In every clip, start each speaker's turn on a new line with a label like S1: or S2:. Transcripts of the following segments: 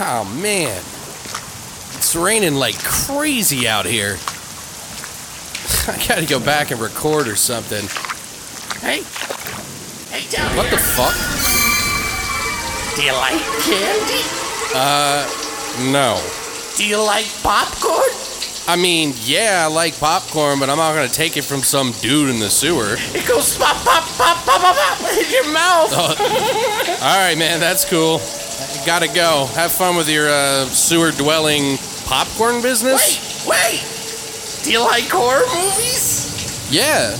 S1: Oh man, it's raining like crazy out here. I gotta go back and record or something.
S2: Hey, hey, down
S1: What the
S2: here.
S1: fuck?
S2: Do you like candy?
S1: No.
S2: Do you like popcorn?
S1: I mean, yeah, I like popcorn, but I'm not gonna take it from some dude in the sewer.
S2: It goes pop, pop, pop, pop, pop, pop in your mouth.
S1: All right, man, that's cool. Gotta go. Have fun with your uh, sewer dwelling popcorn
S2: Wait,
S1: business.
S2: wait. Do you like horror movies?
S1: Yeah.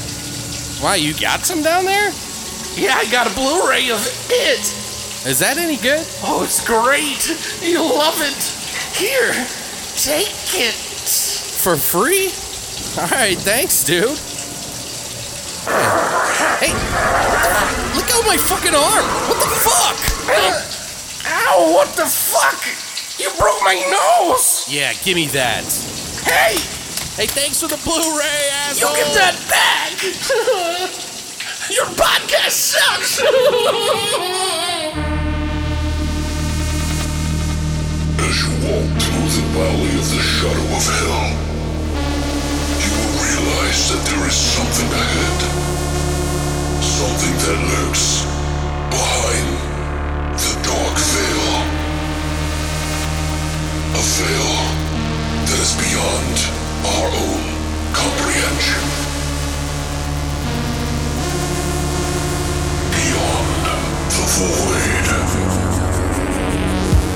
S1: Why you got some down there?
S2: Yeah, I got a Blu-ray of it.
S1: Is that any good?
S2: Oh, it's great. You'll love it. Here, take it.
S1: For free? All right, thanks, dude. Hey, look out my fucking arm! What the fuck?
S2: Ow, what the fuck? You broke my nose.
S1: Yeah, give me that.
S2: Hey,
S1: Hey, thanks for the Blu-ray,
S2: you
S1: asshole.
S2: get that back. Your podcast sucks.
S3: As you walk through the valley of the shadow of hell, you will realize that there is something ahead. Something that lurks behind the dark veil. A veil that is beyond our own comprehension. Beyond the void.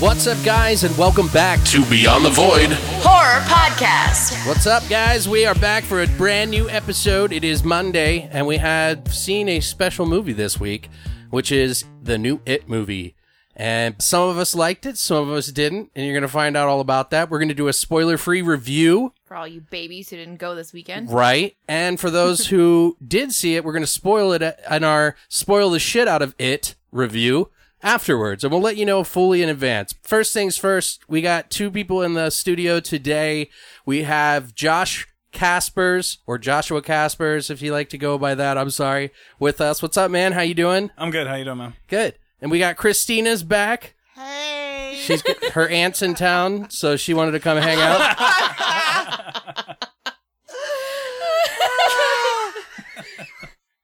S1: What's up, guys, and welcome back to Beyond the Void.
S4: Horror Podcast.
S1: What's up, guys? We are back for a brand new episode. It is Monday, and we had seen a special movie this week, which is the new It movie. And some of us liked it, some of us didn't, and you're going to find out all about that. We're going to do a spoiler free review,
S5: for all you babies who didn't go this weekend.
S1: right? And for those who did see it, we're going to spoil it in our spoil the shit out of it review afterwards. And we'll let you know fully in advance. First things first, we got two people in the studio today. We have Josh Caspers or Joshua Caspers if you like to go by that. I'm sorry. With us. What's up, man? How you doing?
S6: I'm good. How you doing, man?
S1: Good. And we got Christina's back. Hey. She's her aunt's in town, so she wanted to come hang out.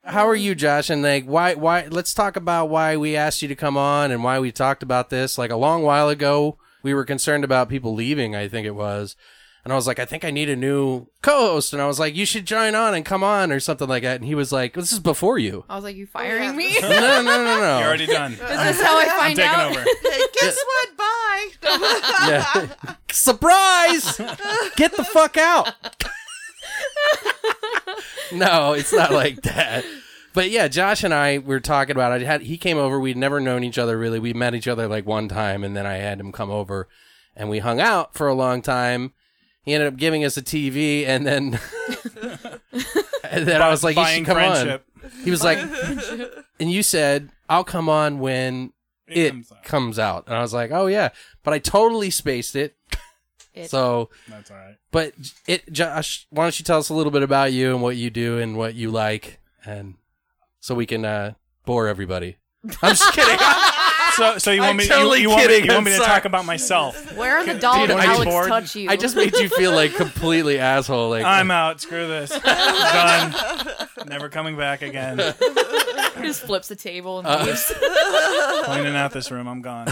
S1: How are you, Josh? And like, why? Why? Let's talk about why we asked you to come on and why we talked about this. Like a long while ago, we were concerned about people leaving. I think it was. And I was like, I think I need a new co-host. And I was like, you should join on and come on or something like that. And he was like, this is before you.
S5: I was like, "You firing me?
S1: No, no, no, no, no.
S6: You're already done.
S5: That's how I
S6: I'm
S5: find
S6: taking
S5: out."
S6: over.
S7: Guess what? Bye.
S1: Yeah. Surprise! Get the fuck out. no, it's not like that. But yeah, Josh and I were talking about. I had he came over. We'd never known each other really. We met each other like one time, and then I had him come over, and we hung out for a long time. He ended up giving us a TV, and then and then I was like, "You
S6: Buying
S1: should come
S6: friendship.
S1: on." He was like, "And you said I'll come on when it,
S6: comes
S1: comes,
S6: out.
S1: out. And I was like, oh, yeah. But I totally spaced it.
S5: It-
S1: So,
S6: That's all right.
S1: but it, Josh, why don't you tell us a little bit about you and what you do and what you like, and so we can uh, bore everybody. I'm just kidding.
S6: So, so you want
S1: I'm
S6: me?
S1: totally
S6: you, you want me?
S1: kidding.
S6: You
S1: I'm
S6: want me to
S1: sorry.
S6: talk about myself?
S5: Where are the dolls
S6: Dude,
S5: when
S6: I just-
S5: Alex
S6: bored.
S5: touch you?
S1: I just made you feel like completely asshole. Like
S6: I'm out. Screw this. done. Never coming back again.
S5: just flips the table and leaves.
S6: Cleaning out this room. I'm gone.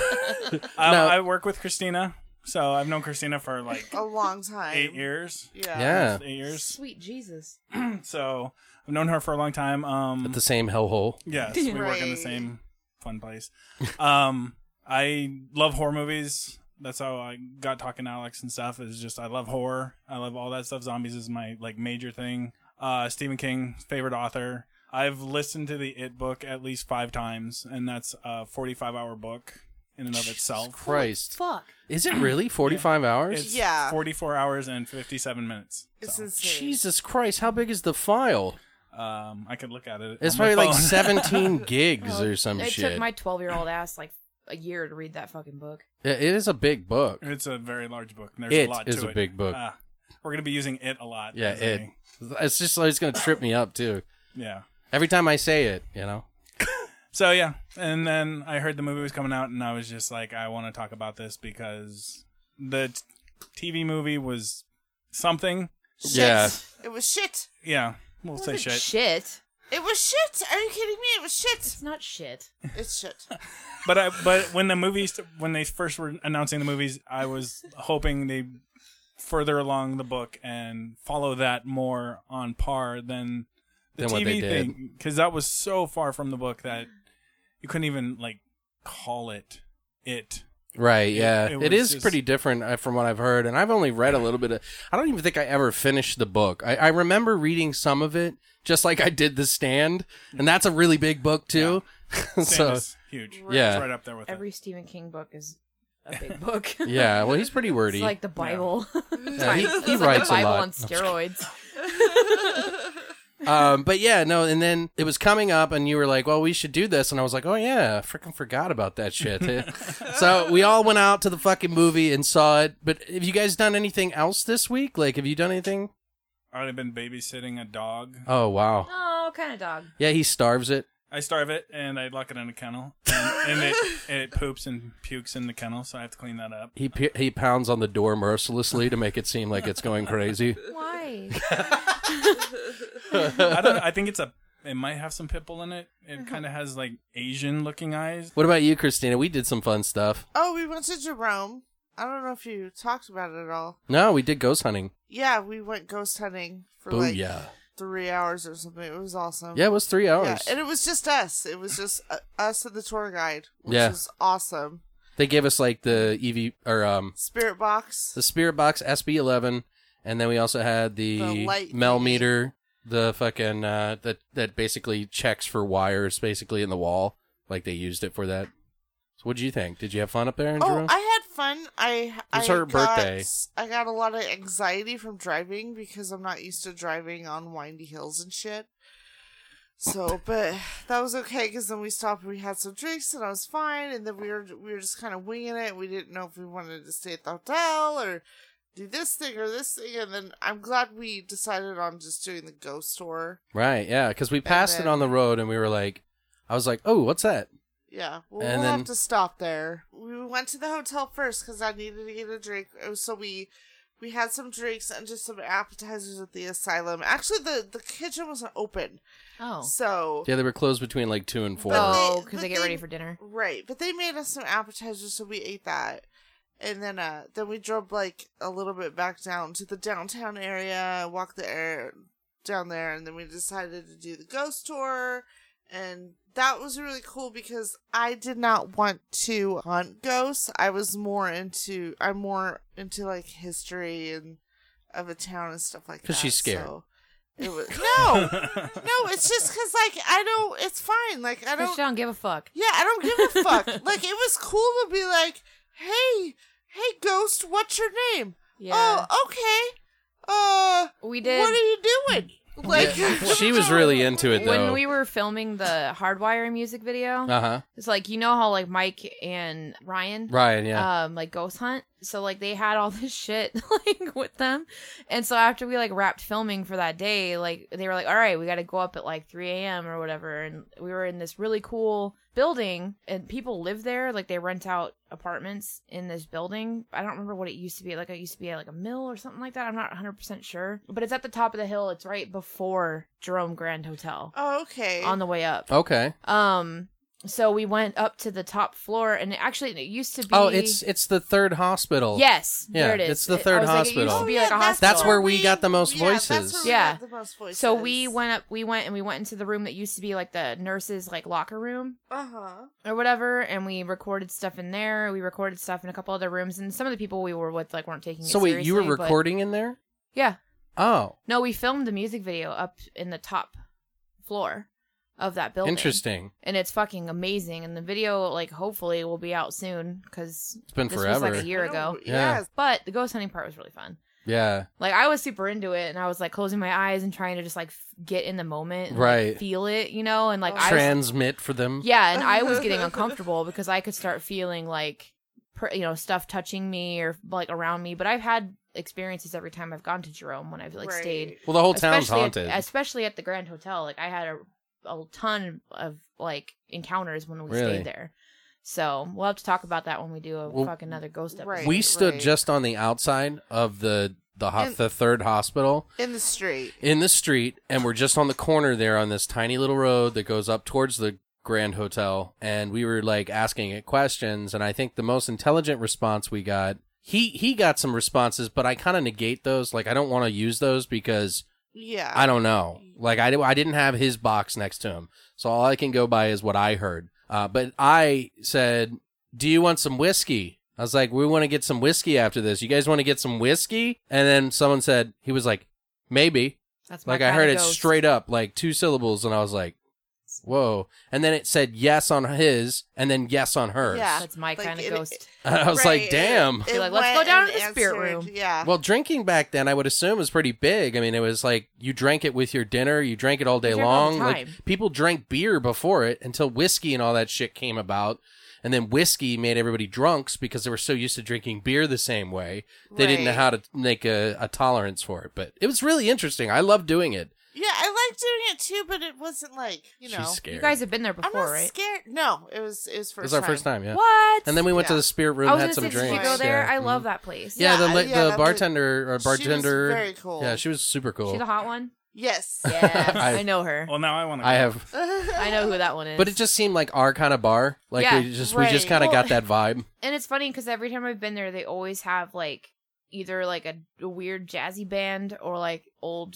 S6: Um,
S1: No.
S6: I work with Christina, so I've known Christina for like
S7: A long time.
S6: eight years.
S7: Yeah.
S1: yeah,
S6: Eight years.
S5: Sweet Jesus.
S6: So I've known her for a long time. Um,
S1: the same hellhole.
S6: Yes, we work in the
S7: Right.
S6: same fun place. Um, I love horror movies. That's how I got talking to Alex and stuff. Is just I love horror. I love all that stuff. Zombies is my like major thing. Uh, Stephen King, favorite author. I've listened to the It book at least five times, and that's a 45 hour book in and of itself.
S1: Christ.
S5: Fuck.
S1: Is it really 45 hours?
S6: It's
S7: Yeah.
S6: 44 hours and 57 minutes.
S7: It's
S1: Oh,
S6: So,
S7: insane.
S1: Jesus Christ, how big is the file?
S6: um, I could look at it.
S1: It's
S6: on my
S1: probably like
S6: phone.
S1: 17 gigs
S5: Well,
S1: or some
S5: Oh, it
S1: Oh, shit.
S5: took my 12 year old ass like a year to read that fucking book.
S1: Yeah, it is a big book.
S6: It's a very large book. And there's
S1: It
S6: a lot
S1: is
S6: to
S1: a
S6: it.
S1: big book.
S6: Ah, we're gonna be using it a lot.
S1: Yeah,
S6: as a-
S1: it. It's just like it's going to trip me up, too.
S6: Yeah.
S1: Every time I say it, you know?
S6: So yeah, and then I heard the movie was coming out, and I was just like, I want to talk about this because the t- TV movie was something.
S1: Yeah.
S7: It was shit.
S6: Yeah, we'll say
S5: Wasn't
S6: shit.
S5: Shit.
S7: It was shit. Are you kidding me? It was shit.
S5: It's not shit.
S7: It's shit.
S6: But I, but when the movies, when they first were announcing the movies, I was hoping they further along the book and follow that more on par than the
S1: Than
S6: TV
S1: what they did.
S6: thing, because that was so far from the book that you couldn't even like call it it.
S1: Right, yeah.
S6: it
S1: it
S6: was
S1: is
S6: just-
S1: pretty different uh, from what I've heard, and I've only read a little bit of. I don't even think I ever finished the book. I, I remember reading some of it, just like I did The Stand, and that's a really big book too. so
S6: Sand is huge.
S1: Yeah.
S6: it's right up there with
S5: Every Stephen King book is a big book.
S1: yeah, well, he's pretty wordy.
S5: It's like the Bible.
S1: Yeah, he, he
S5: it's like
S1: writes
S5: the
S1: a
S5: Bible
S1: lot.
S5: on steroids.
S1: um, but yeah, no, and then it was coming up, and you were like, "Well, we should do this," and I was like, "Oh yeah, I freaking forgot about that shit." so we all went out to the fucking movie and saw it. But have you guys done anything else this week? Like, have you done anything?
S6: it. Already been babysitting a dog.
S1: Oh wow,
S5: Oh, kind of dog.
S1: yeah, he starves it.
S6: I starve it and I lock it in a kennel, and, and it and it poops and pukes in the kennel, so I have to clean that up.
S1: He p- he pounds on the door mercilessly to make it seem like it's going crazy.
S5: Why?
S6: I don't. I think it's a. It might have some pit bull in it.
S5: Uh-huh.
S6: It kind of has like Asian looking eyes.
S1: What about you, Christina? We did some fun stuff.
S7: oh, we went to Jerome. I don't know if you talked about it at all.
S1: No, we did ghost hunting.
S7: Yeah, we went ghost hunting for like
S1: Booyah.
S7: three hours or something. It was awesome.
S1: Yeah, it was three
S7: Yeah,
S1: hours.
S7: and it was just us. It was just uh, us and the tour guide, which
S1: Yeah.
S7: was awesome.
S1: they gave us like the EV or um
S7: Spirit box.
S1: the Spirit Box SB11, and then we also had the,
S7: The light
S1: Mel
S7: thingy.
S1: meter, the fucking uh, that that basically checks for wires basically in the wall. Like they used it for that. So what did you think? Did you have fun up there, Andrew?
S7: Oh, I had fun. I
S1: was
S7: I
S1: her
S7: got-
S1: birthday.
S7: I got a lot of anxiety from driving because I'm not used to driving on windy hills and shit. So, but that was okay because then we stopped and we had some drinks and I was fine. And then we were we were just kind of winging it. We didn't know if we wanted to stay at the hotel or do this thing or this thing. And then I'm glad we decided on just doing the ghost tour.
S1: right, yeah, because we passed
S7: then-
S1: it on the road, and we were like, I was like, oh, what's that?
S7: Yeah, well,
S1: And
S7: we'll
S1: then-
S7: have to stop there. We went to the hotel first because I needed to get a drink, Uh, so we we had some drinks and just some appetizers at the asylum. Actually, the the kitchen wasn't open,
S5: Oh.
S7: so
S1: Yeah, they were closed between like two and four.
S7: But
S5: Oh,
S7: they-
S5: because
S7: but
S5: they get
S7: they-
S5: ready for dinner.
S7: right. But they made us some appetizers, so we ate that, and then uh then we drove like a little bit back down to the downtown area, walked the air down there, and then we decided to do the ghost tour. and that was really cool because I did not want to hunt ghosts. I was more into I'm more into like history and of a town and stuff like that.
S1: 'Cause she's scared.
S7: so it was no, no. It's just because like I don't. It's fine. Like I
S5: I
S7: don't. Oh,
S5: don't, give a fuck.
S7: Yeah, I don't give a fuck. like it was cool to be like, hey, hey, ghost, what's your name?
S5: Yeah.
S7: Oh, okay. Uh,
S5: we did.
S7: what are you doing? Like
S1: she was really into it though.
S5: Oh. when we were filming the Hardwire music video,
S1: uh huh.
S5: it's like you know how like Mike and Ryan,
S1: Ryan, yeah.
S5: um, like ghost hunt. So like they had all this shit like with them, and so after we like wrapped filming for that day, like they were like, all right, we got to go up at like 3 a.m. or whatever, and we were in this really cool building, and people live there, like they rent out apartments in this building. I don't remember what it used to be. Like it used to be like a mill or something like that. I'm not 100 percent sure, but it's at the top of the hill. It's right before Jerome Grand Hotel
S7: Oh, okay.
S5: on the way up.
S1: okay.
S5: Um, so we went up to the top floor, and it actually it used to be.
S1: Oh, it's it's the third hospital.
S5: yes,
S1: Yeah,
S5: there it is.
S1: it's the
S5: It- I
S1: third
S5: was like, it used to
S1: hospital.
S5: be like a
S7: Oh, that's
S5: hospital.
S1: That's where we got the most
S7: yeah, that's where
S1: voices.
S7: we
S5: Yeah.
S7: got the most voices.
S5: So we went up, we went and we went into the room that used to be like the nurses' like locker room
S7: Uh huh.
S5: or whatever, and we recorded stuff in there. We recorded stuff in a couple other rooms, and some of the people we were with like weren't taking.
S1: So
S5: it
S1: wait, you were
S5: seriously, but-
S1: recording in there?
S5: Yeah,
S1: Oh,
S5: no, we filmed the music video up in the top floor. of that building.
S1: Interesting.
S5: And it's fucking amazing. And the video, like, hopefully will be out soon because
S1: It's been
S5: this
S1: forever.
S5: was like a year ago.
S1: Yeah.
S7: Yes.
S5: But the ghost hunting part was really fun.
S1: Yeah.
S5: Like I was super into it, and I was like closing my eyes and trying to just like f- get in the moment, and, like,
S1: Right.
S5: feel it, you know, and like I was
S1: Transmit for them.
S5: yeah, and I was getting uncomfortable because I could start feeling like, per, you know, stuff touching me or like around me. But I've had experiences every time I've gone to Jerome when I've like stayed.
S1: Well, the whole town's
S5: Especially at-
S1: haunted.
S5: especially at the Grand Hotel. Like I had a a ton of like encounters when we
S1: Really?
S5: stayed there. So we'll have to talk about that when we do a
S1: Well,
S5: fucking another ghost episode.
S7: right.
S1: we stood
S7: right.
S1: just on the outside of the the, ho-
S7: And-
S1: the third hospital
S7: in the street.
S1: in the street, and we're just on the corner there on this tiny little road that goes up towards the Grand Hotel. And we were like asking it questions, and I think the most intelligent response we got. He he got some responses, but I kind of negate those. Like I don't want to use those because
S7: Yeah.
S1: I don't know. Like I, I didn't have his box next to him, so all I can go by is what I heard. Uh, but I said, "Do you want some whiskey?" I was like, "We want to get some whiskey after this. You guys want to get some whiskey?" And then someone said, "He was like, maybe."
S5: That's my
S1: Like I
S5: kinda
S1: heard it
S5: ghost.
S1: straight up, like two syllables, and I was like, "Whoa!" And then it said yes on his, and then yes on hers.
S7: Yeah.
S5: That's my
S7: Like,
S5: kind of
S7: it-
S5: ghost.
S1: And I was
S7: Right,
S1: like,
S7: it-
S1: "Damn."
S7: it
S5: You're like, let's
S7: went
S5: go down
S7: and
S5: to the spirit
S7: answered,
S5: room.
S7: Yeah.
S1: Well, drinking back then, I would assume, is pretty big. I mean, it was like you drank it with your dinner, you drank it all day
S5: drank all
S1: long.
S5: the
S1: Like
S5: time.
S1: people drank beer before it until whiskey and all that shit came about. And then whiskey made everybody drunks because they were so used to drinking beer the same way. They didn't know
S7: Right.
S1: how to make a, a tolerance for it. But it was really interesting. I love doing it.
S7: yeah, I liked doing it too, but it wasn't like you know.
S1: She's scared.
S5: You guys have been there
S7: I'm
S5: before,
S7: not
S5: right?
S7: scared. No, it was it was first.
S1: it was our first time, yeah.
S5: What?
S1: And then we went to
S7: Yeah.
S1: the spirit room,
S5: I was
S1: had
S5: gonna
S1: some
S5: say,
S1: drinks.
S5: did you go there?
S1: Yeah. Mm-hmm.
S5: I love that place.
S1: Yeah, the,
S7: Yeah,
S1: la-
S7: yeah,
S1: the
S7: that was-
S1: bartender or
S7: she was
S1: bartender.
S7: very cool.
S1: Yeah, she was super cool.
S5: She's a hot one.
S7: Yes.
S5: Yeah,
S1: I-
S5: I, know her.
S6: Well, now I want to.
S1: I have
S5: I know who that one is.
S1: Oh. But it just seemed like our kind of bar. Like
S5: Yeah,
S1: we just we just
S7: right.
S1: kind of
S5: Well-
S1: got that vibe.
S5: and it's funny because every time I've been there, they always have like either like a, a weird jazzy band or like old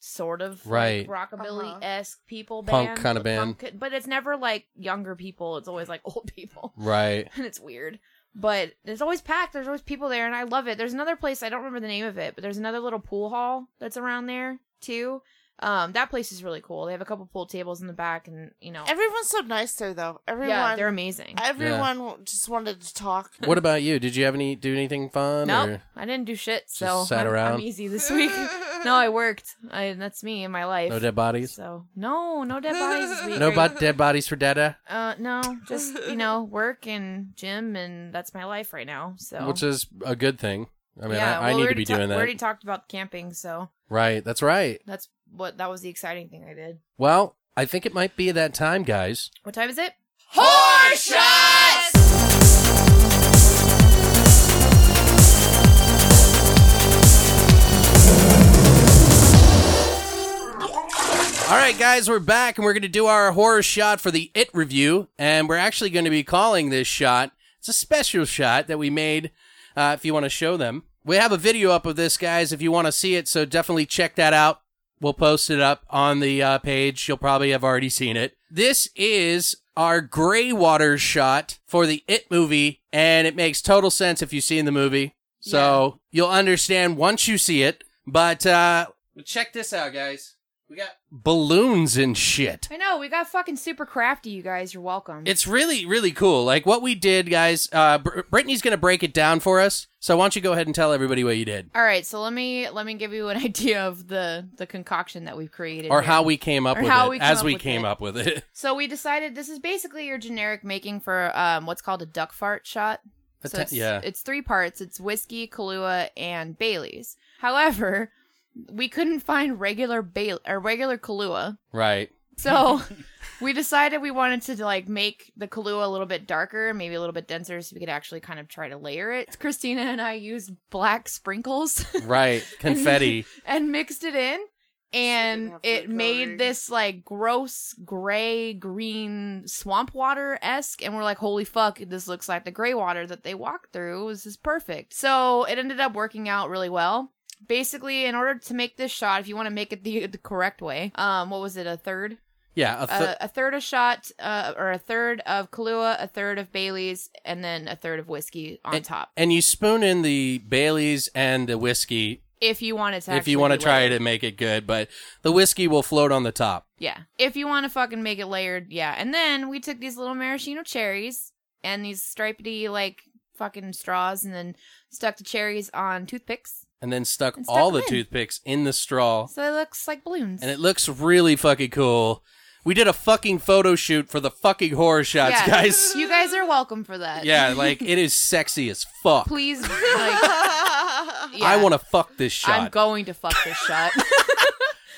S5: sort of
S1: Right.
S5: rockabilly esque people
S1: Punk
S5: band,
S1: kinda band.
S5: Punk- but it's never like younger people. It's always like old people.
S1: Right.
S5: and it's weird. But it's always packed. There's always people there, and I love it. There's another place I don't remember the name of it, but there's another little pool hall that's around there too. Um, that place is really cool. They have a couple pool tables in the back, and you know,
S7: Everyone's so nice there, though. Everyone.
S5: yeah, they're amazing.
S7: everyone just wanted to talk.
S1: What about you? Did you have any do anything fun?
S5: No,
S1: or-
S5: I didn't do shit, so
S1: sat
S5: I'm,
S1: around?
S5: I'm easy this week. no, I worked. I, that's me in my life.
S1: No dead bodies.
S5: So no, no dead bodies this week.
S1: No bo- dead bodies for Dada,
S5: Uh, no, just you know, work and gym, and that's my life right now. So
S1: which is a good thing. I mean,
S5: yeah,
S1: I, I
S5: well, we
S1: need to
S5: already
S1: be
S5: ta-
S1: doing
S5: We
S1: that.
S5: already talked about camping, so.
S1: Right. That's right.
S5: That's what that was the exciting thing I did.
S1: Well, I think it might be that time, guys.
S5: What time is it?
S1: All right, guys, we're back and we're going to do our horror shot for the It review. And we're actually going to be calling this shot. It's a special shot that we made uh, if you want to show them. We have a video up of this, guys, if you want to see it. So definitely check that out. We'll post it up on the uh, page. You'll probably have already seen it. This is our gray water shot for the It movie. And it makes total sense if you've seen the movie. So you'll understand once you see it. But uh, check this out, guys. We got balloons and shit.
S5: I know we got fucking super crafty, you guys. You're welcome.
S1: It's really, really cool. Like what we did, guys. Uh, Br- Brittany's gonna break it down for us. So why don't you go ahead and tell everybody what you did
S5: all right. So let me let me give you an idea of the the concoction that we've created,
S1: or
S5: here.
S1: how we came up
S5: Or
S1: with
S5: how
S1: it
S5: we came
S1: as
S5: up
S1: we
S5: with
S1: came
S5: it.
S1: up with it.
S5: So we decided this is basically your generic making for um what's called a duck fart shot. So
S1: Poten-
S5: it's,
S1: yeah.
S5: it's three parts. It's whiskey, Kahlua, and Bailey's. However, we couldn't find regular Bail or regular Kahlua,
S1: right.
S5: So we decided we wanted to like make the Kahlua a little bit darker, maybe a little bit denser, so we could actually kind of try to layer it. Christina and I used black sprinkles
S1: Right. Confetti.
S5: and mixed it in,
S7: didn't
S5: and
S7: have
S5: it
S7: food
S5: made
S7: coloring.
S5: this like gross gray green swamp water esque. And we're like, holy fuck, this looks like the gray water that they walked through. This is perfect. So it ended up working out really well. Basically, in order to make this shot, if you want to make it the, the correct way, um, what was it, a third?
S1: yeah. A th-
S5: uh, a third of shot, uh, or a third of Kahlua, a third of Bailey's, and then a third of whiskey on top.
S1: and you spoon in the Baileys and the whiskey
S5: if you want it to.
S1: if you
S5: actually
S1: want to
S5: be
S1: try
S5: layered.
S1: it and make it good, but the whiskey will float on the top.
S5: Yeah. If you want to fucking make it layered, yeah. And then we took these little maraschino cherries and these stripedy like fucking straws and then stuck the cherries on toothpicks.
S1: And then stuck,
S5: And stuck
S1: all the
S5: them in.
S1: toothpicks in the straw.
S5: So it looks like balloons.
S1: And it looks really fucking cool. We did a fucking photo shoot for the fucking horror shots,
S5: Yeah.
S1: guys.
S5: You guys are welcome for that.
S1: yeah, like it is sexy as fuck.
S5: Please like yeah.
S1: I want to fuck this shot.
S5: I'm going to fuck this shot.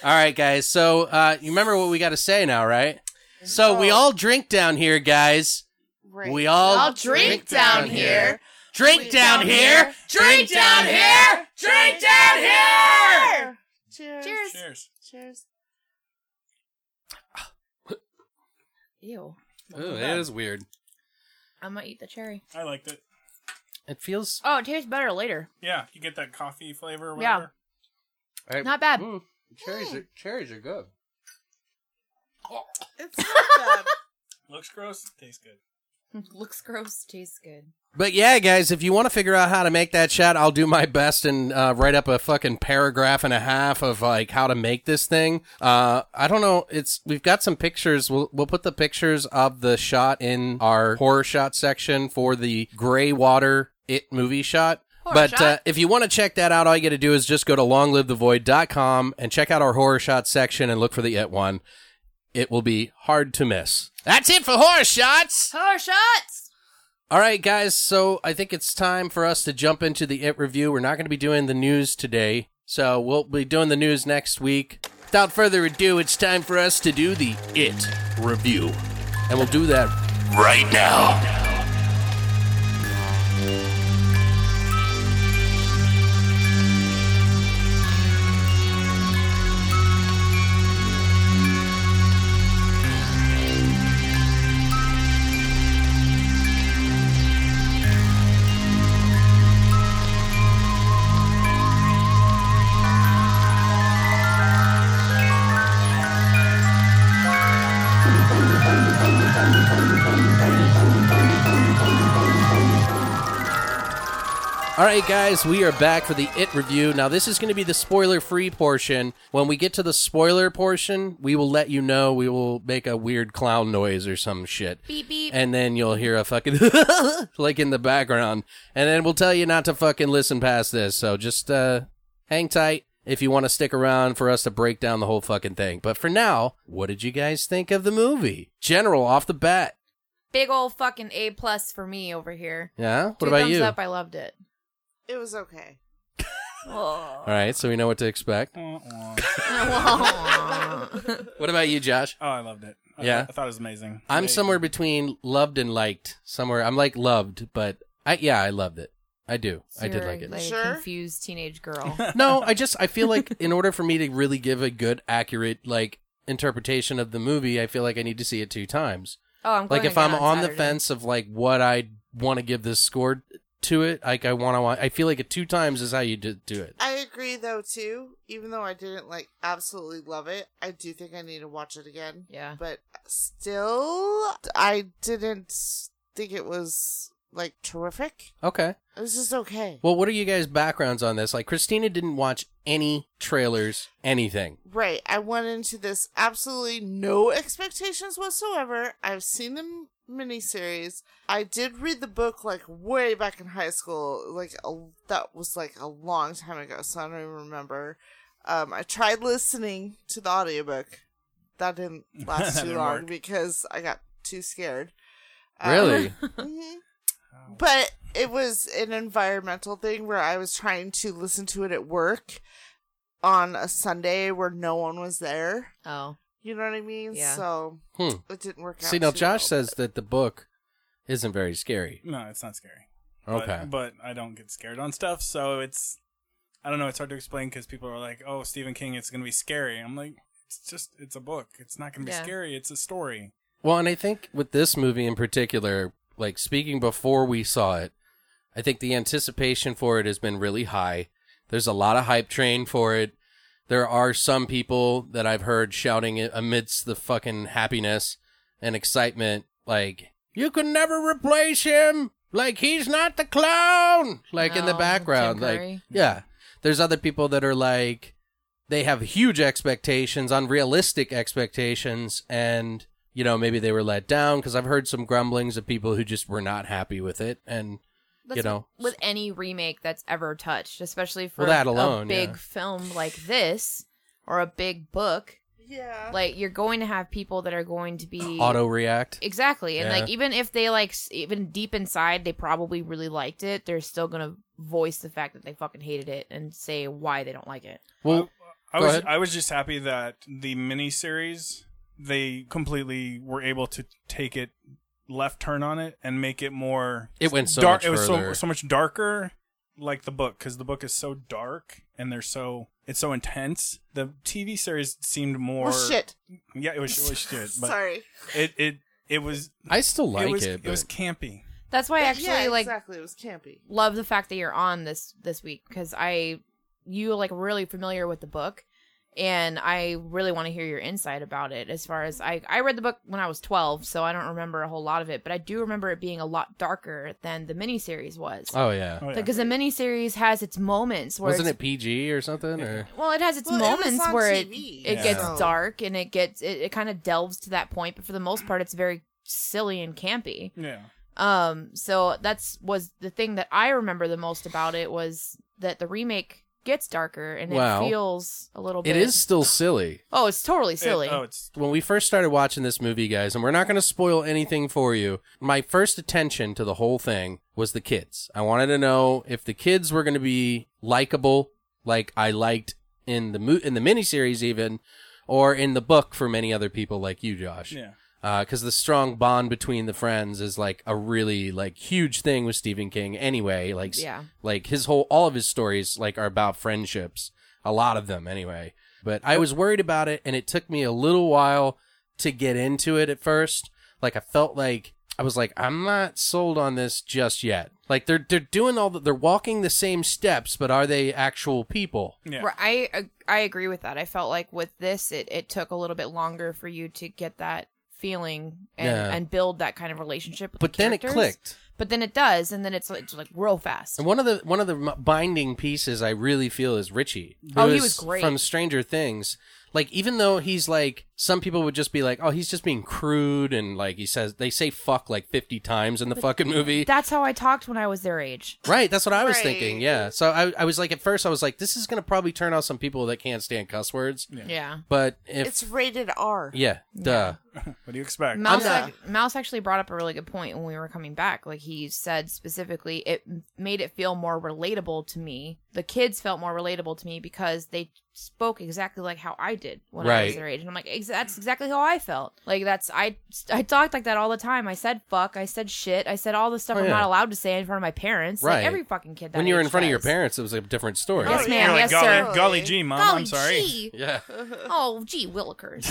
S1: All right, guys. So uh, you remember what we got to say now, right? So
S5: Oh.
S1: we all drink down here, guys.
S7: Right.
S1: We all
S5: I'll drink down here.
S1: Drink down here. Drink down here. Drink down here.
S7: Cheers.
S5: Cheers.
S6: Cheers.
S7: Cheers.
S5: Ew.
S1: Ooh, that is weird.
S5: I'm gonna eat the cherry.
S6: I liked it.
S1: It feels
S5: Oh, it tastes better later.
S6: Yeah, you get that coffee flavor. Or
S5: Yeah.
S6: whatever.
S5: Not bad.
S1: Mm, cherries, are, cherries are good.
S7: It's not bad.
S6: Looks gross. Tastes good.
S5: Looks gross, tastes good.
S1: But yeah, guys, if you want to figure out how to make that shot, I'll do my best and uh, write up a fucking paragraph and a half of like how to make this thing. Uh, I don't know. It's we've got some pictures. We'll we'll put the pictures of the shot in our horror shot section for the Gray Water It movie shot.
S5: Horror
S1: but
S5: shot?
S1: Uh, if you want to check that out, all you got to do is just go to longlivethevoid.com and check out our horror shot section and look for the it one. It will be hard to miss. That's it for horror shots.
S5: Power shots!
S1: All right, guys. So I think it's time for us to jump into the it review. We're not going to be doing the news today, so we'll be doing the news next week. Without further ado, it's time for us to do the it review, and we'll do that
S3: Right now.
S1: All right, guys, we are back for the It review. Now, this is going to be the spoiler free portion. When we get to the spoiler portion, we will let you know. We will make a weird clown noise or some shit.
S5: Beep, beep.
S1: And then you'll hear a fucking like in the background. And then we'll tell you not to fucking listen past this. So just uh, hang tight if you want to stick around for us to break down the whole fucking thing. But for now, what did you guys think of the movie? General, off the bat.
S5: Big old fucking A plus for me over here.
S1: Yeah? What
S5: Two
S1: about
S5: thumbs
S1: you?
S5: up, I loved it.
S7: It was okay.
S5: Oh.
S1: All right, so we know what to expect.
S6: Mm. Oh,
S1: What about you, Josh?
S6: Oh, I loved it. I
S1: Yeah.
S6: I thought it was amazing.
S1: I'm
S6: They-
S1: somewhere between loved and liked. Somewhere I'm like loved, but I yeah, I loved it. I do. I did like it.
S5: Like
S7: Sure?
S5: confused teenage girl.
S1: No, I just I feel like in order for me to really give a good accurate like interpretation of the movie, I feel like I need to see it two times.
S5: Oh, I'm
S1: Like
S5: going
S1: if
S5: again
S1: I'm on the
S5: Saturday.
S1: fence of like what I want to give this score to it, like I want to I feel like it two times is how you do, do it.
S7: I agree though too. Even though I didn't like absolutely love it, I do think I need to watch it again.
S5: Yeah.
S7: But still, I didn't think it was like terrific.
S1: Okay.
S7: It was just okay.
S1: Well, what are you guys backgrounds on this? Like Christina didn't watch any trailers, anything.
S7: Right. I went into this absolutely no expectations whatsoever. I've seen the m- miniseries. I did read the book like way back in high school. Like a, that was like a long time ago, so I don't even remember. Um, I tried listening to the audiobook. That didn't last
S6: That
S7: too
S6: didn't
S7: long
S6: work.
S7: because I got too scared.
S5: Uh,
S7: Um,
S1: Really?
S7: mhm. But it was an environmental thing where I was trying to listen to it at work on a Sunday where no one was there.
S5: Oh.
S7: You know what I mean?
S5: Yeah.
S7: So
S1: Hmm.
S7: it didn't work out.
S1: See, now
S7: too
S1: Josh
S7: well.
S1: says that the book isn't very scary.
S6: No, it's not scary. But-
S1: Okay.
S6: But, I don't get scared on stuff, so it's I don't know. It's hard to explain because people are like, "Oh, Stephen King, it's going to be scary." I'm like, it's just it's a book. It's not going to be
S5: Yeah.
S6: scary. It's a story.
S1: well, and I think with this movie in particular, like speaking before we saw it, I think the anticipation for it has been really high. There's a lot of hype train for it. There are some people that I've heard shouting it amidst the fucking happiness and excitement, like, you can never replace him. Like, he's not the clown. Like, in the
S5: No, Tim
S1: background.
S5: Curry.
S1: Like, yeah. there's other people that are like they have huge expectations, unrealistic expectations, and you know maybe they were let down because I've heard some grumblings of people who just were not happy with it, and
S5: That's
S1: you know.
S5: with any remake that's ever touched, especially for
S1: Well, that
S5: a-
S1: alone,
S5: a big
S1: yeah.
S5: film like this or a big book,
S7: Yeah.
S5: like you're going to have people that are going to be
S1: Auto react.
S5: Exactly. And
S1: Yeah.
S5: like even if they like s- even deep inside they probably really liked it, they're still going to voice the fact that they fucking hated it and say why they don't like it.
S1: Well,
S6: I
S1: Go
S6: was
S1: ahead.
S6: I was just happy that the miniseries they completely were able to take it left turn on it and make it more.
S1: It went so
S6: dark.
S1: much
S6: it was so
S1: further.
S6: so much darker, like the book, because the book is so dark and they're so it's so intense. The TV series seemed more.
S7: Well, shit.
S6: Yeah, it was, it was shit. But
S7: Sorry.
S6: It it it was.
S1: I still like
S6: it
S1: it.
S6: was it
S1: but-
S6: was campy.
S5: That's why I actually
S7: yeah,
S5: like
S7: exactly. It was campy.
S5: love the fact that you're on this this week cuz I you like really familiar with the book and I really want to hear your insight about it as far as I I read the book when I was 12, so I don't remember a whole lot of it, but I do remember it being a lot darker than the miniseries was.
S1: oh yeah.
S6: Oh, yeah.
S5: Because the miniseries has its moments where
S1: Wasn't
S5: it's
S1: it PG or something? Or
S5: Well, it has its
S7: Well, it was
S5: moments
S7: on
S5: where
S7: TV,
S5: it, it
S6: Yeah.
S5: gets
S7: so-
S5: dark and it gets it, it kind of delves to that point, but for the most part, it's very silly and campy.
S6: Yeah.
S5: Um, so that's was the thing that I remember the most about it was that the remake gets darker and
S1: Wow.
S5: it feels a little.
S1: it
S5: bit...
S1: is still silly.
S5: Oh, it's totally silly.
S6: It- oh, it's
S1: when we first started watching this movie, guys, and we're not going to spoil anything for you, my first attention to the whole thing was the kids. I wanted to know if the kids were going to be likable, like I liked in the mo- in the miniseries, even, or in the book for many other people like you, Josh.
S6: yeah.
S1: Because Uh, the strong bond between the friends is like a really like huge thing with Stephen King. Anyway, like s-
S5: Yeah.
S1: like his whole all of his stories like are about friendships a lot of them anyway but i was worried about it and it took me a little while to get into it at first like i felt like i was like i'm not sold on this just yet like they're they're doing all the, they're walking the same steps but are they actual people
S6: Yeah.
S5: Where I ag- I agree with that. I felt like with this, it, it took a little bit longer for you to get that feeling and,
S1: Yeah.
S5: and build that kind of relationship. With
S1: but
S5: the
S1: then it
S5: characters.
S1: clicked
S5: But then it does, and then it's like, it's like real fast.
S1: and one of the one of the m- binding pieces i really feel is richie who
S5: Oh, he
S1: is
S5: was great.
S1: from stranger things like even though he's like some people would just be like oh he's just being crude and like he says they say fuck like 50 times in the fucking movie
S5: That's how I talked when I was their age.
S1: Right, that's what I was
S7: Right.
S1: thinking. Yeah. So I, I was like, at first, I was like, this is going to probably turn off some people that can't stand cuss words.
S5: Yeah.
S1: But if,
S7: it's rated R.
S1: yeah, duh.
S6: What do you expect?
S5: Mouse,
S7: I'm-
S5: ac- Mouse actually brought up a really good point when we were coming back. Like he said specifically, it m- made it feel more relatable to me. The kids felt more relatable to me because they spoke exactly like how I did when I was
S1: Right.
S5: their age, and I'm like, ex- that's exactly how I felt. Like that's I I talked like that all the time. I said fuck, I said shit, I said all the stuff
S1: Oh,
S5: I'm
S1: yeah.
S5: not allowed to say in front of my parents.
S1: Right.
S5: Like every fucking kid. That
S1: When you were
S5: age
S1: in front of your
S5: does.
S1: parents, it was a different story.
S5: Yes,
S7: Oh,
S6: You're
S5: ma'am.
S6: like,
S5: Yes,
S6: golly,
S5: sir.
S6: golly gee, mom,
S5: Golly
S6: Um, I'm sorry.
S5: gee.
S1: Yeah.
S5: Oh, gee, Willikers.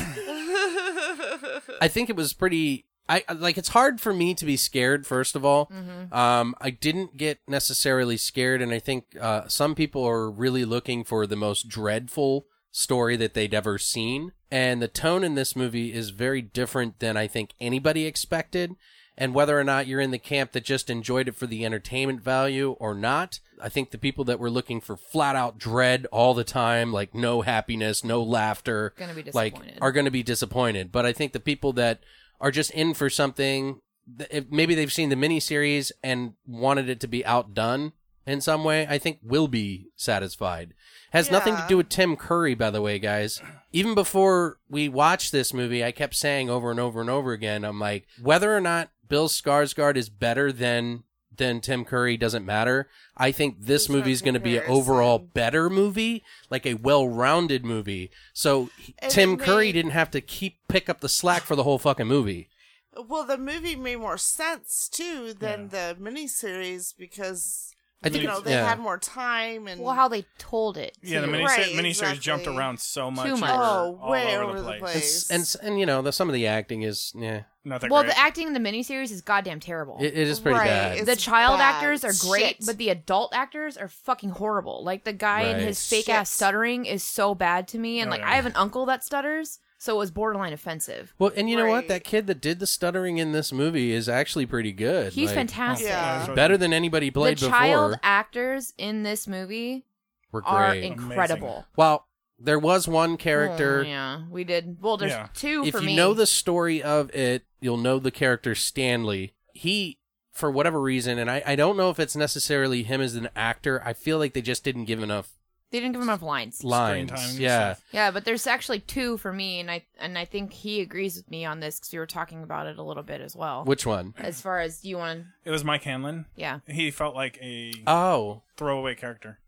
S1: I think it was pretty. I I- like it's hard for me to be scared. First of all,
S5: Mm-hmm.
S1: um, I didn't get necessarily scared, and I think uh, some people are really looking for the most dreadful story that they'd ever seen. And the tone in this movie is very different than I think anybody expected. And whether or not you're in the camp that just enjoyed it for the entertainment value or not, I think the people that were looking for flat out dread all the time, like no happiness, no laughter,
S5: Gonna be
S1: like
S5: disappointed.
S1: are going to be disappointed. But I think the people that are just in for something, th- if maybe they've seen the miniseries and wanted it to be outdone in some way, I think will be satisfied. Has nothing to
S7: Yeah.
S1: do with Tim Curry, by the way, guys. Even before we watched this movie, I kept saying over and over and over again, I'm like, whether or not Bill Skarsgård is better than than Tim Curry doesn't matter. I think this
S7: There's no
S1: movie is going to be an
S7: comparison.
S1: overall better movie, like a well-rounded movie. So he-
S7: And
S1: Tim
S7: it
S1: Curry
S7: made-
S1: didn't have to keep pick up the slack for the whole fucking movie.
S7: Well, the movie made more sense too than the miniseries because
S1: I think
S7: you know
S1: it's-
S7: they
S1: yeah.
S7: had more time and
S5: well, how they told it.
S6: Yeah, the
S5: too.
S6: mini
S7: Right,
S6: miniseries jumped
S7: exactly.
S6: around so much.
S5: much.
S6: they were
S7: Oh,
S6: all
S7: way
S6: over the place.
S1: And, s- and s- and you know, the, some of the acting is yeah,
S6: Not that
S5: Well,
S6: great.
S5: the acting in the miniseries is goddamn terrible.
S1: it, it is pretty
S7: Right,
S1: bad.
S7: it's-
S5: the child
S7: bad.
S5: actors are great,
S7: Shit.
S5: but the adult actors are fucking horrible. Like the guy and
S1: Right.
S5: his fake ass
S7: Shit.
S5: stuttering is so bad to me, and
S6: Oh,
S5: like
S6: yeah.
S5: I have an uncle that stutters, so it was borderline offensive.
S1: Well, and you know what?
S7: Right.
S1: That kid that did the stuttering in this movie is actually pretty good.
S5: He's
S1: Like,
S5: fantastic.
S7: Yeah.
S1: Better than anybody
S5: The
S1: played
S5: child
S1: before.
S5: actors in this movie
S1: were
S5: are
S1: great.
S5: incredible.
S1: well, there was one character.
S5: Mm,
S7: Hmm.
S5: yeah, we did. Well, there's
S6: Yeah.
S5: two
S1: if
S5: for
S1: you
S5: me.
S1: know the story of it, you'll know the character Stanley. He, for whatever reason, and I, I don't know if it's necessarily him as an actor. I feel like they just didn't give enough
S5: they didn't give him enough lines.
S1: lines.
S6: time and
S1: yeah,
S5: Yeah, but there's actually two for me, and I and I think he agrees with me on this because we were talking about it a little bit as well.
S1: which one?
S5: as far as you want,
S6: It was Mike Hanlon.
S5: yeah,
S6: He felt like a
S1: Oh,
S6: throwaway character.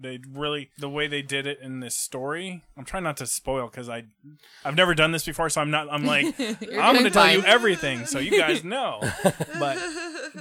S6: They really the way they did it in this story. I'm trying not to spoil because I I've never done this before, so I'm not. I'm like I'm going to
S5: doing
S6: tell you
S5: fine.
S6: everything, so you guys know. but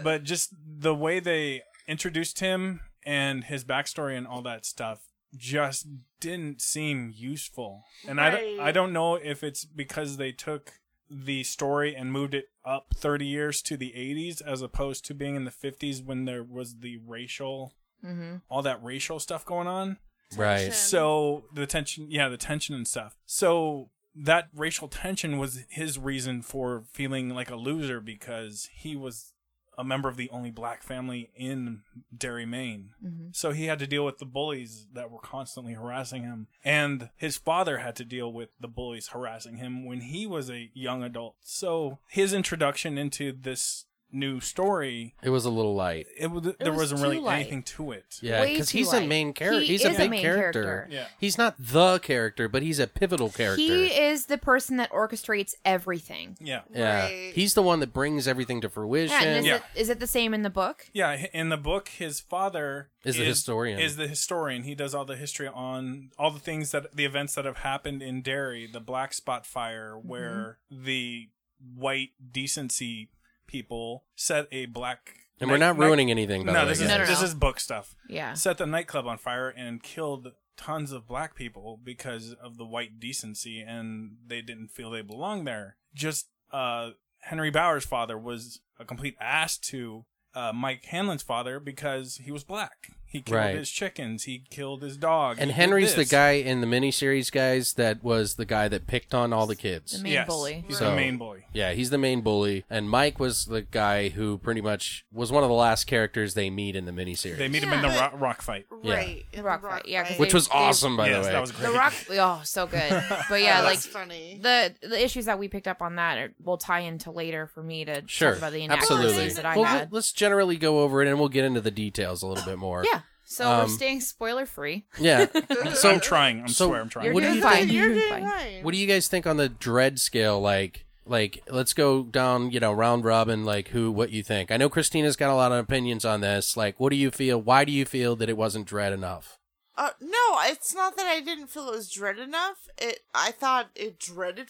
S6: but just the way they introduced him and his backstory and all that stuff just didn't seem useful. And I don't- I
S7: Right.
S6: don't know if it's because they took the story and moved it up 30 years to the 80s as opposed to being in the 50s when there was the racial
S5: hmm
S6: all that racial stuff going on.
S1: right.
S7: Tension.
S6: So the tension, yeah, the tension and stuff. So that racial tension was his reason for feeling like a loser because he was a member of the only black family in Derry, Maine.
S5: Mm-hmm.
S6: So he had to deal with the bullies that were constantly harassing him. And his father had to deal with the bullies harassing him when he was a young adult. So his introduction into this new story,
S1: It was a little light.
S6: it, was there
S5: was
S6: wasn't
S5: too
S6: really
S5: light.
S6: anything to it.
S1: Yeah,
S5: Way
S1: because
S5: too
S1: he's a
S5: light.
S1: main character.
S5: He
S1: he's
S5: is
S1: a
S5: a
S1: big
S5: main
S1: character.
S5: character.
S6: Yeah.
S1: He's not the character, but he's a pivotal character.
S5: he is the person that orchestrates everything.
S6: Yeah.
S1: yeah,
S7: Right.
S1: he's the one that brings everything to fruition.
S5: Yeah, and is,
S6: Yeah.
S5: It, is it the same in the book?
S6: Yeah, h- in the book, his father
S1: Is the historian.
S6: Is the historian. He does all the history on all the things that the events that have happened in Derry, the Black Spot Fire, where the white decency people set a black.
S1: And we're not ruining anything, by
S6: No,
S1: the way,
S6: this is
S5: guys. No, no,
S6: this
S5: no.
S6: is book stuff.
S5: Yeah.
S6: Set the nightclub on fire and killed tons of black people because of the white decency, and they didn't feel they belonged there. Just uh, Henry Bauer's father was a complete ass to uh, Mike Hanlon's father because he was black. He killed
S1: Right.
S6: his chickens. He killed his dog.
S1: And
S6: he did
S1: Henry's the
S6: this.
S1: guy in the miniseries, guys, that was the guy that picked on all the kids.
S5: The main
S6: yes,
S5: bully.
S6: He's
S1: So-
S6: the main bully.
S1: Yeah, he's the main bully, and Mike was the guy who pretty much was one of the last characters they meet in the miniseries,
S6: They meet him in the
S7: Yeah.
S6: rock, rock fight.
S1: Yeah.
S7: Right. in the
S5: Rock fight, yeah, 'cause
S7: fight.
S5: they-
S1: which was awesome, by
S6: yes,
S1: the way.
S6: that was great.
S5: The rock, oh, so good. But yeah,
S7: Oh,
S5: like
S7: that's funny.
S5: the the issues that we picked up on that are, will tie into later for me to
S1: sure,
S5: talk about the inaccuracies
S1: absolutely.
S5: that I
S1: well,
S5: had.
S1: let's generally go over it, and we'll get into the details a little bit more.
S5: yeah. So
S1: Um,
S5: we're staying spoiler free.
S1: yeah.
S6: So I'm trying. I'm
S1: so
S6: swear I'm trying.
S5: You're
S1: What do
S5: doing
S1: you
S5: fine.
S7: You're
S5: doing
S7: doing
S5: fine.
S7: fine.
S1: What do you guys think on the dread scale? Like, like let's go down, you know, round robin. Like, who, what you think? I know Christina's got a lot of opinions on this. Like, what do you feel? Why do you feel that it wasn't dread enough?
S7: Uh, no, it's not that I didn't feel it was dread enough. It, I thought it dreaded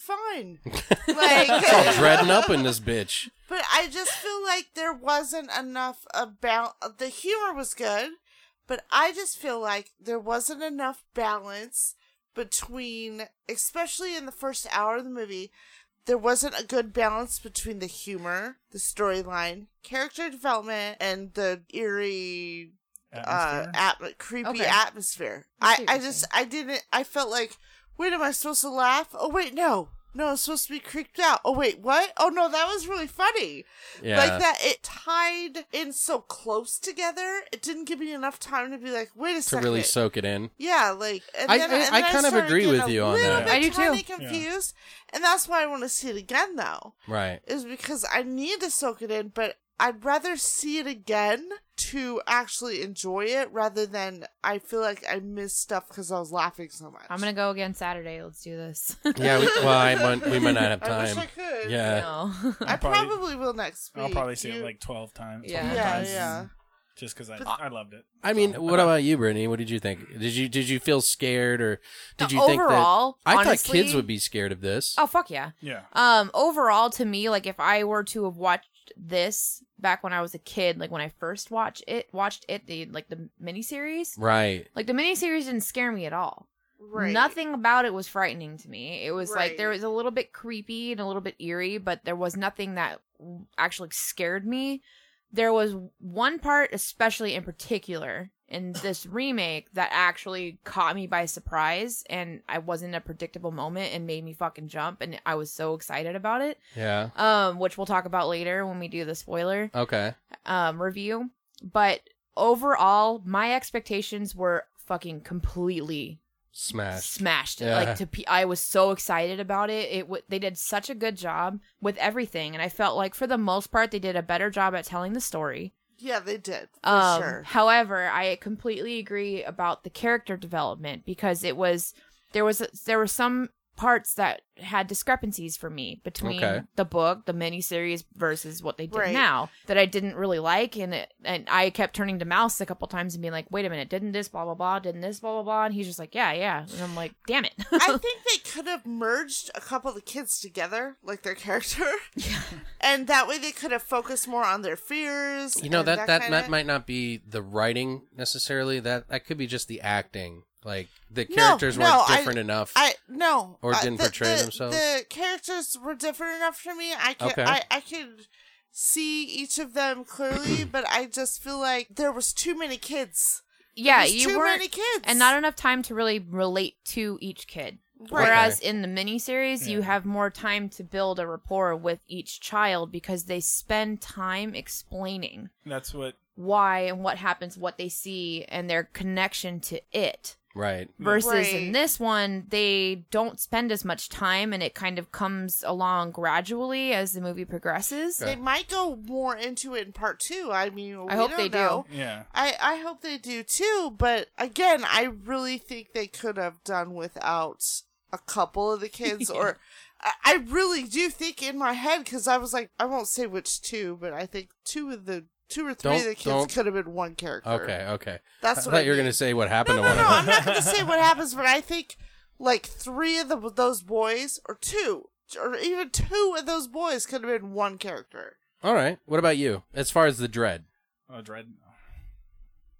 S7: fine.
S1: It's all
S7: like,
S1: dreading up in this bitch.
S7: but I just feel like there wasn't enough about the humor was good, but I just feel like there wasn't enough balance between, especially in the first hour of the movie, there wasn't a good balance between the humor, the storyline, character development, and the eerie uh,
S6: Atmosphere?
S7: atmo- creepy
S5: Okay.
S7: atmosphere.
S5: I see
S7: I,
S5: what
S7: I
S5: you're
S7: just, I didn't, I felt like, wait, am I supposed to laugh? Oh, wait, no. No, I'm supposed to be creeped out. Oh, wait, what? Oh, no, that was really funny.
S1: Yeah.
S7: Like that, it tied in so close together. It didn't give me enough time to be like, wait a
S1: to
S7: second.
S1: really soak it in.
S7: Yeah, like and
S1: I-
S7: then,
S1: I-
S7: and
S1: I
S7: then
S1: kind of
S7: started
S1: agree
S7: getting
S1: with
S7: a
S1: you on
S7: little
S1: that.
S7: bit
S5: I do too.
S7: tiny
S6: Yeah.
S7: Confused, and that's why I want to see it again though,
S1: Right.
S7: is because I need to soak it in, but I'd rather see it again to actually enjoy it rather than I feel like I missed stuff because I was laughing so much.
S5: I'm gonna go again Saturday. Let's do this.
S1: Yeah. We, well, I might, we might not have
S7: I
S1: time.
S7: wish I could.
S1: Yeah.
S5: no.
S7: I
S6: probably-
S7: probably, will next week.
S6: I'll probably see
S7: You-
S6: it like 12 times.
S5: Yeah.
S6: 12
S7: yeah,
S6: times,
S7: yeah.
S6: Just because I, I loved it.
S1: I mean, what about you, Brittany? What did you think? Did you did you feel scared or did
S5: No,
S1: you think
S5: overall,
S1: that I thought
S5: honestly-
S1: kids would be scared of this?
S5: Oh fuck yeah.
S6: Yeah.
S5: Um, overall, to me, like if I were to have watched this back when I was a kid, like when I first watched it, watched it, the like the miniseries,
S1: Right.
S5: like the miniseries didn't scare me at all.
S7: Right.
S5: Nothing about it was frightening to me. It was like there
S7: Right.
S5: was a little bit creepy and a little bit eerie, but there was nothing that actually scared me. There was one part, especially in particular, in this remake that actually caught me by surprise, and I wasn't in a predictable moment and made me fucking jump, and I was so excited about it.
S1: Yeah.
S5: Um, which we'll talk about later when we do the spoiler
S1: Okay.
S5: um, review. But overall, my expectations were fucking completely
S1: Smash.
S5: smashed it.
S1: Yeah.
S5: Like to, pe- I was so excited about it. It w- they did such a good job with everything, and I felt like for the most part they did a better job at telling the story.
S7: Yeah, they did. For
S5: Um,
S7: sure.
S5: However, I completely agree about the character development because it was there was there were some parts that had discrepancies for me between
S1: Okay.
S5: the book, the miniseries versus what they did
S7: Right.
S5: now that I didn't really like, and it, and I kept turning to Mouse a couple times and being like, "Wait a minute, didn't this blah blah blah? Didn't this blah blah blah?" And he's just like, "Yeah, yeah," and I'm like, "Damn it."
S7: I think they could have merged a couple of the kids together, like their character, and that way they could have focused more on their fears.
S1: You know
S7: and
S1: that that that,
S7: kinda-
S1: might not be the writing necessarily. That that could be just the acting. Like the characters weren't
S7: I-
S1: different enough.
S7: I no,
S1: Or
S7: I-
S1: didn't portray themselves?
S7: The characters were different enough for me. I could
S1: Okay.
S7: I, I could see each of them clearly, but I just feel like there was too many kids.
S5: yeah,
S7: There's
S5: you
S7: too
S5: weren't,
S7: many kids.
S5: and not enough time to really relate to each kid.
S7: Right.
S5: Whereas in the miniseries, you
S1: Mm.
S5: have more time to build a rapport with each child because they spend time explaining
S6: That's what
S5: why and what happens, what they see, and their connection to it.
S1: right.
S5: Versus
S7: Right.
S5: in this one, they don't spend as much time and it kind of comes along gradually as the movie progresses.
S1: Okay.
S7: They might go more into it in part two. I mean, we
S5: I hope
S7: don't
S5: they do.
S7: know.
S6: yeah.
S7: I, I hope they do too, but again, I really think they could have done without a couple of the kids, or I, I really do think in my head because I was like, I won't say which two, but I think two of the two or 3 of
S1: Don't-
S7: the kids
S1: don't-
S7: could have been one character.
S1: Okay. Okay. I
S7: That's what
S1: thought
S7: I
S1: you were
S7: mean.
S1: gonna say what happened
S7: No,
S1: to
S7: no,
S1: one.
S7: no.
S1: of
S7: I'm not going to say what happens, but I think like three of the, those boys, or two, or even two of those boys could have been one character.
S1: All right. What about you? As far as the dread.
S6: Oh, dread.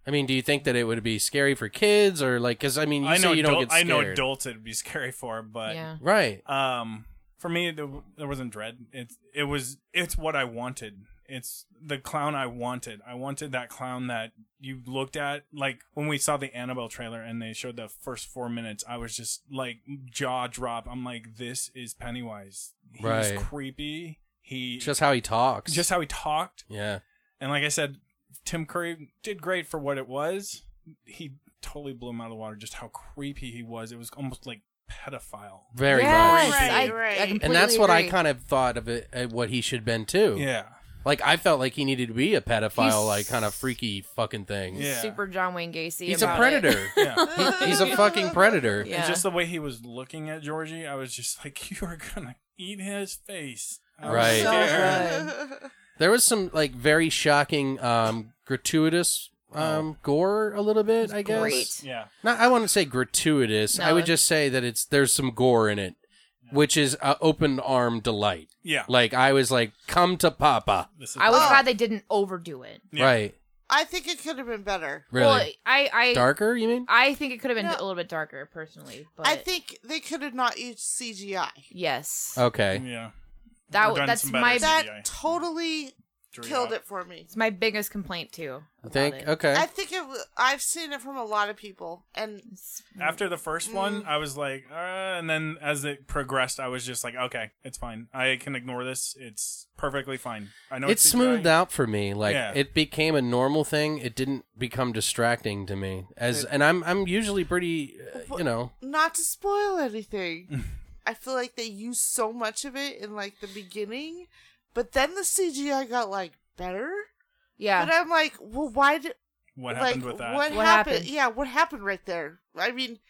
S1: I mean, do you think that it would be scary for kids or like? Because I mean, you
S6: I know.
S1: say you don't
S6: adult-
S1: get scared.
S6: I know adults it'd be scary for, but
S5: Yeah.
S1: Right.
S6: um, for me there, w- there wasn't dread. It's it was it's what I wanted. It's the clown I wanted. I wanted that clown that you looked at like when we saw the Annabelle trailer and they showed the first four minutes. I was just like jaw drop. I'm like, this is Pennywise. He's
S1: Right.
S6: creepy. He
S1: Just how he talks.
S6: just how he talked.
S1: Yeah.
S6: And like I said, Tim Curry did great for what it was. He totally blew him out of the water just how creepy he was. It was almost like pedophile.
S1: Very
S5: yes,
S1: much.
S7: Right,
S5: I,
S7: right.
S5: I
S7: And
S1: And
S5: completely
S1: that's what I
S5: agree.
S1: kind of thought of it. uh, What he should been too.
S6: Yeah.
S1: Like I felt like he needed to be a pedophile,
S5: He's-
S1: like kind of freaky fucking thing.
S6: Yeah.
S5: super John Wayne Gacy.
S1: He's a
S5: about it.
S1: predator.
S6: Yeah.
S1: He- he's a fucking predator.
S5: Yeah.
S6: And just the way he was looking at Georgie, I was just like, you are going to eat his face. I was
S1: Right.
S7: So
S6: scared.
S7: good.
S1: There was some like very shocking, um, gratuitous
S6: Oh.
S1: um, gore a little bit. I guess.
S5: Great.
S6: Yeah.
S1: Not, I wouldn't say gratuitous.
S5: No,
S1: I would
S5: it-
S1: just say that it's there's some gore in it, which is uh, open arm delight.
S6: Yeah.
S1: Like I was like, come to Papa.
S6: This is-
S5: I was
S7: Oh.
S5: glad they didn't overdo it.
S6: Yeah.
S1: Right.
S7: I think it could have been better.
S1: Really.
S5: Well, I, I,
S1: Darker, you mean?
S5: I think it could have been
S7: No.
S5: a little bit darker, personally. But
S7: I think they could have not used CGI.
S5: yes,
S1: Okay.
S6: yeah.
S5: that
S6: We've done
S5: that's
S6: some better
S5: my
S6: stuff.
S7: That
S6: CGI.
S7: totally
S6: Drew
S7: killed
S6: out.
S7: it for me.
S5: it's my biggest complaint too.
S1: I
S5: about
S1: think
S5: it.
S1: okay.
S7: I think it. w- I've seen it from a lot of people, and
S6: After the first
S5: Mm.
S6: one, I was like, uh, and then as it progressed, I was just like, okay, it's fine. I can ignore this. It's perfectly fine. I know
S1: it
S6: it's
S1: smoothed
S6: CGI.
S1: out for me. Like
S6: Yeah.
S1: it became a normal thing. It didn't become distracting to me. As and I'm I'm usually pretty, uh, you know.
S7: not to spoil
S6: Mm.
S7: anything, I feel like they used so much of it in like the beginning, but then the CGI got like better.
S5: yeah,
S7: But I'm like, well, why did
S6: What
S7: like
S6: happened with that?
S7: what,
S5: What
S7: happened?
S5: happened?
S7: Yeah, what happened right there? I mean,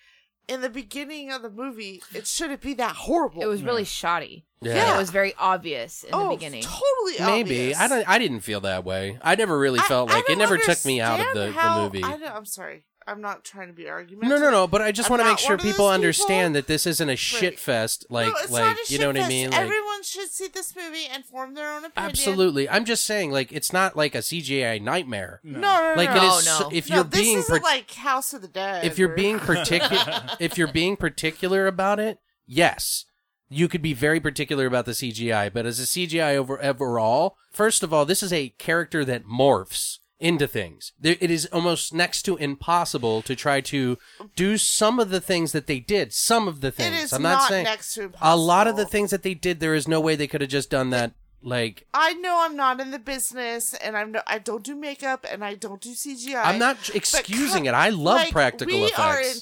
S7: in the beginning of the movie, it shouldn't be that horrible.
S5: it was really shoddy.
S1: Yeah.
S5: And it was very obvious in
S7: oh,
S5: the beginning.
S7: totally.
S1: Maybe
S7: obvious.
S1: I don't. I didn't feel that way. I never really
S7: I-
S1: felt
S7: I
S1: like it.
S7: don't
S1: Never took me out of
S7: understand
S1: the,
S7: how-
S1: the movie.
S7: I don't, I'm sorry. I'm not trying to be argumentative.
S1: No, no, no. But I just
S7: I'm
S1: want to make
S7: not
S1: sure
S7: one of
S1: people
S7: those
S1: understand
S7: people.
S1: that this isn't a shit fest. Like,
S7: No, it's
S1: like
S7: not a
S1: you know what I
S7: shitfest.
S1: mean? Like,
S7: Everyone should see this movie and form their own opinion.
S1: absolutely. I'm just saying, like, it's not like a CGI nightmare.
S7: No, no, no.
S1: Like,
S7: no.
S1: it
S5: No,
S1: is. so-
S5: no.
S1: if
S7: No,
S1: you're
S7: this
S1: being
S7: isn't
S1: par-
S7: like House of the Dead.
S1: if you're
S7: or-
S1: being particular if you're being particular about it yes you could be very particular about the cgi but as a cgi over overall first of all this is a character that morphs into things there, it is almost next to impossible to try to do some of the things that they did some of the things
S7: is
S1: i'm not,
S7: not
S1: saying
S7: next to
S1: a lot of the
S7: impossible.
S1: things that they did there is no way they could have just done that Like
S7: I know I'm not in the business, and I'm no, I don't do makeup, and I don't do CGI.
S1: I, am not j-
S7: but
S1: excusing
S7: co-
S1: it. I love
S7: like,
S1: practical
S7: we
S1: effects.
S7: are in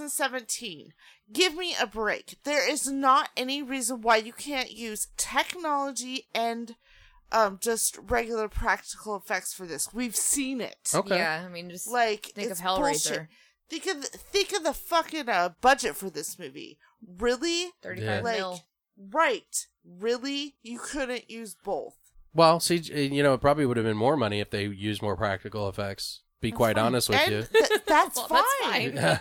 S7: 2017. Give me a break. There is not any reason why you can't use technology and um, just regular practical effects for this. We've seen it.
S1: okay.
S5: Yeah, I mean, just
S7: Like
S5: think
S7: it's
S5: of Hellraiser.
S7: bullshit. Think of the, think of the fucking uh, budget for this movie. Really?
S5: 35
S1: Yeah.
S7: Like
S5: mil.
S7: right? Really? You couldn't use both.
S1: Well, see, you know, it probably would have been more money if they used more practical effects. Be quite honest with
S7: and
S1: you.
S7: th- that's,
S5: Well,
S7: fine.
S5: that's fine.
S1: Yeah.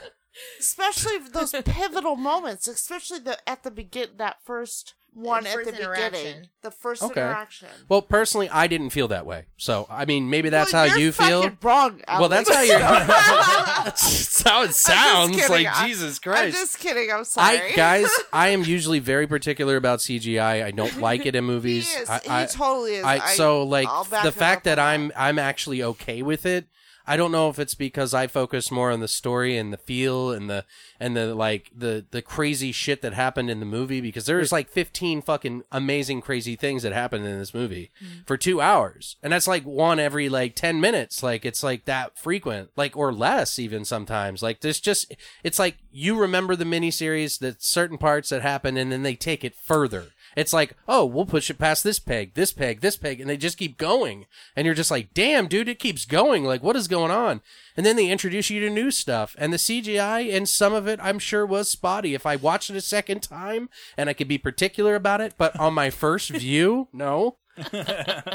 S7: especially those pivotal moments, especially the at the begin that first one
S5: first
S7: at the beginning,
S5: interaction.
S7: the first
S1: Okay.
S7: interaction.
S1: Well, personally, I didn't feel that way. So, I mean, maybe that's
S7: Well,
S1: how
S7: you're
S1: you feel.
S7: fucking Wrong.
S1: Well, that's how
S7: Alex.
S1: you're. that's how it
S7: I'm
S1: sounds.
S7: just kidding.
S1: Like
S7: I-
S1: Jesus
S7: I'm
S1: Christ.
S7: just kidding. I'm sorry.
S1: I guys, I am usually very particular about CGI. I don't like it in
S7: he
S1: movies.
S7: is.
S1: I,
S7: he
S1: I-
S7: totally is.
S1: I, so like
S7: I'll back
S1: the
S7: him
S1: fact
S7: up
S1: that
S7: on
S1: I'm I'm actually okay with it. I don't know if it's because I focus more on the story and the feel and the and the like the the crazy shit that happened in the movie because there's like 15 fucking amazing crazy things that happened in this movie for 2 hours. And that's like one every like 10 minutes. Like it's like that frequent. Like or less even sometimes. Like there's just it's like you remember the miniseries that certain parts that happen and then they take it further. It's like, oh, we'll push it past this peg, this peg, this peg, and they just keep going. And you're just like, damn, dude, it keeps going. Like, what is going on? And then they introduce you to new stuff. And the CGI and some of it, I'm sure, was spotty. If I watched it a second time and I could be particular about it, but on my first view, no.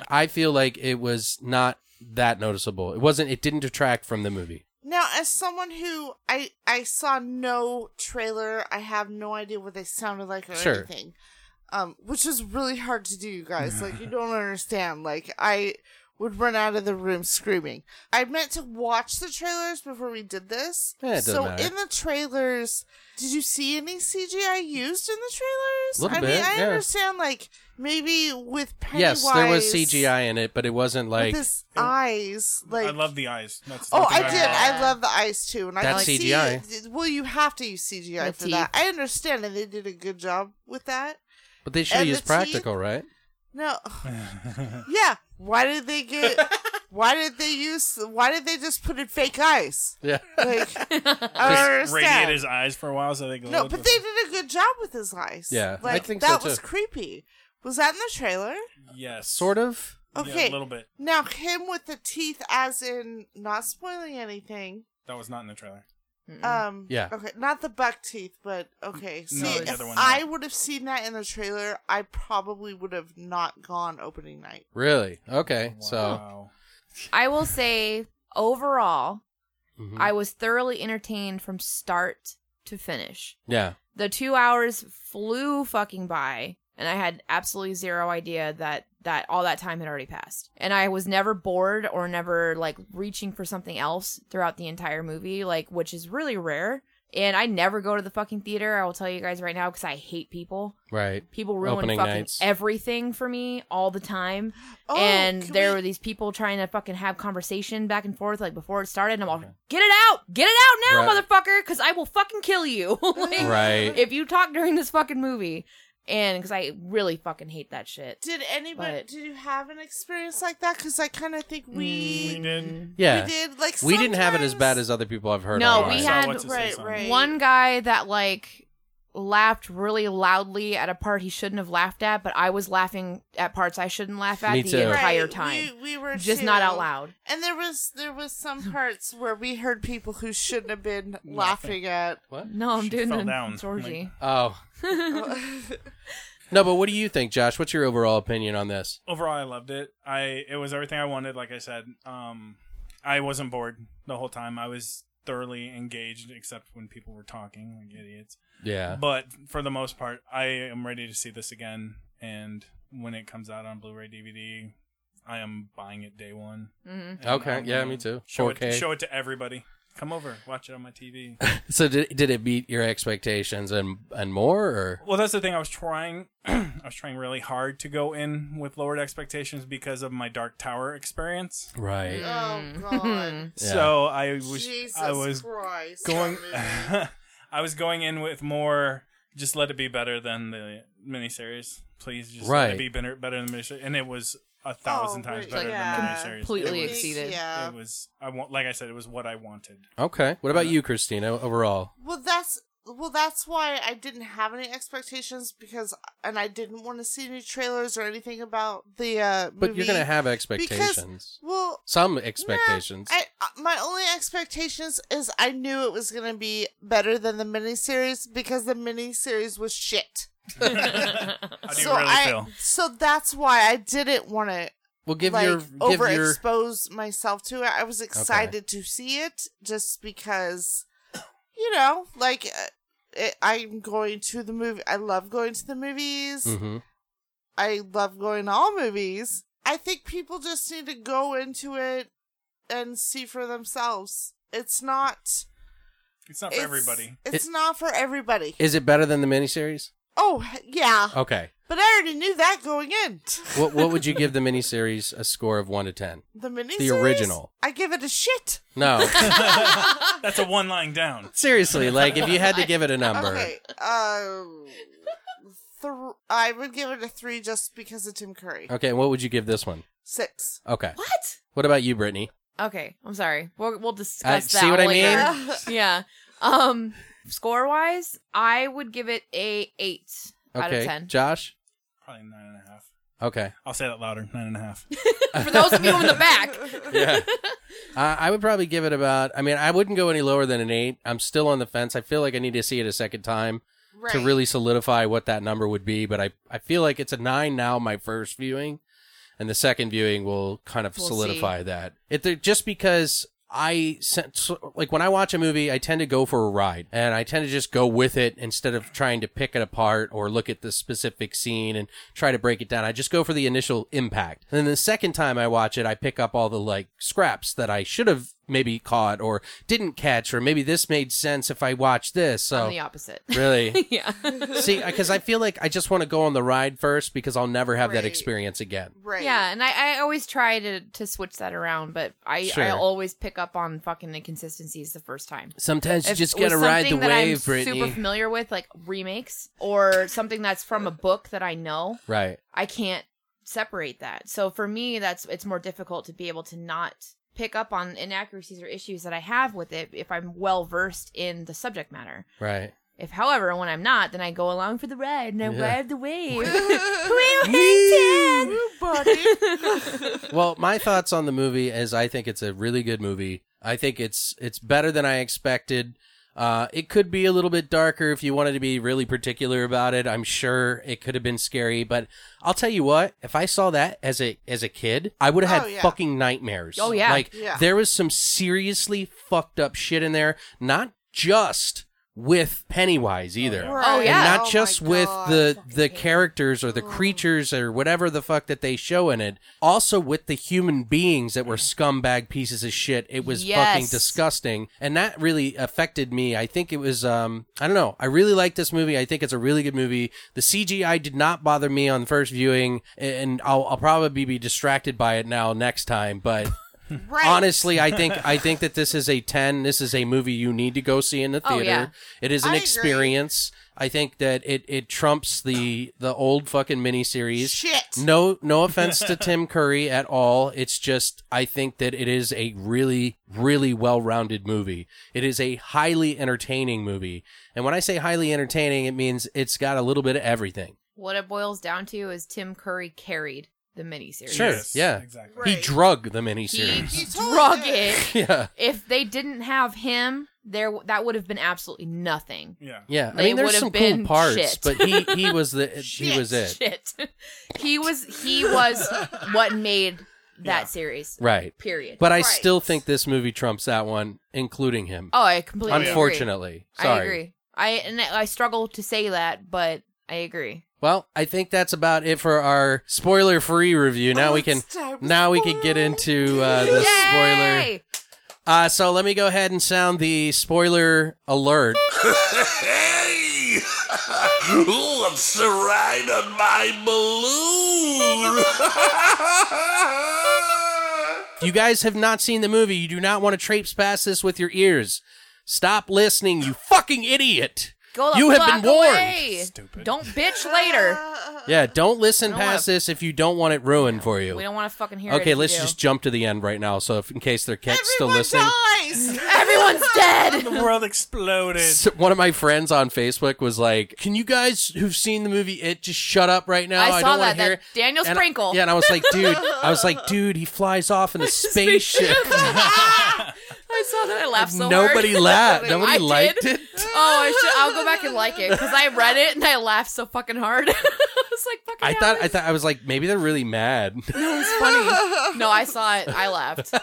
S1: I feel like it was not that noticeable. It wasn't, it didn't detract from the movie.
S7: Now, as someone who I I saw no trailer, I have no idea what they sounded like or
S1: Sure. Mm.
S7: anything. Um, which is really hard to do, you guys. Like you don't understand. Like I would run out of the room screaming. I meant to watch the trailers before we did this.
S1: Eh, it doesn't
S7: so
S1: matter.
S7: in the trailers, did you see any CGI used in the trailers?
S1: Little
S7: I
S1: bit,
S7: mean, I
S1: yeah.
S7: understand. Like maybe with Pennywise.
S1: Yes, there was CGI in it, but it wasn't like.
S7: With his eyes, like
S6: I love the eyes. That's
S7: Oh,
S6: something
S7: I did.
S6: love.
S7: I love the eyes too, and
S1: That's
S7: I can
S1: CGI.
S7: See, well, you have to use CGI
S5: The
S7: for that. I understand, and they did a good job with that.
S1: but they should have
S7: and the
S1: used
S7: teeth-
S1: practical, right?
S7: No, yeah. Why did they get? Why did they use? Why did they just put in fake eyes?
S1: Yeah.
S7: Like I
S6: Just
S7: don't
S6: radiate
S7: understand.
S6: his eyes for a while so they go.
S7: No, but they did a good job with his eyes.
S1: Yeah, I
S7: like
S1: think so,
S7: that was
S1: too.
S7: creepy. Was that in the trailer?
S6: yes,
S1: Sort of.
S7: Okay,
S6: a little bit.
S7: Now him with the teeth, as in not spoiling anything.
S6: That was not in the trailer.
S5: Mm.
S7: Um,
S1: Yeah.
S7: Okay, not the buck teeth, but okay. See,
S6: No,
S5: the
S7: if
S6: other one,
S7: I
S6: yeah.
S7: would have seen that in the trailer, I probably would have not gone opening night.
S1: Really? Okay. So
S6: Oh, Wow.
S5: I will say overall,
S1: Mhm.
S5: I was thoroughly entertained from start to finish.
S1: yeah,
S5: The two hours flew fucking by, and I had absolutely zero idea that that all that time had already passed. And I was never bored or never like reaching for something else throughout the entire movie, like which is really rare. And I never go to the fucking theater. I will tell you guys right now because I hate people.
S1: right.
S5: People ruin
S1: Opening
S5: fucking
S1: nights.
S5: everything for me all the time.
S7: Oh,
S5: and
S7: can
S5: there
S7: we-
S5: were these people trying to fucking have conversation back and forth like before it started. And I'm all, get it out, get it out now,
S1: Right.
S5: motherfucker, because I will fucking kill you. Like,
S1: Right.
S5: If you talk during this fucking movie, and because I really fucking hate that shit.
S7: Did anybody?
S5: But-
S7: Did you have an experience like that? Because I kind of think
S5: Mm,
S7: we
S6: We did.
S1: Yeah.
S7: we did. Like
S1: We didn't have it as bad
S7: sometimes-
S1: as other people I've heard.
S5: No,
S1: online.
S5: we
S6: Saw
S5: had-
S6: what's his
S7: right,
S6: face on.
S7: right.
S5: One guy that like laughed really loudly at a part he shouldn't have laughed at, but I was laughing at parts I shouldn't laugh at
S1: Me
S5: the
S1: too.
S5: entire
S7: Right,
S5: time.
S7: We, we were
S5: Just
S7: too.
S5: not out loud.
S7: And there was there was some parts where we heard people who shouldn't have been laughing at.
S1: What?
S5: No, I'm
S6: She
S5: doing
S6: fell
S5: it,
S6: down,
S5: Georgie.
S6: like-
S1: Oh. no, but what do you think, Josh? What's your overall opinion on this?
S6: Overall, I loved it. I it was everything I wanted. Like I said, um, I wasn't bored the whole time. I was thoroughly engaged, except when people were talking like idiots.
S1: Yeah.
S6: But for the most part, I am ready to see this again. And when it comes out on Blu-ray DVD, I am buying it day one.
S5: Mhm.
S6: And
S1: Okay,
S6: I'm
S1: yeah,
S6: gonna
S1: me too.
S6: Show
S1: 4K.
S6: it, show it to everybody. Come over, watch it on my TV.
S1: So did did it meet your expectations and and more or
S6: Well, that's the thing. I was trying, I was trying really hard to go in with lowered expectations because of my Dark Tower experience.
S1: right?
S7: Oh
S5: Mm.
S7: God!
S1: Yeah.
S6: So I was,
S7: Jesus
S6: I was
S7: Christ!
S6: going,
S7: that movie.
S6: I was going in with more. Just let it be better than the miniseries. Please just let
S1: Right.
S6: it be better, better than the miniseries. And it was a thousand
S7: Oh,
S6: times
S7: right,
S6: better
S7: yeah.
S6: than the miniseries.
S5: Completely
S6: It was,
S5: exceeded.
S7: Yeah.
S6: It was I want like I said, it was what I wanted.
S7: Mm.
S1: Okay. What
S7: Uh-huh.
S1: about you, Christina? Overall,
S7: Well, that's well, that's why I didn't have any expectations because, and I didn't want to see any trailers or anything about the uh, movie.
S1: but you're gonna have
S7: because,
S1: expectations.
S7: well,
S1: Some
S7: nah,
S1: expectations.
S7: I, uh, my only expectations is I knew it was gonna be better than the miniseries because the miniseries was shit.
S6: How do
S7: So
S6: you really
S7: I,
S6: feel?
S7: so that's why I didn't want to
S1: well, give
S7: like
S1: your give your
S7: overexpose myself to it. I was excited to see it just because, you know, like uh, it, I'm going to the movie. I love going to the movies.
S1: hmm
S7: I love going to all movies. I think people just need to go into it and see for themselves. It's not
S6: It's not for
S7: it's-
S6: everybody.
S7: It's
S1: It-
S7: not for everybody.
S1: Is it better than the miniseries?
S7: oh h- yeah,
S1: Okay.
S7: but I already knew that going in.
S1: What what would you give the miniseries a score of one to ten?
S7: The mini
S1: original.
S7: I give it a shit.
S1: No,
S6: That's a one lying down.
S1: seriously. Like if you had to give it a number,
S7: Okay. Um, th- I would give it a three just because of Tim Curry.
S1: okay. What would you give this one?
S7: Six.
S1: Okay.
S5: What?
S1: What about you, Brittany?
S5: Okay, I'm sorry. We'll we'll discuss
S1: Uh,
S5: that.
S1: see what I
S5: later.
S1: mean?
S5: yeah. Um, score wise, I would give it a eight out of
S1: Okay,
S5: ten.
S1: Josh.
S6: Probably nine and a half.
S1: Okay.
S6: I'll say that louder. Nine and a half.
S5: For those of you in the back,
S1: yeah. Uh, I would probably give it about. I mean, I wouldn't go any lower than an eight. I'm still on the fence. I feel like I need to see it a second time
S7: Right.
S1: to really solidify what that number would be. But I, I feel like it's a nine now. My first viewing, and the second viewing will kind of
S5: We'll
S1: solidify that. It they're- just because I sen- so- like when I watch a movie, I tend to go for a ride, and I tend to just go with it instead of trying to pick it apart or look at the specific scene and try to break it down. I just go for the initial impact, and then the second time I watch it, I pick up all the like scraps that I should have maybe caught or didn't catch, or maybe this made sense if I watched this. So
S5: I'm the opposite.
S1: really,
S5: yeah.
S1: See, because I feel like I just want to go on the ride first because I'll never have
S7: Right.
S1: that experience again.
S7: Right.
S5: Yeah, and I, I always try to, to switch that around, but I,
S1: Sure.
S5: I always pick up on fucking inconsistencies the first time.
S1: Sometimes you
S5: If
S1: just
S5: it was
S1: gotta ride the
S5: something that
S1: wave,
S5: I'm
S1: Brittany.
S5: Super familiar with like remakes or something that's from a book that I know.
S1: right.
S5: I can't separate that. So for me, that's it's more difficult to be able to not pick up on inaccuracies or issues that I have with it if I'm well versed in the subject matter.
S1: Right.
S5: If, however, when I'm not, then I go along for the ride and I
S1: Yeah.
S5: ride the wave.
S1: Well, my thoughts on the movie is I think it's a really good movie. I think it's it's better than I expected. Uh, it could be a little bit darker if you wanted to be really particular about it. I'm sure it could have been scary, but I'll tell you what: if I saw that as a as a kid, I would have had
S7: Oh, yeah.
S1: fucking nightmares.
S5: Oh, yeah.
S1: like
S7: Yeah.
S1: there was some seriously fucked up shit in there. Not just with Pennywise either.
S7: Right.
S5: Oh, yeah.
S1: and
S7: Oh,
S1: not
S7: my
S1: just with
S7: God.
S1: the the characters or the creatures or whatever the fuck that they show in it also with the human beings that were scumbag pieces of shit it was fucking
S5: Yes.
S1: disgusting and that really affected me i think it was um i don't know i really like this movie i think it's a really good movie the cgi did not bother me on the first viewing and i'll, I'll probably be distracted by it now next time but
S7: Right.
S1: honestly i think i think that this is a 10 this is a movie you need to go see in the
S5: Oh,
S1: theater
S5: yeah.
S1: it is an
S7: I agree.
S1: experience i think that it it trumps the the old fucking miniseries
S7: Shit.
S1: no no offense to tim curry at all it's just i think that it is a really really well-rounded movie it is a highly entertaining movie and when i say highly entertaining it means it's got a little bit of everything
S5: what it boils down to is Tim Curry carried the miniseries.
S1: Sure, yeah.
S6: Exactly.
S1: he drug the miniseries
S5: He
S7: totally
S5: drug
S7: did.
S5: it.
S1: yeah
S5: If they didn't have him, there that would have been absolutely nothing.
S6: Yeah.
S1: Yeah, I
S5: They
S1: mean, there's
S5: would've
S1: some
S5: been
S1: cool parts,
S5: shit.
S1: but he he was the he was it.
S5: Shit. He was he was what made that
S6: Yeah.
S5: series.
S1: Right.
S5: Period.
S1: But I
S7: Right.
S1: still think this movie trumps that one, including him.
S5: oh, I completely agree.
S1: unfortunately,
S5: I
S1: sorry.
S5: agree. I and I struggle to say that, but I agree.
S1: Well, I think that's about it for our spoiler-free review. Now
S7: Oh,
S1: we can
S7: it's time to
S1: now we can get
S7: spoil.
S1: into uh, the spoiler.
S5: Yay!
S1: Uh, so let me go ahead and sound the spoiler alert.
S3: Hey! What's the ride on my balloon?
S1: If you guys have not seen the movie, you do not want to traipse past this with your ears. Stop listening, you fucking idiot.
S5: Go the
S1: You have
S5: fuck
S1: been warned.
S5: away.
S6: Stupid.
S5: Don't bitch later.
S1: Yeah, don't listen
S5: I don't
S1: past
S5: wanna-
S1: this if you don't want it ruined for you.
S5: We don't want to fucking hear it.
S1: Okay,
S5: if you
S1: let's
S5: do.
S1: just jump to the end right now. So, if, in case they're ca- still
S7: Everyone
S1: listening,
S7: dies.
S5: Everyone's dead.
S6: The world exploded.
S1: So- one of my friends on Facebook was like, "Can you guys who've seen the movie It just shut up right now?
S5: I
S1: I,
S5: saw
S1: don't want
S5: that,
S1: to hear."
S5: that Daniel
S1: and
S5: Sprinkle.
S1: I, yeah, and I was like, "Dude, I was like, dude, he flies off in a spaceship.
S5: I saw that. I laughed so
S1: Nobody
S5: hard.
S1: laughed.
S5: I
S1: Nobody
S5: did.
S1: liked it.
S5: Oh, I should. I'll go back and like it because I read it and I laughed so fucking hard. I was like, fucking.
S1: I
S5: hell,
S1: thought, I
S5: this-
S1: thought, I was like, maybe they're really mad.
S5: No, I saw it. I laughed.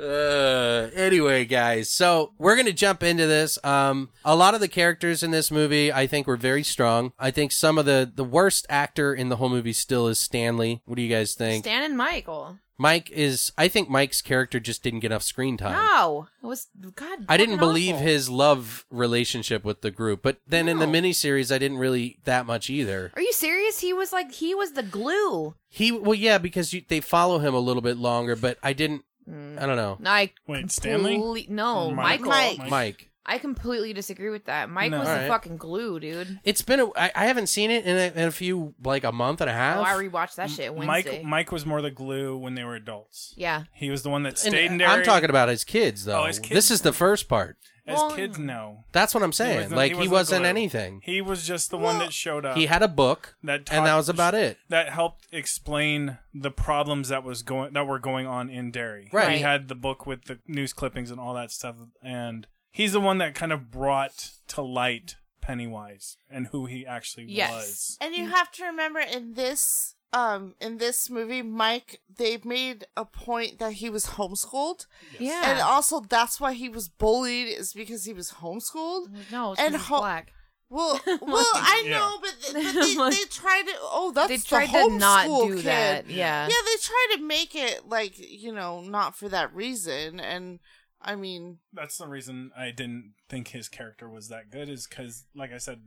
S1: Uh, anyway, guys, so we're gonna jump into this. Um, a lot of the characters in this movie, I think, were very strong. I think some of the the worst actor in the whole movie still is Stanley. What do you guys think?
S5: Stan and Michael.
S1: Mike is. I think Mike's character just didn't get enough screen time.
S5: No, it was God.
S1: I didn't
S5: Ah, fucking
S1: believe
S5: awful.
S1: his love relationship with the group, but then in the
S5: No.
S1: miniseries, I didn't really that much either.
S5: Are you serious? He was like he was the glue.
S1: He well, yeah, because you, they follow him a little bit longer, but I didn't.
S5: Mm.
S1: I don't know,
S5: I
S6: Wait, Stanley?
S5: comple- No,
S6: Mike.
S5: Oh, Michael.
S7: Mike.
S1: Mike.
S5: I completely disagree with that. Mike
S6: No.
S5: was the
S1: Alright.
S5: fucking glue, dude.
S1: It's been a, I, I haven't seen it in a, in a few like a month and a half.
S5: Oh, I rewatched that shit Wednesday.
S6: Mike Mike was more the glue when they were adults.
S5: yeah.
S6: He was the one that
S1: And uh,
S6: stayed in there.
S1: I'm talking about his kids though.
S6: Oh, his kids.
S1: This is the first part.
S6: as
S5: Well,
S6: kids no.
S1: That's what I'm
S6: He
S1: saying.
S6: wasn't-
S1: like he wasn't,
S6: the glue.
S1: anything.
S6: He was just the one that showed up.
S1: He had a book,
S6: that
S1: and that
S6: taught-
S1: was about it.
S6: That helped explain the problems that was going that were going on in Derry.
S1: Right.
S6: He had the book with the news clippings and all that stuff, and he's the one that kind of brought to light Pennywise and who he actually
S5: Yes.
S6: was.
S7: And you have to remember in this um in this movie, Mike, they made a point that he was homeschooled.
S5: Yeah.
S7: And also that's why he was bullied is because he was homeschooled.
S5: no, it's
S7: and
S5: 'cause he's
S7: ho-
S5: black.
S7: Well, well, I
S6: Yeah.
S7: know, but, th- but they,
S5: Like-
S7: they tried to. Oh, that's
S5: They
S7: the
S5: tried to
S7: homeschool
S5: not do
S7: kid.
S5: that. Yeah.
S7: Yeah, they tried to make it like you know not for that reason, and I mean,
S6: That's the reason I didn't think his character was that good, is because, like I said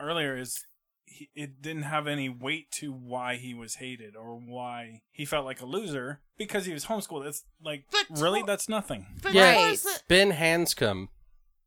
S6: earlier, is he, it didn't have any weight to why he was hated or why he felt like a loser because he was homeschooled. It's like
S7: But
S6: really,
S7: to-
S6: that's nothing.
S7: but
S1: Yeah.
S7: was it-
S1: Ben Hanscom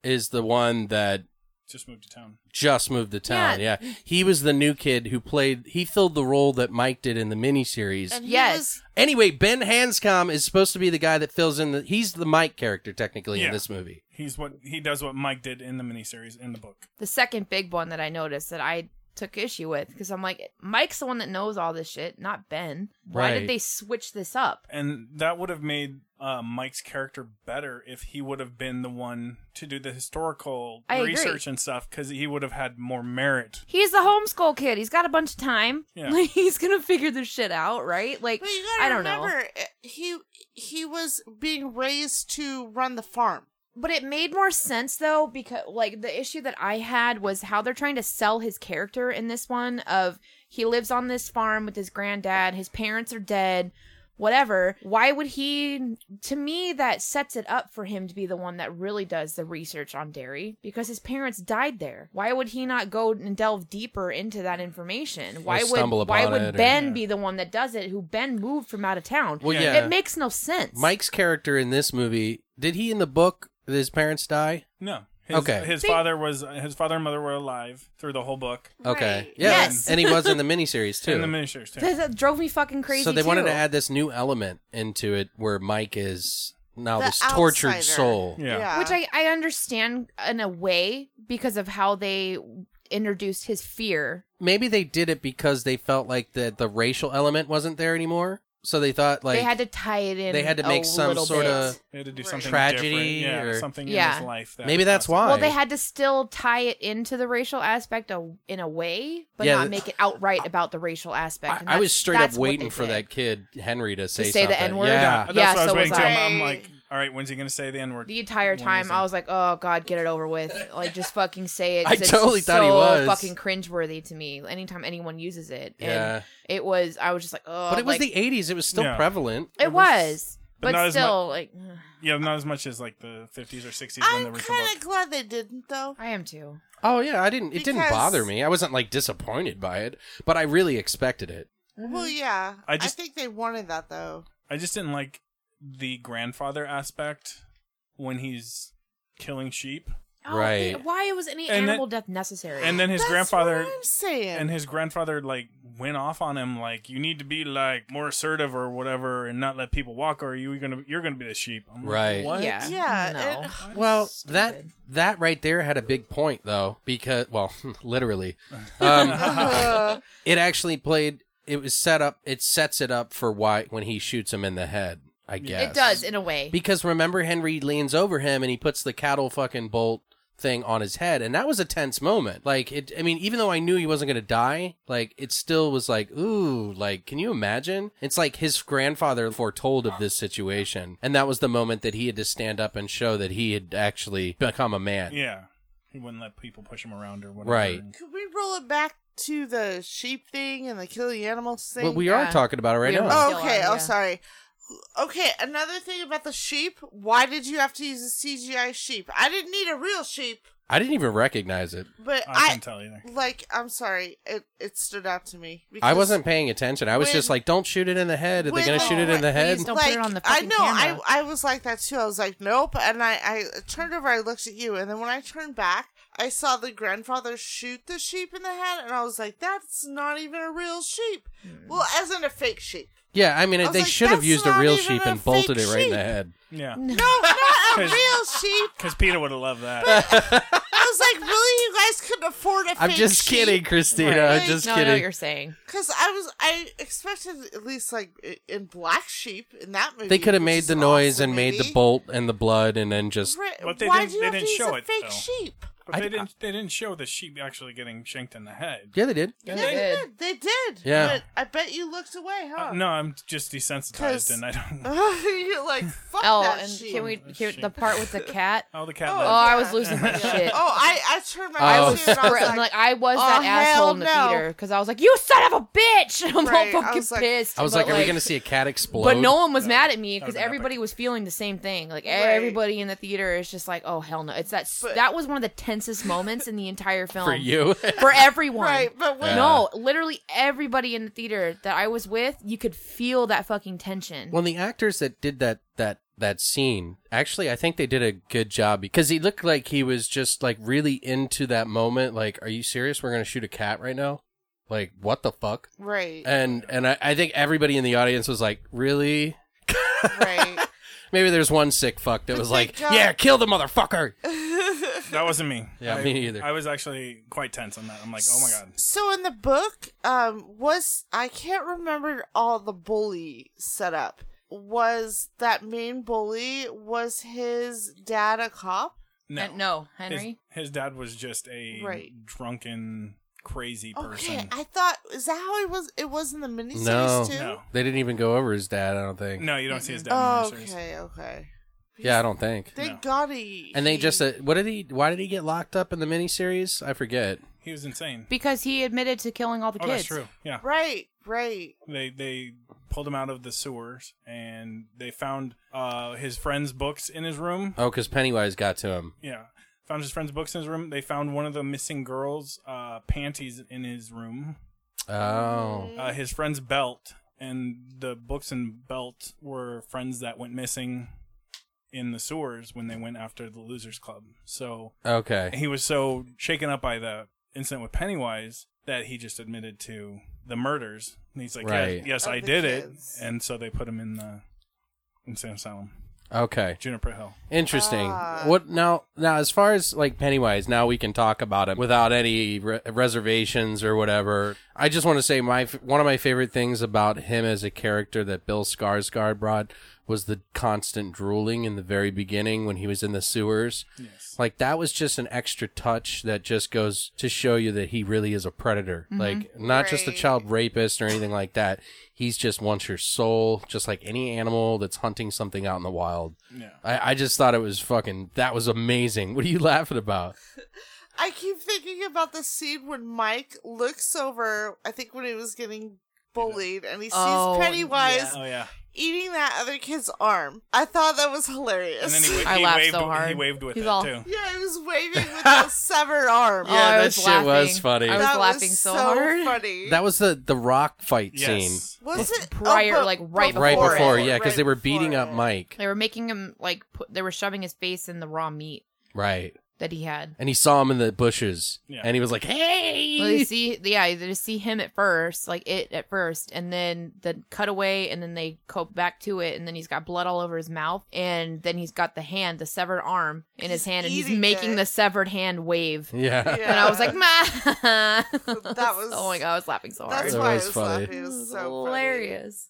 S1: is the one that
S6: Just moved to town.
S1: just moved to town. Yeah.
S5: Yeah.
S1: He was the new kid who played, he filled the role that Mike did in the miniseries.
S7: and he
S5: Yes.
S7: was-
S1: anyway, Ben Hanscom is supposed to be the guy that fills in the, he's the Mike character technically
S6: Yeah.
S1: in this movie.
S6: He's what he does what Mike did in the miniseries in the book.
S5: The second big one that I noticed that I took issue with because I'm like, Mike's the one that knows all this shit, not Ben. Why
S1: Right.
S5: did they switch this up?
S6: And that would have made uh, Mike's character better if he would have been the one to do the historical
S5: I agree.
S6: research and stuff because he would have had more merit.
S5: He's the homeschool kid. He's got a bunch of time.
S6: Yeah.
S5: Like, he's gonna figure this shit out, right? Like,
S7: But you gotta
S5: I don't
S7: remember,
S5: know.
S7: eh, he he was being raised to run the farm.
S5: But it made more sense though because like the issue that I had was how they're trying to sell his character in this one of he lives on this farm with his granddad, his parents are dead, whatever. Why would he to me that sets it up for him to be the one that really does the research on dairy because his parents died there. Why would he not go and delve deeper into that information? Why
S1: stumble
S5: would why
S1: upon it
S5: would
S1: or-
S5: Ben be the one that does it who Ben moved from out of town?
S1: Well, yeah.
S6: Yeah.
S5: It makes no sense.
S1: Mike's character in this movie, did he in the book, did his parents die?
S6: No. His,
S1: Okay.
S6: His
S5: See-
S6: father was his father and mother were alive through the whole book
S1: Okay.
S7: Right.
S1: Yeah.
S5: Yes.
S1: And he was in the miniseries too.
S6: and the miniseries too.
S5: That, that drove me fucking crazy.
S1: so they wanted
S5: too.
S1: to add this new element into it where Mike is now
S7: The
S1: this tortured
S7: outsider.
S1: soul.
S6: Yeah.
S5: which I, I understand in a way because of how they introduced his fear.
S1: maybe they did it because they felt like the the racial element wasn't there anymore. So they thought like
S5: they had to tie it in.
S1: they had to make
S5: a
S1: some
S5: little
S1: sorta-
S5: bit.
S6: They had to do something
S1: Tragedy
S6: different. Yeah,
S1: or-
S6: something
S5: Yeah.
S6: in his life. That
S1: Maybe that's why.
S5: Well, they had to still tie it into the racial aspect a, in a way, but
S1: Yeah,
S5: not
S1: th-
S5: make it outright about the racial aspect.
S1: I,
S5: and
S1: I was
S5: that's-
S1: straight up
S5: that's what
S1: waiting
S5: they
S1: for
S5: did.
S1: that kid Henry to say
S5: say the
S1: something.
S5: N-word?
S1: Yeah.
S6: Yeah, that's
S5: Yeah,
S6: what I was
S5: so
S6: waiting
S5: was
S6: to.
S5: I.
S6: I'm, I'm like, all right, when's he gonna say the N word?
S5: The entire time, I was like, "Oh God, get it over with! Like, just fucking say it."
S1: I
S5: 'cause it's
S1: totally thought he
S5: so
S1: was.
S5: fucking cringeworthy to me. Anytime anyone uses it,
S1: Yeah.
S5: and it was, I was just like, "Oh,"
S1: But it was
S5: like-
S1: the '80s. It was still
S6: Yeah.
S1: prevalent.
S5: it was,
S6: but
S5: but,
S6: not as mu-
S5: still, like,
S6: yeah, not as much as like the 50s or 60s when the
S7: I'm
S6: original
S7: kind
S6: book.
S7: of glad they didn't though.
S5: I am too.
S1: Oh yeah, I didn't. It didn't
S7: Because-
S1: bother me. I wasn't like disappointed by it, but I really expected it.
S5: Mm-hmm.
S7: Well, yeah,
S6: I
S7: I,
S6: just-
S7: think they wanted that though.
S6: I just didn't like the grandfather aspect when he's killing sheep.
S5: Oh,
S1: Right.
S5: yeah, Why was any
S6: And then-
S5: animal death necessary?
S6: And then his
S7: That's
S6: grandfather
S7: What I'm saying.
S6: and his grandfather like went off on him like you need to be like more assertive or whatever and not let people walk or you gonna you're gonna be the sheep. I'm like,
S1: Right.
S6: what?
S5: yeah,
S7: Yeah,
S5: no.
S7: it-
S1: Well, that
S5: Stupid.
S1: that right there had a big point though, because well, literally, um,
S7: Uh,
S1: it actually played. It was set up. It sets it up for why when he shoots him in the head. I guess
S5: it does in a way.
S1: because remember Henry leans over him and he puts the cattle fucking bolt thing on his head, and that was a tense moment. Like it. I mean, even though I knew he wasn't gonna die, like it still was like, ooh, like can you imagine? It's like his grandfather foretold of this situation, and that was the moment that he had to stand up and show that he had actually become a man.
S6: Yeah. He wouldn't let people push him around or whatever.
S1: Right.
S7: could we roll it back to the sheep thing and the killing animals thing?
S1: Well, we
S5: Yeah.
S1: are talking about it right
S5: We are.
S1: now.
S7: Oh,
S5: Still
S7: okay.
S5: are,
S7: Oh,
S5: yeah.
S7: sorry. Okay, another thing about the sheep. Why did you have to use a CGI sheep? I didn't need a real sheep,
S1: I didn't even recognize it.
S7: but
S6: I
S7: I,
S6: can't tell either.
S7: like. I'm sorry. It it stood out to me.
S1: I
S7: because-
S1: wasn't paying attention. I was
S7: when-
S1: just like, don't shoot it in the head. Are they
S7: when-
S1: going to shoot it in the head?
S5: Please don't put it on the
S7: I
S5: fucking
S7: know.
S5: camera.
S7: I I was like that too. I was like, nope. And I I turned over. I looked at you, and then when I turned back, I saw the grandfather shoot the sheep in the head, and I was like, that's not even a real sheep.
S6: Hmm.
S7: Well, as in a fake sheep.
S1: Yeah, I mean,
S7: I was
S1: they
S7: like,
S1: should have
S7: "That's
S1: used a
S7: not
S1: real
S7: even
S1: sheep
S7: a
S1: and bolted
S7: fake
S1: it right in the
S7: sheep."
S1: head.
S6: Yeah.
S7: No, not a
S6: 'Cause-
S7: real sheep.
S6: Because Peter would have loved that.
S7: I was like, really? You guys couldn't afford a fake
S1: I'm just kidding, Christina. I'm
S7: Right.
S1: just
S5: no, I know what
S1: kidding.
S5: you're saying.
S7: Because I was, I expected at least like i- in Black Sheep in that movie.
S1: They could have
S7: which
S1: made
S7: is
S1: the
S7: an
S1: noise
S7: awesome
S1: and made the
S7: movie.
S1: bolt and the blood and then just.
S7: Right.
S6: But they
S7: Why
S6: didn't-
S7: do you
S6: they
S7: have
S6: didn't
S7: to use
S6: show
S7: a
S6: it,
S7: fake
S6: though.
S7: sheep?
S6: But
S1: I-
S6: they didn't they didn't show the sheep actually getting shanked in the head.
S1: Yeah, they did.
S5: Yeah,
S7: they
S5: they
S7: did. They did.
S1: Yeah.
S7: But I bet you looked away, huh?
S6: Uh, no, I'm just
S7: Oh. 'Cause-
S6: desensitized
S7: Oh.
S6: and I don't
S7: You're like fuck
S5: Oh,
S7: that
S5: and
S7: sheep.
S5: can we can, the part with the cat?
S6: Oh the cat
S7: Oh,
S5: Oh,
S6: left.
S5: I was losing my shit.
S7: Oh, I I turned my
S1: I
S7: eyes
S1: was
S7: to you and I was
S5: I'm
S7: like,
S5: like I was
S7: oh,
S5: that
S7: hell
S5: asshole in the
S7: no.
S5: theater because I was like, "You son of a bitch!" And I'm
S7: Right, I
S5: all fucking
S7: was like-
S5: pissed.
S1: I was
S5: but,
S1: like, are we going to see a cat explode?
S5: But no one was mad at me
S6: That would've
S5: because
S6: been epic.
S5: everybody was feeling the same thing. Like
S7: Right.
S5: everybody in the theater is just like, "Oh hell no!" It's that
S7: But-
S5: that was one of the tensest moments in the entire film
S1: For you.
S5: for everyone.
S7: right, but when
S5: No, literally everybody in the theater that I was with, you could feel that fucking tension.
S1: Well, the actors that did that that that scene, actually, I think they did a good job because he looked like he was just like really into that moment. Like, are you serious? We're gonna shoot a cat right now? Like, what the fuck?
S7: right,
S1: And and I, I think everybody in the audience was like, really?
S7: right.
S1: Maybe there's one sick fuck that was
S7: they
S1: like,
S7: got-
S1: yeah, kill the motherfucker.
S6: That wasn't me.
S1: Yeah,
S6: I-
S1: me either.
S6: I was actually quite tense on that. I'm like, oh my god.
S7: So in the book, um, was I can't remember all the bully setup. Was that main bully? Was his dad a cop?
S6: No.
S5: And- Uh, no,
S6: His,
S5: Henry.
S6: his dad was just a
S7: Right.
S6: drunken, crazy person.
S7: Okay, I thought is that how it was? It was in the miniseries
S1: No.
S7: too.
S6: No.
S1: They didn't even go over his dad. I don't think.
S6: No, you don't see his dad.
S7: Oh,
S6: in the series.
S7: okay, okay.
S1: Yeah, I don't think.
S7: Thank
S6: No.
S7: God he.
S1: And they
S7: he-
S1: just uh, what did he? Why did he get locked up in the miniseries? I forget.
S6: He was insane.
S5: because he admitted to killing all the
S6: Oh,
S5: kids.
S6: that's true. Yeah.
S7: right, right.
S6: They they pulled him out of the sewers and they found uh, his friend's books in his room.
S1: Oh, because Pennywise got to him.
S6: Yeah. Found his friend's books in his room. They found one of the missing girls' uh, panties in his room.
S1: Oh,
S6: Uh, his friend's belt and the books and belt were friends that went missing in the sewers when they went after the losers club. So
S1: okay.
S6: he was so shaken up by the incident with Pennywise that he just admitted to the murders. And he's like,
S1: Right.
S6: yes, yes
S7: Of
S6: I
S7: the
S6: did
S7: kids.
S6: it. And so they put him in the insane asylum,
S1: Okay.
S6: Juniper Hill.
S1: Interesting. what now? Now, as far as like Pennywise, now we can talk about it without any re- reservations or whatever. I just want to say my f- one of my favorite things about him as a character that Bill Skarsgård brought was the constant drooling in the very beginning when he was in the sewers.
S6: Yes.
S1: Like that was just an extra touch that just goes to show you that he really is a predator. Like not just a
S7: Right.
S1: child rapist or anything like that. He's just wants your soul, just like any animal that's hunting something out in the wild.
S6: Yeah.
S1: I, I just thought it was fucking that was amazing. What are you laughing about?
S7: I keep thinking about the scene when Mike looks over. I think when he was getting bullied, and he sees
S5: Oh,
S7: Pennywise
S5: yeah.
S6: Oh, yeah.
S7: eating that other kid's arm. I thought that was
S6: And
S7: hilarious.
S6: then he, wa-
S5: I
S6: he
S5: laughed
S6: waved,
S5: so hard.
S6: He waved with
S5: He's
S6: it,
S5: all-
S6: too.
S7: yeah, he was waving with the severed arm. Oh,
S5: Oh, I
S1: that
S5: was
S1: shit was
S5: laughing.
S1: funny.
S5: I was
S7: that
S5: laughing
S7: was
S5: so hard.
S7: funny.
S1: That was the the rock fight
S6: Yes.
S7: was it Oh,
S5: prior,
S7: but-
S5: like, right
S1: scene right
S5: Before it.
S1: before, yeah, 'cause yeah, because
S7: Right
S1: they were
S7: before
S1: beating up
S7: it.
S1: Mike.
S5: They were making him like put, they were shoving his face in the raw meat.
S1: Right.
S5: that he had.
S1: and he saw him in the bushes,
S6: Yeah.
S1: and he was like, "Hey!"
S5: Well, they see, yeah, they just see him at first, like it at first, and then the cutaway, and then they cope back to it, and then he's got blood all over his mouth, and then he's got the hand, the severed arm in his
S7: He's
S5: hand, and he's
S7: eating
S5: making
S7: it.
S5: the severed hand wave.
S1: yeah.
S5: And I was like, "Hmm." ma.
S7: That was-
S5: oh my god, I was laughing so hard.
S7: That's
S1: That
S7: why
S1: was
S7: I was
S1: funny.
S7: laughing. It was so funny.
S5: hilarious.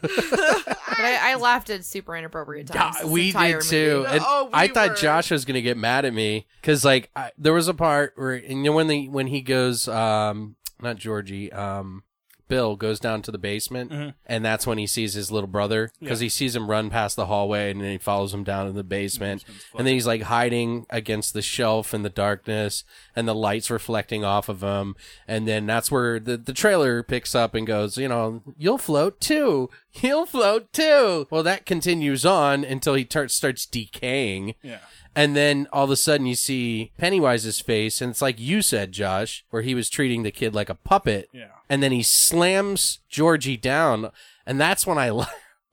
S5: But I, I laughed at super inappropriate times.
S1: Yeah,
S5: this
S1: we
S5: entire
S1: did too.
S5: movie.
S1: And
S7: Oh, we
S1: I thought
S7: were-
S1: Josh was gonna get mad at me because like I, there was a part where and you know when the when he goes um not Georgie um Bill goes down to the basement
S6: Mhm.
S1: and that's when he sees his little brother because
S6: Yeah.
S1: he sees him run past the hallway and then he follows him down in the basement
S6: Basement's flooded.
S1: and then he's like hiding against the shelf in the darkness and the lights reflecting off of him and then that's where the, the trailer picks up and goes you know you'll float too you'll float too well that continues on until he tar- starts decaying
S6: Yeah.
S1: and then all of a sudden you see pennywise's face and it's like you said josh where he was treating the kid like a puppet
S6: Yeah.
S1: and then he slams georgie down and that's when i la-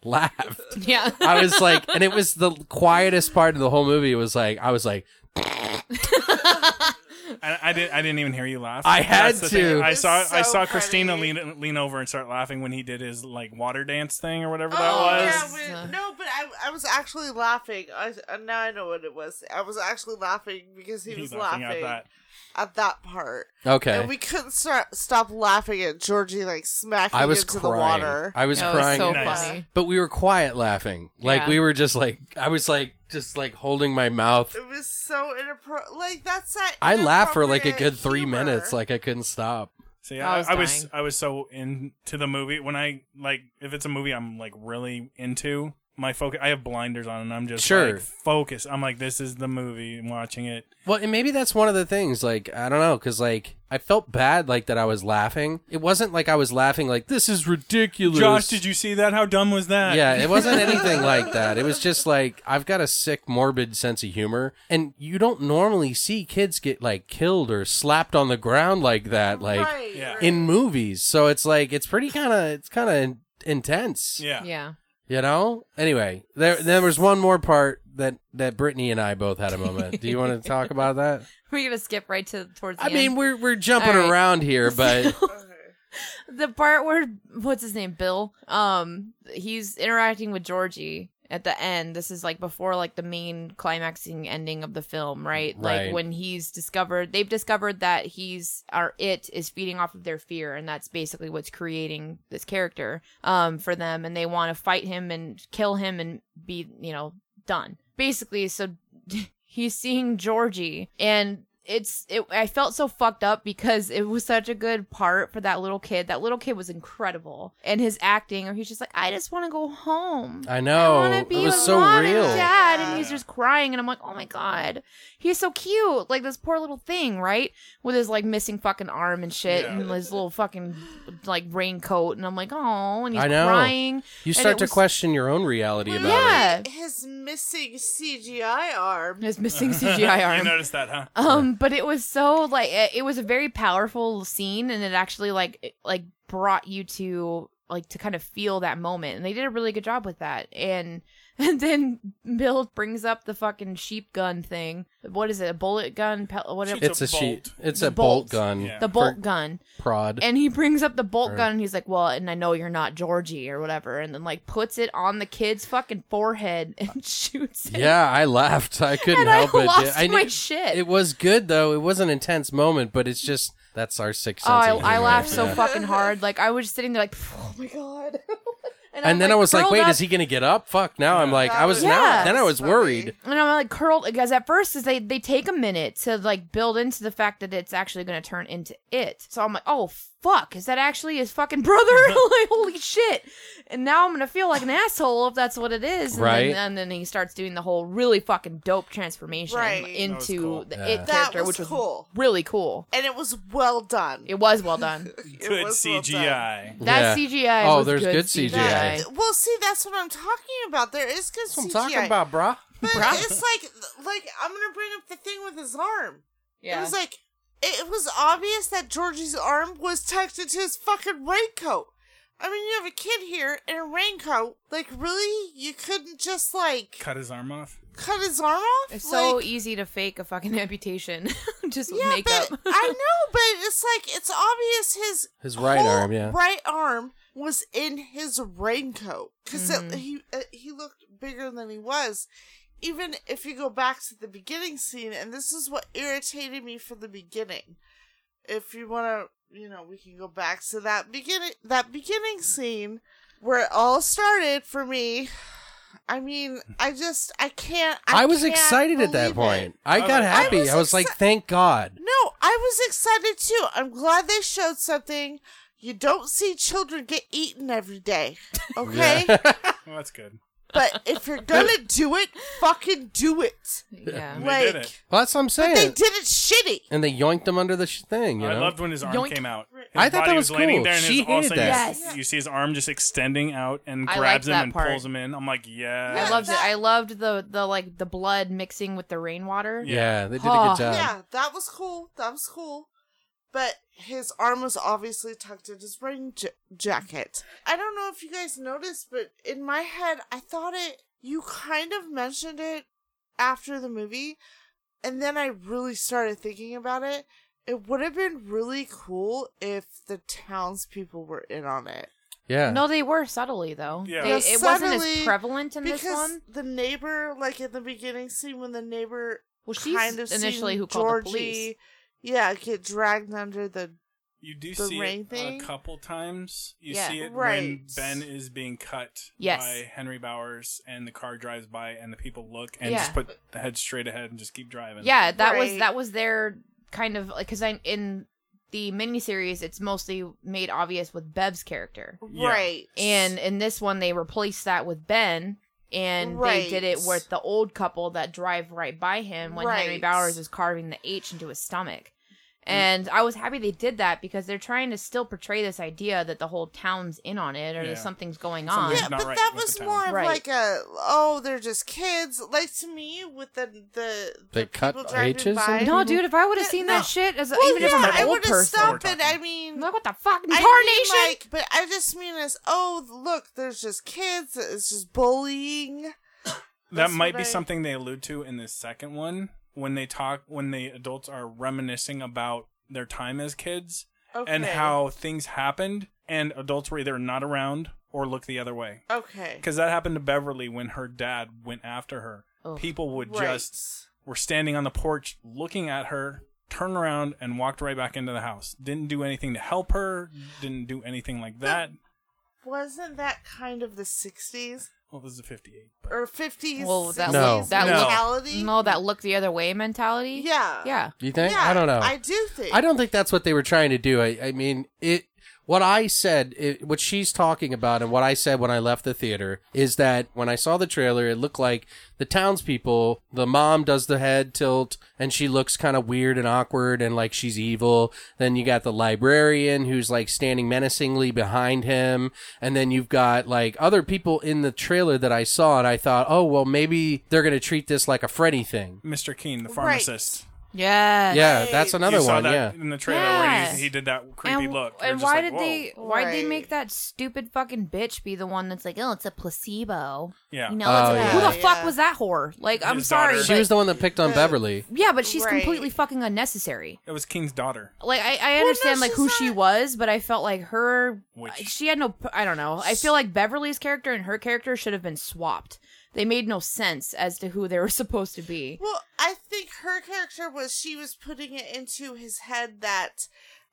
S1: laughed
S5: yeah.
S1: I was like, and it was the quietest part of the whole movie. Was like, I was like,
S6: I, I didn't. I didn't even hear you laugh.
S1: I had
S6: That's the thing.
S1: to.
S6: I
S7: It's
S6: saw. I
S7: so
S6: saw Christina
S7: funny.
S6: lean lean over and start laughing when he did his like water dance thing or whatever that
S7: Oh,
S6: was.
S7: yeah, when- no, but I, I was actually laughing. I, uh, now I know what it was. I was actually laughing because he was
S6: He's
S7: laughing,
S6: at that.
S7: at that part.
S1: okay.
S7: And we couldn't start, stop laughing at Georgie like smacking
S1: I was
S7: into
S1: crying.
S7: the water.
S1: I was
S5: That was
S1: crying.
S5: so
S6: Nice.
S5: funny.
S1: but we were quiet laughing. Like
S5: Yeah.
S1: we were just like, I was like, just like holding my mouth.
S7: it was so inappropriate. Like that's that.
S1: I laughed for like a
S7: inappropriate
S1: good three
S7: humor.
S1: minutes. Like I couldn't stop.
S6: See,
S5: Oh, I
S6: I,
S5: was
S6: I was
S5: dying.
S6: I was so into the movie when I like if it's a movie I'm like really into my focus. I have blinders on and I'm just
S1: Sure.
S6: like focused. I'm like this is the movie. I'm watching it.
S1: Well, and maybe that's one of the things. Like I don't know, because like I felt bad, like that I was laughing. It wasn't like I was laughing. Like this is ridiculous.
S6: Josh, did you see that? How dumb was that?
S1: Yeah, it wasn't anything like that. It was just like I've got a sick, morbid sense of humor, and you don't normally see kids get like killed or slapped on the ground like that, like
S7: Right,
S6: Yeah.
S7: right.
S1: in movies. So it's like it's pretty kind of it's kind of intense,
S6: Yeah.
S5: Yeah.
S1: you know. Anyway, there there was one more part that that Brittany and I both had a moment. Do you want to talk about that?
S5: We're gonna skip right to towards the
S1: I mean,
S5: end.
S1: we're we're jumping
S5: All right.
S1: around here, but
S5: the part where what's his name bill um he's interacting with georgie at the end this is like before like the main climaxing ending of the film right,
S1: Right.
S5: like when he's discovered they've discovered that he's or it is feeding off of their fear and that's basically what's creating this character um for them and they want to fight him and kill him and be you know done basically so he's seeing Georgie and it's it I felt so fucked up because it was such a good part for that little kid. That little kid was incredible. And his acting or he's just like, I just want to go home.
S1: I
S5: I
S1: know
S5: wanna
S1: it
S5: be
S1: was
S5: with
S1: so
S5: mom
S1: real.
S5: And dad, and he's just crying, and I'm like, oh my god, he's so cute. Like this poor little thing, right? With his like missing fucking arm and shit,
S6: Yeah.
S5: and his little fucking like raincoat, and I'm like, oh, and he's
S1: I know.
S5: crying.
S1: You
S5: And
S1: start
S5: it
S1: to
S5: was-
S1: question your own reality about it.
S5: Yeah,
S7: his missing CGI arm.
S5: his missing CGI arm.
S6: you noticed that, huh?
S5: Um, but it was so like it, it was a very powerful scene, and it actually like it, like brought you to like to kind of feel that moment, and they did a really good job with that. And and then Bill brings up the fucking sheep gun thing. What is it? A bullet gun? Pel- whatever.
S1: It's,
S6: It's
S1: a,
S6: a
S1: sheet.
S6: bolt.
S1: It's
S5: The
S1: a bolt,
S5: bolt.
S1: gun.
S6: Yeah.
S5: the bolt gun.
S1: prod.
S5: And he brings up the bolt gun and he's like, Well, and I know you're not Georgie or whatever. And then, like, puts it on the kid's fucking forehead and shoots it.
S1: yeah, I laughed. I couldn't
S5: And I
S1: help it.
S5: lost
S1: dude. I
S5: my
S1: knew-
S5: shit.
S1: It was good though. It was an intense moment, but it's just that's our sixth
S5: Oh,
S1: sense. of
S5: I, I
S1: humor.
S5: laughed so
S1: Yeah.
S5: fucking hard. Like I was just sitting there, like, oh my god.
S1: And then I was like,
S5: curled
S1: wait,
S5: up-
S1: is he gonna get up? Fuck. Now I'm like,
S7: That
S1: I was
S7: was-
S1: now.
S5: Yeah.
S1: Then I was
S7: Funny.
S1: worried.
S5: And I'm like curled because at first is they they take a minute to like build into the fact that it's actually going to turn into it. So I'm like, oh fuck, is that actually his fucking brother? like holy shit! And now I'm gonna feel like an asshole if that's what it is. And
S1: Right.
S5: Then, and then he starts doing the whole really fucking dope transformation
S7: Right. That was
S5: into
S6: cool.
S5: the
S1: Yeah.
S5: it
S7: That
S5: character,
S7: was
S5: which was
S7: cool.
S5: really cool.
S7: And it was well done.
S5: It was well done.
S7: It
S6: Good
S7: was well done.
S6: CGI.
S1: Yeah.
S5: That CGI.
S1: Oh,
S5: was
S1: there's good
S5: CGI.
S1: CGI.
S7: Well, see, that's what I'm talking about. There is good CGI.
S1: brah.
S7: But it's like, like I'm gonna bring up the thing with his arm. It was like it was obvious that Georgie's arm was tucked into his fucking raincoat. I mean, you have a kid here in a raincoat. Like, really? You couldn't just like
S6: Cut his arm off.
S7: cut his arm off?
S5: It's so
S7: Like,
S5: easy to fake a fucking amputation just with
S7: yeah,
S5: makeup.
S7: but I know, but it's like it's obvious his
S1: His right
S7: whole
S1: arm, yeah.
S7: right arm was in his raincoat because he uh, he looked bigger than he was. Even if you go back to the beginning scene, and this is what irritated me from the beginning. If you want to, you know, we can go back to that beginning that beginning scene where it all started for me. I mean, I just I can't. I,
S1: I, was
S7: can't
S1: excited at that
S7: believe it.
S1: point. I
S6: I
S1: got
S6: was-
S1: happy. I
S7: I
S1: was,
S7: was
S1: like,
S7: exci-
S1: thank God.
S7: No, I was excited too. I'm glad they showed something. You don't see children get eaten every day, okay?
S6: Well, that's good.
S7: but if you're gonna do it, fucking do it.
S5: yeah.
S6: They
S7: Like,
S6: did it.
S1: Well, that's what I'm saying.
S7: But they did it shitty.
S1: and they yoinked him under the sh- thing, you
S6: I
S1: know?
S6: loved when his arm
S1: Yoink.
S6: came out. His
S1: I thought that
S6: body
S1: was cool.
S6: laying there, and
S1: She
S6: his, all of a
S1: hated
S6: sudden you
S5: that.
S6: s-
S5: Yes.
S6: You see his arm just extending out and
S5: I
S6: grabs
S5: liked
S6: him
S5: that
S6: and
S5: part.
S6: pulls him in. I'm like, yeah.
S5: I loved it.
S7: that-
S5: I loved the the like the blood mixing with the rainwater.
S1: yeah, they did a
S5: Oh.
S1: good job.
S7: yeah, that was cool. That was cool. But his arm was obviously tucked in his rain j- jacket. I don't know if you guys noticed, but in my head, I thought it. You kind of mentioned it after the movie, and then I really started thinking about it. It would have been really cool if the townspeople were in on it.
S1: Yeah.
S5: No, they were subtly though.
S6: Yeah.
S5: They,
S6: Yeah,
S5: it wasn't as
S7: subtly,
S5: prevalent in this
S7: because
S5: one.
S7: the neighbor, like in the beginning scene, when the neighbor
S5: Well, she's
S7: kind of
S5: initially
S7: seen
S5: who called
S7: Georgie,
S5: the police.
S7: Yeah, get dragged under the
S6: You do
S7: The
S6: see
S7: ray
S6: it
S7: thing?
S6: a couple times. You
S5: Yeah.
S6: see it when
S7: Right.
S6: Ben is being cut
S5: Yes.
S6: by Henry Bowers, and the car drives by, and the people look and
S5: Yeah.
S6: just put the head straight ahead and just keep driving.
S5: Yeah, that was
S7: Right.
S5: that was their kind of because I in the miniseries it's mostly made obvious with Bev's character,
S6: Yeah.
S7: Right.
S5: and in this one they replaced that with Ben, and they
S7: Right.
S5: did it with the old couple that drive right by him when Henry
S7: Right. Mm.
S5: Bowers is carving the H into his stomach. And I was happy they did that because they're trying to still portray this idea that the whole town's in on it or
S6: Yeah.
S5: that something's going on.
S6: Something's
S7: yeah,
S6: not
S7: but
S6: right
S7: that
S6: with the
S7: was
S6: town.
S7: more of
S5: Right.
S7: like a oh, they're just kids. Like to me, with the the,
S1: They
S7: the
S1: cut
S7: people driving
S1: H's
S7: by.
S1: and-
S5: No, dude, if I would have
S7: Yeah,
S5: seen
S7: no.
S5: that shit as
S7: well,
S5: even
S7: yeah,
S5: if I'm
S7: I
S5: an old
S7: would have
S5: person,
S7: stopped
S6: We're
S7: it. I
S6: talking.
S7: mean,
S5: like what the fuck,
S7: I mean,
S5: tarnation?
S7: like, but I just mean as oh, look, there's just kids. It's just bullying.
S6: that
S7: That's
S6: might
S7: what
S6: be
S7: I-
S6: something they allude to in this second one when they talk when the adults are reminiscing about their time as kids and
S7: Okay.
S6: how things happened and adults were either not around or look the other way
S7: Okay.
S6: because that happened to beverly when her dad went after her
S5: Ugh.
S6: people would
S7: Right.
S6: just were standing on the porch looking at her turn around and walked right back into the house didn't do anything to help her didn't do anything like that
S7: wasn't that kind of the '60s
S6: well this is a 58
S7: or '50s?
S5: Well, that
S1: No.
S5: look, that
S6: No.
S7: mentality.
S5: look, no, that look the other way mentality.
S7: Yeah.
S5: yeah.
S1: You think?
S7: Yeah,
S1: I don't know.
S7: I do think.
S1: I don't think that's what they were trying to do. I, I mean, it. What I said, it, what she's talking about, and what I said when I left the theater is that when I saw the trailer, it looked like the townspeople. The mom does the head tilt, and she looks kind of weird and awkward, and like she's evil. Then you got the librarian who's like standing menacingly behind him, and then you've got like other people in the trailer that I saw, and I thought, oh well, maybe they're gonna treat this like a Freddy thing.
S6: mr keene the pharmacist
S5: Yeah.
S1: Yeah, that's another
S6: you saw
S1: one.
S6: that
S1: yeah,
S6: in the trailer where
S5: Yeah.
S6: he, he did that creepy
S5: And,
S6: look. You're
S5: and
S6: just
S5: why
S6: like,
S5: did
S6: "Whoa."
S5: they why would they
S7: Right.
S5: make that stupid fucking bitch be the one that's like, oh, it's a placebo?
S6: Yeah.
S5: You know,
S1: Oh,
S5: it's
S1: yeah.
S5: like, who the
S7: Yeah.
S5: fuck was that whore? Like, I'm
S6: His
S5: sorry,
S6: daughter.
S1: she
S5: but-
S1: was the one that picked on Beverly.
S5: yeah, but she's
S7: Right.
S5: completely fucking unnecessary.
S6: It was King's daughter.
S5: Like, I, I
S7: no,
S5: understand like
S7: she's
S5: who she
S7: not-
S5: was, but I felt like her,
S6: Which-
S5: she had no, p- I don't know. I feel like Beverly's character and her character should have been swapped. They made no sense as to who they were supposed to be.
S7: Well, I think her character was she was putting it into his head that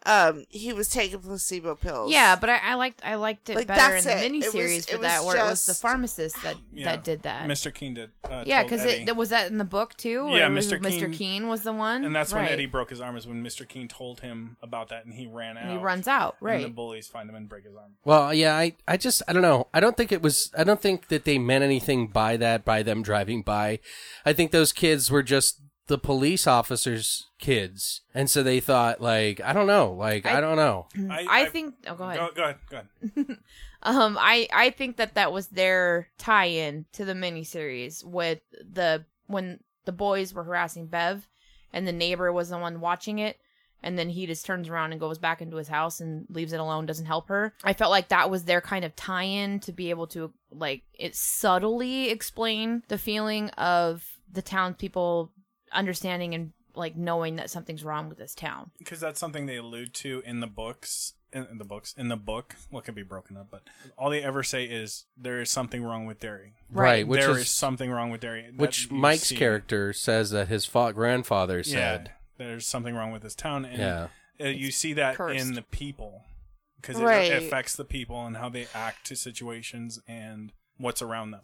S7: um he was taking placebo pills.
S5: Yeah, but I, I liked I liked it
S7: Like,
S5: better in
S7: that's
S5: the
S7: it. It was-
S5: miniseries for
S7: it was
S5: that, where it was the
S7: just-
S5: pharmacist that
S6: Yeah.
S5: that did that.
S6: Mr. Keene did. Uh,
S5: yeah,
S6: because
S5: because it was that in the book too.
S6: Yeah,
S5: Where it was
S6: Mr. Keene-
S5: Mr. Keene was the one,
S6: And that's when
S5: Right.
S6: Eddie broke his arm, is when Mr. Keene told him about that and he ran out.
S5: he runs out. Right.
S6: And the bullies find him and break his arm.
S1: Well, yeah, I, I just, I don't know. I don't think it was, I don't think that they meant anything by that, by them driving by. I think those kids were just the police officers' kids. And so they thought, like, I don't know, like, I,
S5: I-
S1: don't know.
S5: I, think. Oh, go ahead.
S6: Go, go ahead. Go ahead.
S5: Um, I I think that that was their tie-in to the miniseries with the when the boys were harassing Bev, and the neighbor was the one watching it, and then he just turns around and goes back into his house and leaves it alone doesn't help her i felt like that was their kind of tie-in to be able to like it subtly explain the feeling of the townspeople understanding and like knowing that something's wrong with this town
S6: because that's something they allude to in the books in, in the books in the book what can be broken up but all they ever say is there is something wrong with dairy
S1: Right,
S5: Right,
S1: which
S6: There
S1: is,
S6: is something wrong with dairy That
S1: which
S6: you
S1: Mike's
S6: see.
S1: character says that his fa- grandfather
S6: yeah
S1: said.
S6: there's something wrong with this town and
S1: Yeah.
S6: uh, you see that
S5: cursed.
S6: in the people because
S7: Right.
S6: it affects the people and how they act to situations and what's around them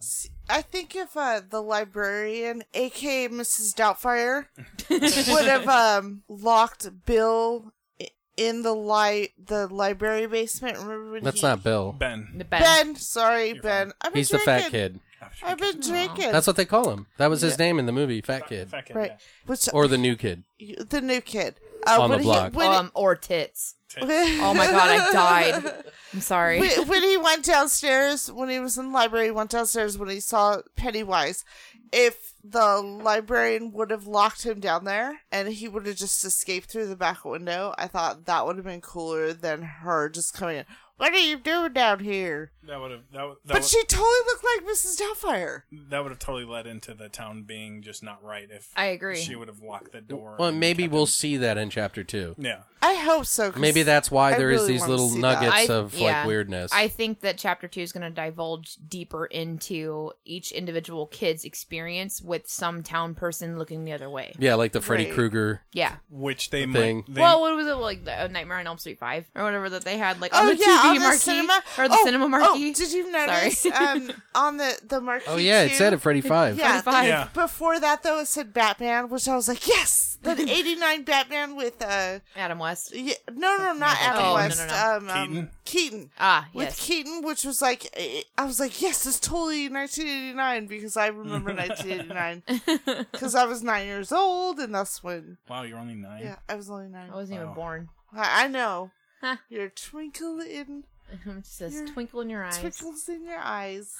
S7: I think if uh, the librarian, aka Mrs. Doubtfire, would have um, locked Bill i- in the li- the library basement. Remember when
S1: That's
S7: he-
S1: not Bill.
S6: ben
S5: the best
S7: Ben. Sorry, Ben. I've been
S1: He's the fat kid.
S7: drinking. I've been drinking.
S1: That's what they call him. That was his name in the movie, Fat Kid.
S6: Fuck it,
S7: right.
S6: yeah.
S7: Which
S1: Or the new kid.
S7: the new kid uh,
S1: On the
S7: when he-
S1: block.
S7: when
S5: um or tits
S7: he-
S5: oh my god i died i'm sorry
S7: when, when he went downstairs, when he was in the library, he went downstairs when he saw Pennywise. If the librarian would have locked him down there and he would have just escaped through the back window, I thought that would have been cooler than her just coming in. What are you doing down here?
S6: that would have that, would- that
S7: But
S6: would-
S7: she totally looked like Mrs. Doubtfire.
S6: that would have totally led into the town being just not right if
S5: I agree.
S6: she would have locked the door
S1: Well,
S6: and
S1: maybe
S6: kept
S1: we'll
S6: him-
S1: see that in chapter two.
S6: yeah
S7: I hope so. 'cause
S1: Maybe that's why
S7: I
S1: there is
S7: really
S1: these
S7: wanna
S1: little
S7: see that.
S1: nuggets
S5: I-
S1: of
S5: yeah.
S1: like weirdness.
S5: I think that chapter two is going to divulge deeper into each individual kid's experience with some town person looking the other way.
S1: yeah, like the Freddy
S7: Right.
S1: Krueger.
S5: Yeah.
S6: which they
S1: The
S6: might
S1: thing.
S6: they-
S5: well, what was it like? The, uh, Nightmare on Elm Street Five or whatever that they had like
S7: Oh
S5: on the
S7: yeah,
S5: TV
S7: on the
S5: marquee
S7: cinema
S5: or the
S7: Oh,
S5: cinema
S7: oh,
S5: marquee.
S7: did you
S5: Sorry.
S7: notice um, on the the marquee?
S1: Oh yeah, it
S7: too?
S1: said at Freddy Five.
S7: Uh, Yeah,
S5: 25.
S6: Yeah.
S7: Before that, though, it said Batman, which I was like, yes, the '89 Batman with uh,
S5: Adam West.
S7: yeah, no, no, not Adam
S5: Oh, no,
S7: West,
S5: no, no.
S7: Um, um,
S6: Keaton?
S7: Keaton.
S5: Ah,
S7: With
S5: yes.
S7: Keaton, which was like, eh, I was like, yes, it's totally 1989 because I remember 1989 because I was nine years old and that's when,
S6: wow you're only nine
S7: yeah, I was only nine.
S5: I wasn't even
S6: Wow.
S5: born.
S7: I, I know.
S5: Oh. Huh.
S7: Your twinkle in
S5: It says
S7: Your
S5: twinkle in your eyes.
S7: twinkles in your eyes.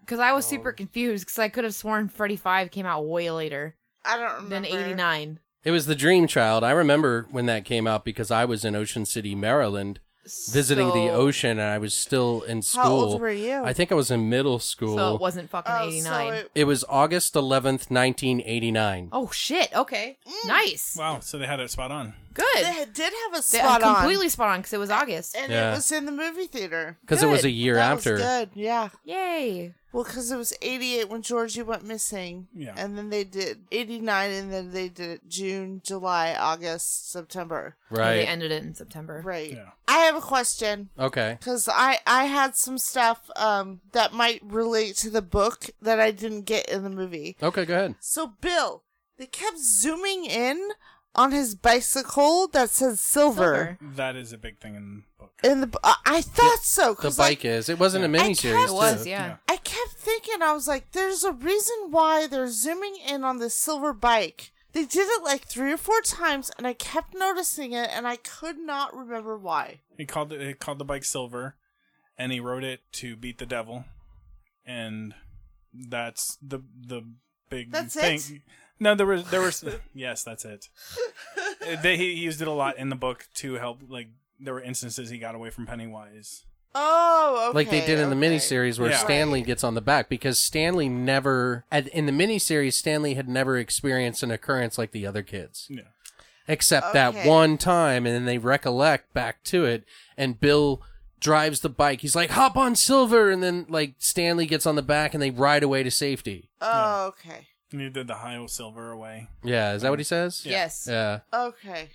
S5: Because I
S7: Oh.
S5: was super confused because I could have sworn Freddy Five came out way later
S7: I don't remember.
S5: than eighty nine.
S1: It was the Dream Child. I remember when that came out because I was in Ocean City, Maryland, visiting the ocean, and I was still in school.
S7: How old were you?
S1: I think I was in middle school.
S5: So it wasn't fucking
S7: Oh,
S5: eighty
S7: so
S5: nine.
S7: it-
S1: It was August 11th, 1989.
S5: Oh shit! Okay, nice,
S6: wow so they had it spot on
S5: good.
S7: Mm. they did have a
S5: They-
S7: spot on.
S5: completely spot on because it was August.
S7: and
S1: Yeah.
S7: it was in the movie theater.
S1: Because it was
S5: Good.
S1: a year
S7: that
S1: after.
S7: was good, yeah.
S5: Yay!
S7: Well, because it was '88 when Georgie went missing,
S6: Yeah.
S7: and then they did '89, and then they did it June, July, August, September,
S5: And they
S1: Right.
S5: ended it in September.
S7: right?
S6: Yeah.
S7: I have a question
S1: Okay.
S7: because I I had some stuff um that might relate to the book that I didn't get in the movie.
S1: Okay, go ahead.
S7: So Bill, they kept zooming in on his bicycle that says silver.
S5: Silver.
S6: that is a big thing in the book
S7: In the b- I I thought so
S1: The
S7: 'cause, like,
S1: bike is. It wasn't a
S7: I
S1: miniseries.
S7: can't-
S5: It was,
S1: too.
S5: yeah.
S7: I kept thinking, I was like, there's a reason why they're zooming in on this silver bike. They did it like three or four times, and I kept noticing it, and I could not remember why.
S6: he called it he called the bike silver and he rode it to beat the devil and that's the the big
S7: That's
S6: thing
S7: it?
S6: no there was there was yes that's it Uh, they, he used it a lot in the book to help like there were instances he got away from pennywise
S7: Oh, okay.
S1: Like they did in the
S7: okay.
S1: miniseries where
S6: Yeah.
S1: Stanley gets on the back because Stanley never, at- in the miniseries, Stanley had never experienced an occurrence like the other kids.
S6: yeah
S1: except that
S7: Okay.
S1: one time and then they recollect back to it and bill drives the bike he's like hop on silver and then like stanley gets on the back and they ride away to safety
S7: Oh, okay.
S6: and he did the high silver away
S1: yeah is that what he says
S5: Yes.
S1: yeah
S7: Okay.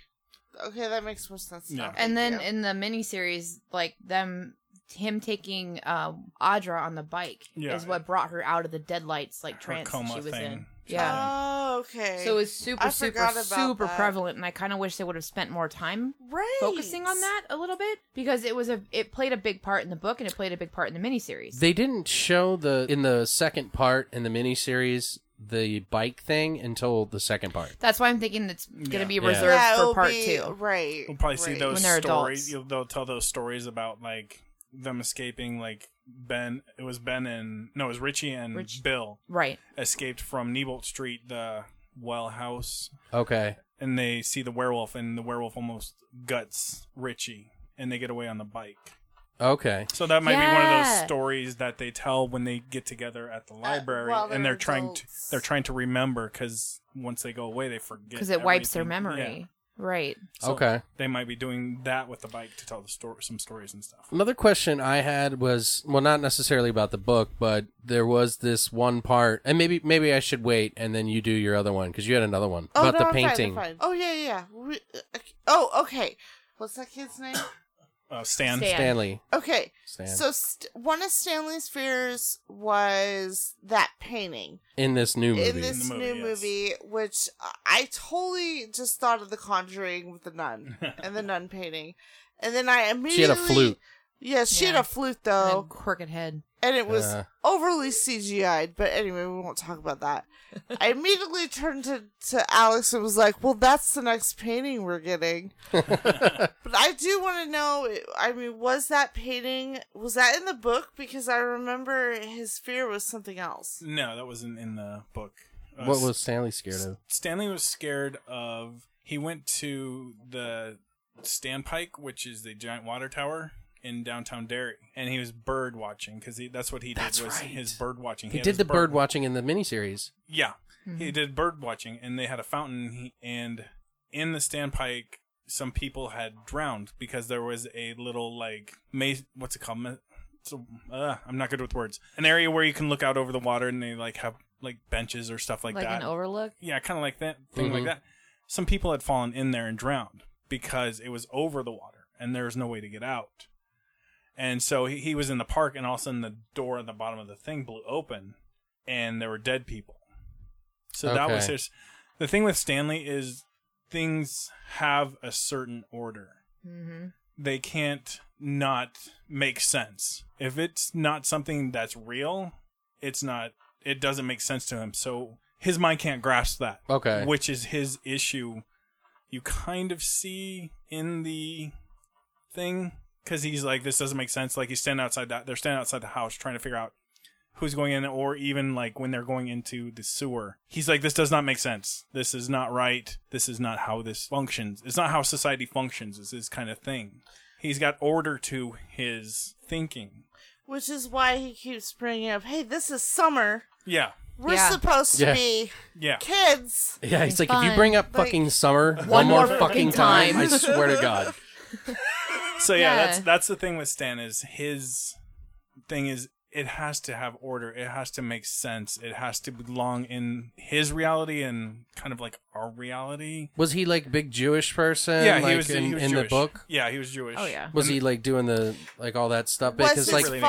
S7: Okay, that makes more sense.
S6: Yeah.
S7: Now.
S5: And then
S7: Thank you.
S5: in the miniseries, like them, him taking um, Audra on the bike
S6: Yeah.
S5: is what brought her out of the deadlights, like
S6: Her
S5: trance that
S6: coma
S5: she was
S6: thing.
S5: in. Yeah.
S7: Oh, okay.
S5: um, so it was super,
S7: I
S5: super,
S7: forgot about
S5: super
S7: that.
S5: prevalent, and I kind of wish they would have spent more time
S7: right.
S5: focusing on that a little bit because it was a it played a big part in the book and it played a big part in the miniseries.
S1: they didn't show the in the second part in the miniseries the bike thing until the second part
S5: That's why I'm thinking it's going to
S6: Yeah.
S5: be
S1: Yeah.
S5: reserved
S7: Yeah,
S5: for
S7: it'll
S5: part
S7: be-
S5: two.
S7: Right.
S6: we'll probably see
S7: right.
S6: those
S5: When they're
S6: stories
S5: adults.
S6: you'll, they'll tell those stories about like them escaping like ben it was ben and no it was richie and
S5: Rich-
S6: bill
S5: Right.
S6: escaped from Nebolt Street, the well house,
S1: okay
S6: and they see the werewolf, and the werewolf almost guts Richie, and they get away on the bike.
S1: Okay.
S6: So that might be one of
S5: Yeah.
S6: those stories that they tell when they get together at the library,
S7: Uh, while
S6: and
S7: they're
S6: they're trying to
S7: adults.
S6: they're trying to remember because once they go away, they forget
S5: because it wipes their
S6: everything.
S5: memory.
S6: Yeah.
S5: Right.
S6: So
S1: Okay.
S6: they might be doing that with the bike to tell the story, some stories and stuff.
S1: Another question I had was well, not necessarily about the book, but there was this one part, and maybe maybe I should wait and then you do your other one because you had another one
S7: Oh,
S1: about
S7: no,
S1: the
S7: I'm fine, I'm
S1: painting.
S7: fine. Oh yeah, yeah. yeah. We, uh, oh, okay. What's that kid's name?
S6: Uh, Stan,
S5: Stan.
S1: Stanley.
S7: Okay.
S1: Stan.
S7: So st- one of Stanley's fears was that painting
S1: in this new movie.
S7: in this
S6: In the movie,
S7: new
S6: yes.
S7: movie, which I totally just thought of The Conjuring with the nun and the nun painting, and then I immediately
S1: she had a flute.
S7: Yeah, she had
S5: Yeah.
S7: a flute
S5: And
S7: though,
S5: then crooked head.
S7: and it was
S1: Yeah.
S7: overly CGI'd. But anyway, we won't talk about that. I immediately turned to, to Alex and was like, "Well, that's the next painting we're getting." but I do want to know. I mean, was that painting was that in the book? Because I remember his fear was something else.
S6: No, that wasn't in the book. Uh,
S1: What was Stanley scared of?
S6: Stanley was scared of. He went to the Standpike, which is the giant water tower in downtown Derry, and he was bird watching because that's what he did
S1: That's
S6: was
S1: right.
S6: his bird watching.
S1: He
S6: had
S1: did
S6: his
S1: the bird watching in the miniseries.
S6: Yeah,
S5: Mm-hmm.
S6: he did bird watching, and they had a fountain, he- and in the Standpike, some people had drowned because there was a little like maze. What's it called? Ma- So, uh, I'm not good with words. An area where you can look out over the water, and they like have like benches or stuff like,
S5: Like,
S6: that
S5: an overlook.
S6: yeah, kind of like that thing like
S1: Mhm.
S6: that. Some people had fallen in there and drowned because it was over the water and there was no way to get out. And so he, he was in the park, and all of a sudden the door at the bottom of the thing blew open, and there were dead people. So that was
S1: Okay.
S6: his. The thing with Stanley is things have a certain order.
S5: Mm-hmm.
S6: They can't not make sense. If it's not something that's real, it's not. It doesn't make sense to him. So his mind can't grasp that
S1: Okay.
S6: which is his issue. You kind of see in the thing because he's like, this doesn't make sense. Like he's standing outside that they're standing outside the house trying to figure out who's going in, or even like when they're going into the sewer, he's like, this does not make sense. This is not right. This is not how this functions. It's not how society functions. It's this kind of thing. He's got order to his thinking.
S7: Which is why he keeps bringing up, "Hey, this is summer.
S6: Yeah,
S7: We're
S5: Yeah.
S7: supposed to
S1: Yeah.
S7: be
S6: yeah.
S7: kids."
S1: Yeah, he's like, if you
S5: fun.
S1: bring up
S7: Like-
S1: fucking summer one more
S5: more
S1: fucking
S5: fucking
S1: time, I
S5: time.
S1: swear to God.
S6: So yeah,
S5: Yeah.
S6: that's that's the thing with Stan is his thing is it has to have order. It has to make sense. It has to belong in his reality and kind of like our reality.
S1: Was he like big Jewish person?
S6: yeah,
S1: like,
S6: he was
S1: in,
S6: he was
S1: in
S6: Jewish.
S1: the book.
S6: Yeah, he was Jewish.
S5: Oh, yeah.
S1: Was he like doing the like all that stuff?
S7: Was
S1: Because
S7: his
S1: like
S6: Really didn't know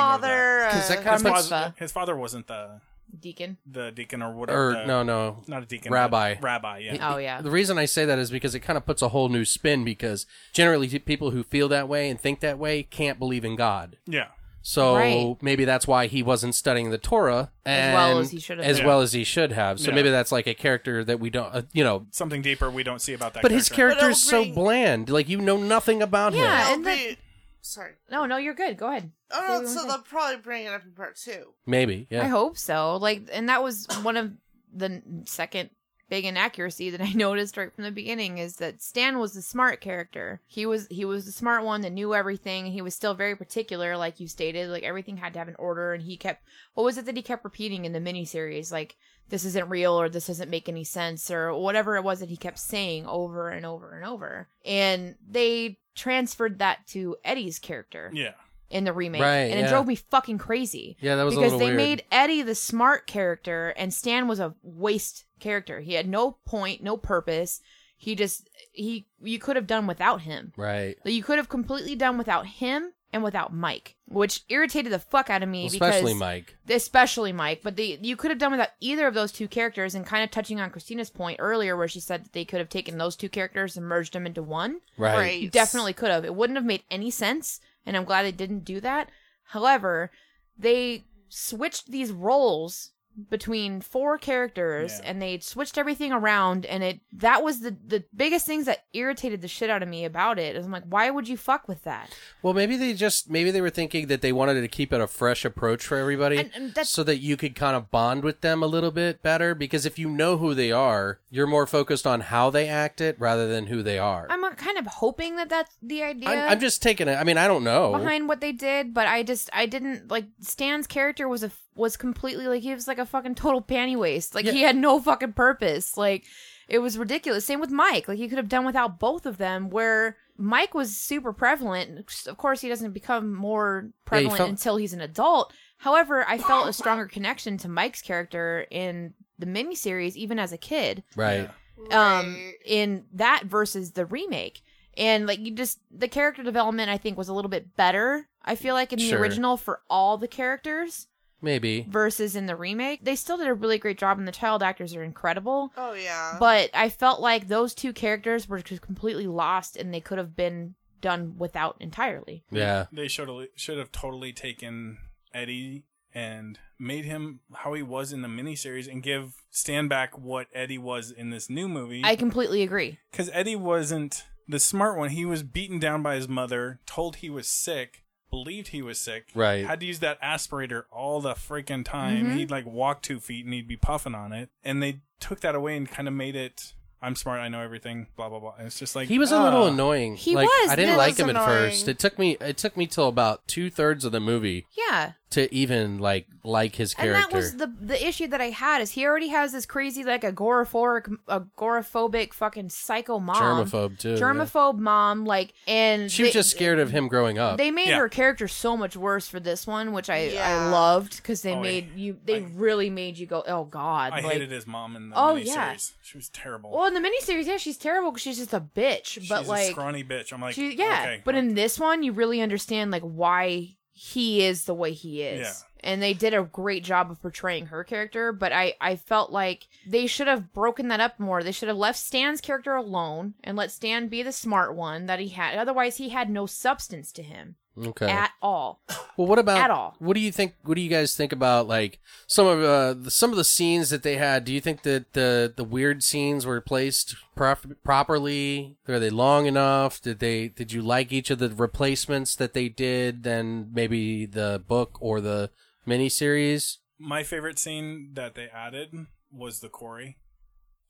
S1: because
S7: father? uh,
S1: that
S6: His,
S1: kind of
S5: Bar
S1: makes,
S6: father,
S5: mitzvah.
S6: his father wasn't the
S5: Deacon.
S6: the deacon or whatever.
S1: or
S6: the-
S1: no, no.
S6: not a deacon.
S1: Rabbi.
S6: but Rabbi. Yeah.
S5: Oh yeah.
S1: The reason I say that is because it kind of puts a whole new spin. Because generally, t- people who feel that way and think that way can't believe in God.
S6: Yeah.
S1: So
S5: Right.
S1: maybe that's why he wasn't studying the Torah and,
S5: As well as he should have
S1: As
S6: been.
S1: well as he should have. So
S6: Yeah.
S1: maybe that's like a character that we don't, uh, you know.
S6: Something deeper we don't see about that.
S1: But his character
S7: But
S1: is so
S7: Elring-
S1: bland. Like you know nothing about him.
S5: Yeah,
S7: They'll
S5: and the-
S7: be- sorry.
S5: No, no, you're good. Go ahead. Say
S7: Oh
S5: what
S7: no!
S5: you
S7: So
S5: wanna
S7: they'll probably bring it up in part two.
S1: Maybe. Yeah.
S5: I hope so. Like, and that was one of the n- second big inaccuracy that I noticed right from the beginning is that Stan was the smart character. He was he was the smart one that knew everything. He was still very particular, like you stated. Like everything had to have an order, and he kept. What was it that he kept repeating in the miniseries? Like this isn't real, or this doesn't make any sense, or whatever it was that he kept saying over and over and over. And they transferred that to Eddie's character
S6: Yeah.
S5: in the remake,
S1: Right,
S5: and
S1: yeah.
S5: it drove me fucking crazy
S1: Yeah, that was
S5: because
S1: a little
S5: they
S1: weird.
S5: made Eddie the smart character and Stan was a waste character. He had no point, no purpose. He just he you could have done without him.
S1: right.
S5: Like, You could have completely done without him and without Mike, which irritated the fuck out of me
S1: Especially
S5: because
S1: Mike.
S5: especially Mike, but they you could have done without either of those two characters and kind of touching on Christina's point earlier where she said that they could have taken those two characters and merged them into one.
S1: Right.
S5: You definitely could have. It wouldn't have made any sense, and I'm glad they didn't do that. However, they switched these roles between four characters
S6: Yeah.
S5: and they switched everything around and it that was the the biggest things that irritated the shit out of me about it. I'm like, why would you fuck with that?
S1: Well, maybe they just maybe they were thinking that they wanted to keep it a fresh approach for everybody,
S5: And- and that's-
S1: so that you could kind of bond with them a little bit better. Because if you know who they are, you're more focused on how they act it rather than who they are.
S5: I'm uh, kind of hoping that that's the idea.
S1: I'm, I'm just taking it. I mean, I don't know.
S5: behind what they did, but I just I didn't like Stan's character was a was completely like he was like a fucking total panty waste. Like he had no fucking purpose. Like it was ridiculous. Same with Mike. Like he could have done without both of them. Where Mike was super prevalent. Of course, he doesn't become more prevalent
S1: felt-
S5: until he's an adult. However, I felt a stronger connection to Mike's character in the miniseries, even as a kid
S1: right.
S5: um
S7: Right.
S5: in that versus the remake and like you just the character development i think was a little bit better i feel like in the
S1: Sure.
S5: original for all the characters
S1: Maybe.
S5: versus in the remake they still did a really great job and the child actors are incredible
S7: Oh yeah.
S5: but i felt like those two characters were just completely lost and they could have been done without entirely
S1: Yeah.
S6: They should have should have totally taken Eddie and made him how he was in the miniseries and give Stan back what Eddie was in this new movie.
S5: i completely agree
S6: because Eddie wasn't the smart one. He was beaten down by his mother, told he was sick, believed he was sick.
S1: Right.
S6: Had to use that aspirator all the freaking time.
S5: Mm-hmm.
S6: He'd like walk two feet and he'd be puffing on it. And they took that away and kind of made it. I'm smart. I know everything. Blah blah blah. And it's just like
S1: He was a little
S6: ah.
S1: annoying.
S5: He
S1: Like,
S5: was.
S1: I didn't
S5: That
S1: like
S7: was
S1: him at
S7: annoying.
S1: first. It took me. It took me till about two thirds of the movie
S5: yeah
S1: to even like like his
S5: and
S1: character.
S5: that was the the issue that I had is he already has this crazy like agoraphobic agoraphobic fucking psycho mom
S1: Germaphobe, too, yeah.
S5: germaphobe mom like and
S1: she was just scared of him growing up.
S5: they made
S6: Yeah.
S5: her character so much worse for this one which I I
S7: Yeah.
S5: loved because they
S6: Oh, I-
S5: made you they
S6: I-
S5: really made you go oh god
S6: I
S5: like-
S6: hated his mom in the
S5: Oh,
S6: miniseries.
S5: yeah.
S6: She was terrible.
S5: well in the miniseries yeah she's terrible because she's just a bitch
S6: She's
S5: but
S6: a
S5: like
S6: scrawny bitch. I'm like,
S5: she, yeah
S6: okay.
S5: but in this one you really understand like why he is the way he is
S6: Yeah.
S5: and they did a great job of portraying her character but i i felt like they should have broken that up more they should have left stan's character alone and let stan be the smart one that he had otherwise he had no substance to him
S1: okay.
S5: at all
S1: Well, what about
S5: At all.
S1: What do you think? What do you guys think about like some of uh, the, some of the scenes that they had? Do you think that the the weird scenes were placed prof- properly? Are they long enough? Did they did you like each of the replacements that they did than maybe the book or the miniseries?
S6: my favorite scene that they added was the Corey.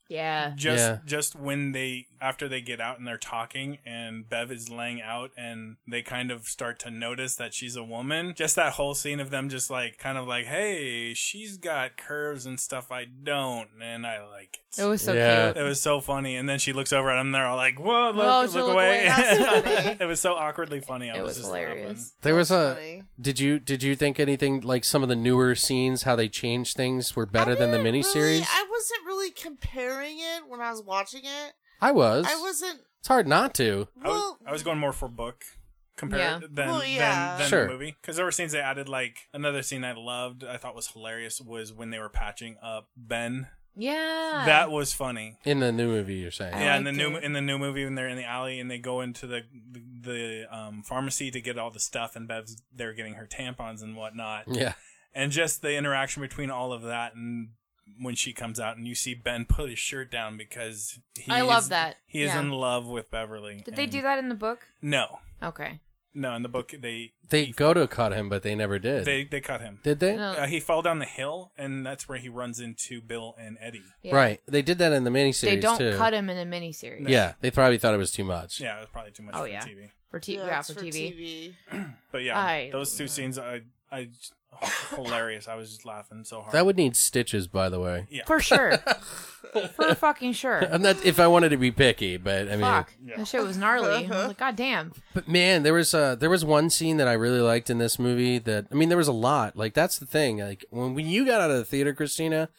S5: yeah
S6: just
S1: Yeah.
S6: just when they after they get out and they're talking and Bev is laying out and they kind of start to notice that she's a woman. Just that whole scene of them just like kind of like, hey, she's got curves and stuff I don't, and I like it.
S5: it was so
S1: Yeah.
S6: It
S5: cute
S6: was so funny, and then she looks over at him. And they're all like, "Whoa, look,
S5: Whoa,
S6: look,
S5: she look
S6: away!"
S5: away. That's funny.
S6: it was so awkwardly funny. I
S5: it was
S6: just laughing.
S5: hilarious
S1: There was a.
S7: funny.
S1: Did you did you think anything like some of the newer scenes, how they changed things, were better than the
S7: I didn't
S1: miniseries?
S7: really- I wasn't really comparing it when I was watching it.
S1: I was.
S7: I wasn't.
S1: It's hard not to.
S6: I was,
S7: Well,
S6: I was going more for book compared
S5: Yeah.
S6: than,
S7: Well, yeah.
S6: than than
S1: Sure.
S6: the movie because there were scenes they added like another scene I loved I thought was hilarious was when they were patching up Ben
S5: yeah
S6: that was funny
S1: In the new movie, you're saying.
S5: I
S6: yeah in the
S5: liked
S6: new
S5: it.
S6: in the new movie when they're in the alley and they go into the the, the um, pharmacy to get all the stuff and Bev's they're getting her tampons and whatnot
S1: Yeah.
S6: and just the interaction between all of that and when she comes out and you see Ben put his shirt down because he
S5: I love
S6: is-
S5: that.
S6: he is
S5: Yeah.
S6: in love with Beverly
S5: did they
S6: and-
S5: do that in the book
S6: no
S5: okay
S6: no in the book they
S1: They go to cut him, but they never did.
S6: They they cut him.
S1: did they?
S5: No.
S6: Uh, he fell down the hill, and that's where he runs into Bill and Eddie.
S5: Yeah.
S1: Right. They did that in the miniseries
S5: they don't
S1: too.
S5: cut him in the miniseries
S1: Yeah, they probably thought it was too much.
S6: Yeah, it was probably too much
S5: Oh,
S6: for
S5: yeah.
S6: TV.
S5: for, t- yeah,
S7: that's
S5: for, TV.
S6: But yeah,
S5: I-
S6: those two scenes, I I hilarious. I was just laughing so hard.
S1: That would need stitches, by the way.
S6: Yeah.
S5: For sure. For fucking sure.
S1: I'm not if I wanted to be picky, but I mean,
S5: Fuck.
S6: Yeah.
S5: That shit was gnarly. I was like, God damn.
S1: but man, there was uh there was one scene that I really liked in this movie. That I mean, there was a lot. Like that's the thing. Like when when you got out of the theater, Christina,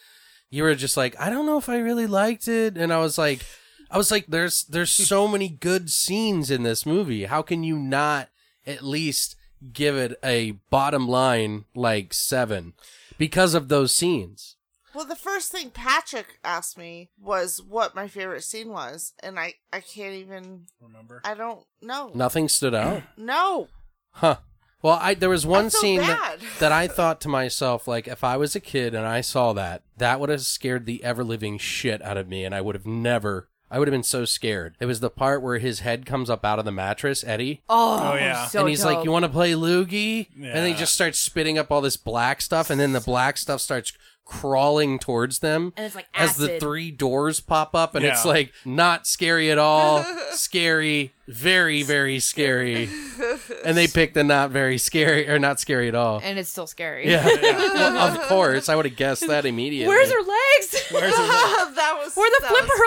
S1: you were just like, I don't know if I really liked it, and I was like, I was like, there's there's so many good scenes in this movie. How can you not at least give it a bottom line like seven because of those scenes?
S7: Well, the first thing Patrick asked me was what my favorite scene was, and I I can't even
S6: Remember?
S7: I don't know.
S1: Nothing stood out.
S7: No.
S1: Huh. Well, I there was one
S7: feel
S1: scene that,
S7: bad.
S1: that I thought to myself, like, if I was a kid and I saw that, that would have scared the ever living shit out of me, and I would have never. I would have been so scared. It was the part where his head comes up out of the mattress, Eddie,
S5: Oh,
S6: Oh, yeah.
S5: so
S6: so
S1: and he's like, "You want to play loogie?" And then he
S6: Yeah.
S1: just starts spitting up all this black stuff, and then the black stuff starts crawling towards them.
S5: And it's like
S1: as the
S5: acid.
S1: three doors pop up, and it's
S6: Yeah.
S1: like not scary at all. scary, very, very scary. And they picked the not very scary or not scary at all.
S5: and it's still scary.
S1: Yeah, Well, of course, I would have guessed that immediately.
S5: Where's her legs?
S6: Where's his-
S7: that was
S5: Where the
S7: that
S5: flip
S7: was
S5: of her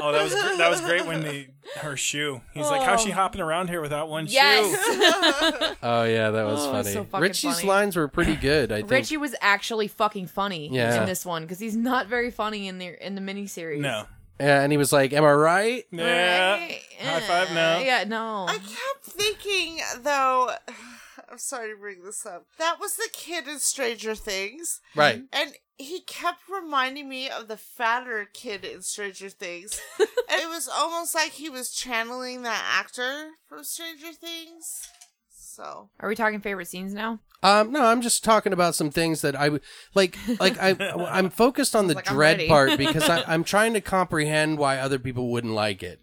S5: legs?
S6: oh, that was gr- that was great when the her shoe. He's like, how's she hopping around here without one shoe?
S5: Oh. yes.
S1: Oh yeah, that was
S5: Oh,
S1: funny.
S5: so fucking
S1: Richie's
S5: funny.
S1: lines were pretty good. I think.
S5: Richie was actually fucking funny
S1: Yeah.
S5: in this one because he's not very funny in the in the miniseries.
S6: No.
S1: Yeah, and he was like, "Am I right?"
S6: Yeah.
S5: Right?
S6: High five
S5: Uh,
S6: now.
S5: Yeah, no.
S7: I kept thinking though. I'm sorry to bring this up. That was the kid in Stranger Things,
S1: Right.
S7: and he kept reminding me of the fatter kid in Stranger Things. and it was almost like he was channeling that actor from Stranger Things. So
S5: Are we talking favorite scenes now?
S1: Um, no, I'm just talking about some things that I would like. Like I, I'm focused on the
S5: Like, I'm
S1: dread
S5: ready.
S1: part because I, I'm trying to comprehend why other people wouldn't like it,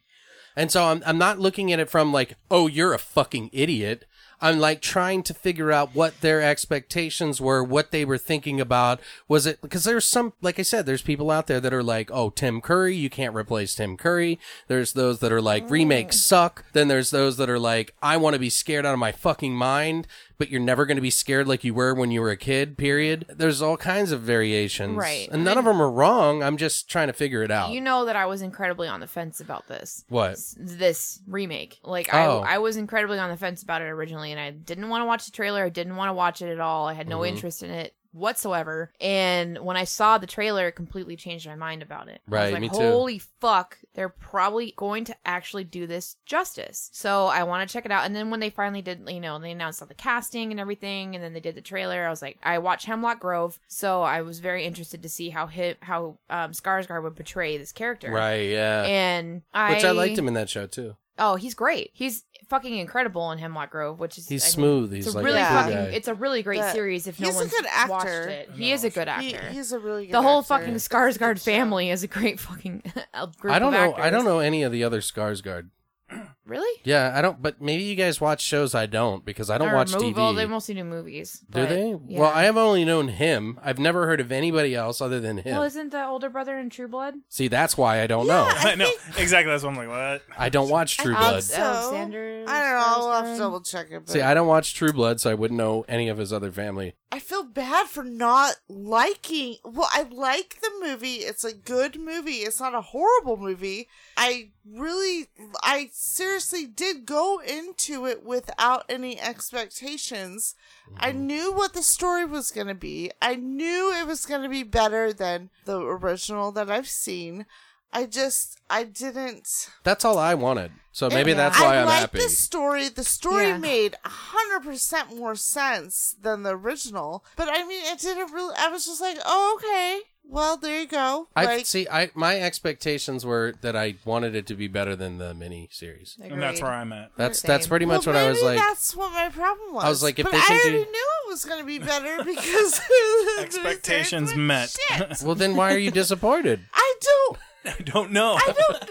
S1: and so I'm I'm not looking at it from like, oh, you're a fucking idiot. I'm like trying to figure out what their expectations were, what they were thinking about. Was it because there's some, like I said, there's people out there that are like, oh, Tim Curry, you can't replace Tim Curry. There's those that are
S5: Oh.
S1: like, remakes suck. Then there's those that are like, I want to be scared out of my fucking mind, but you're never going to be scared like you were when you were a kid, period. There's all kinds of variations.
S5: Right.
S1: And none of them are wrong. I'm just trying to figure it out.
S5: You know that I was incredibly on the fence about this.
S1: what?
S5: s- this remake. Like
S1: Oh.
S5: I, I was incredibly on the fence about it originally, and I didn't want to watch the trailer. I didn't want to watch it at all. I had no
S1: Mhm.
S5: interest in it whatsoever. And when I saw the trailer, it completely changed my mind about it. I
S1: Right,
S5: was like,
S1: me too.
S5: Holy fuck, they're probably going to actually do this justice. So I want to check it out. And then when they finally did, you know, they announced all the casting and everything, and then they did the trailer. I was like, I watched Hemlock Grove, so I was very interested to see how hip, how um, Skarsgård would portray this character.
S1: Right, yeah.
S5: And I,
S1: Which I liked him in that show too.
S5: Oh, he's great. He's fucking incredible in Hemlock Grove, which is
S1: He's
S5: I mean,
S1: smooth.
S5: it's
S1: He's
S5: a
S1: like
S5: really
S1: a
S7: cool
S5: fucking.
S1: guy.
S5: It's a really great
S7: But
S5: series. If no
S7: he's a
S5: one's
S7: good
S5: watched
S7: actor.
S5: it, he is a good
S7: he,
S5: actor.
S7: he's a really good
S5: the whole
S7: actor.
S5: fucking
S7: It's a good
S5: Skarsgård
S7: show.
S5: family is a great fucking a group.
S1: I don't
S5: of
S1: know. I
S5: actors.
S1: don't know any of the other Skarsgård.
S5: Really?
S1: Yeah, I don't. But maybe you guys watch shows I don't because I don't
S5: Or
S1: watch
S5: mov-
S1: TV.
S5: Well, they mostly do movies.
S1: do
S5: but-
S1: they?
S5: Yeah.
S1: Well, I have only known him. I've never heard of anybody else other than him.
S5: Well, isn't the older brother in True Blood?
S1: See, that's why I don't know.
S7: Yeah.
S6: I know exactly. That's what I'm like. What?
S1: I don't watch True
S7: I
S1: Blood.
S7: think so.
S5: Alexander
S7: I don't know. I'll have
S5: Skarsgård.
S7: to double check it. But
S1: See, I don't watch True Blood, so I wouldn't know any of his other family.
S7: I feel bad for not liking. Well, I like the movie. It's a good movie. It's not a horrible movie. I really, I seriously did go into it without any expectations. I knew what the story was going to be. I knew it was going to be better than the original that I've seen. I just, I didn't.
S1: That's all I wanted. So maybe
S5: Yeah.
S1: that's why
S7: I
S1: I'm
S7: like
S1: happy.
S7: the story. The story
S5: Yeah.
S7: made hundred percent more sense than the original. But I mean, it didn't really. I was just like, oh, okay. Well, there you go.
S1: I
S7: like,
S1: see. I my expectations were that I wanted it to be better than the mini series.
S5: Agreed.
S6: And that's where I'm at.
S1: That's
S5: Same.
S1: that's pretty much
S7: well,
S1: what I
S7: maybe
S1: was like.
S7: That's what my problem was.
S1: I was like, if
S7: but
S1: they
S7: I
S1: can do-
S7: already knew it was going to be better because
S6: Expectations
S7: Like,
S6: met.
S7: Shit.
S1: Well, then why are you disappointed?
S7: I don't.
S6: I don't know.
S7: I don't.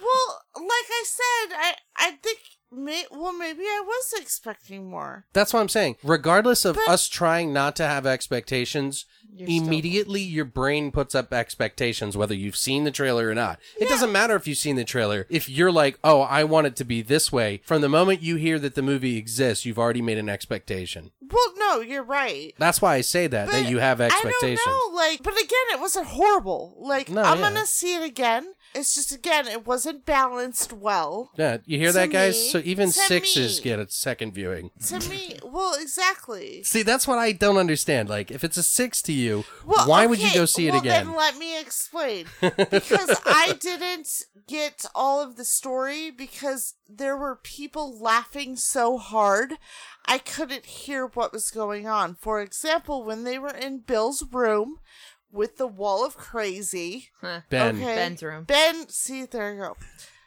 S7: well, like I said, I I think. May, well, maybe I was expecting more.
S1: That's what I'm saying. Regardless of
S7: But-
S1: us trying not to have expectations,
S5: still-
S1: immediately your brain puts up expectations, whether you've seen the trailer or not. It doesn't matter if you've seen the trailer. If you're like, oh, I want it to be this way, from the moment you hear that the movie exists, you've already made an expectation.
S7: Well, no, you're right.
S1: That's why I say that, that
S7: But
S1: you have expectations.
S7: I don't know, like, but again, it wasn't horrible. Like,
S1: No,
S7: I'm
S1: yeah.
S7: gonna see it again. It's just again, it wasn't balanced well.
S1: Yeah, you hear
S7: To
S1: that, guys?
S7: me-
S1: so even
S7: to
S1: sixes
S7: me.
S1: get a second viewing.
S7: To me, well, exactly.
S1: See, that's what I don't understand. Like, if it's a six to you,
S7: Well,
S1: why would you
S7: okay,
S1: go see
S7: well,
S1: it again?
S7: Then let me explain. Because I didn't get all of the story because there were people laughing so hard I couldn't hear what was going on. For example, when they were in Bill's room with the wall of crazy.
S5: Huh.
S1: ben,
S7: Okay.
S5: Ben's room.
S7: Ben, see, there you go.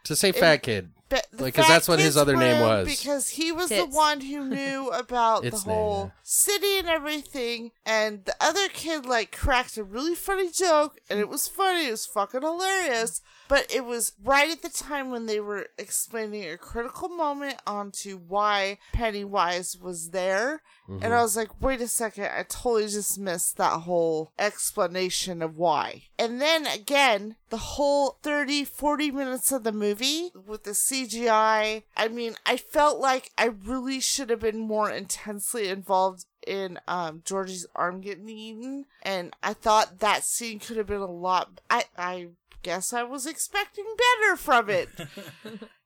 S1: to say fat kid.
S7: But the
S1: Like, 'cause
S7: fat
S1: that's what his
S7: kids
S1: other name
S7: were
S1: was.
S7: Because he was the
S5: Tits.
S7: one who knew about the
S1: Its name,
S7: whole
S1: yeah.
S7: city and everything. And the other kid, like, cracked a really funny joke. And it was funny. It was fucking hilarious. But it was right at the time when they were explaining a critical moment onto why Pennywise was there.
S1: Mm-hmm.
S7: And I was like, wait a second, I totally just missed that whole explanation of why. And then again, the whole 30, 40 minutes of the movie with the CGI. I mean, I felt like I really should have been more intensely involved in um Georgie's arm getting eaten. And I thought that scene could have been a lot I I guess I was expecting better from it.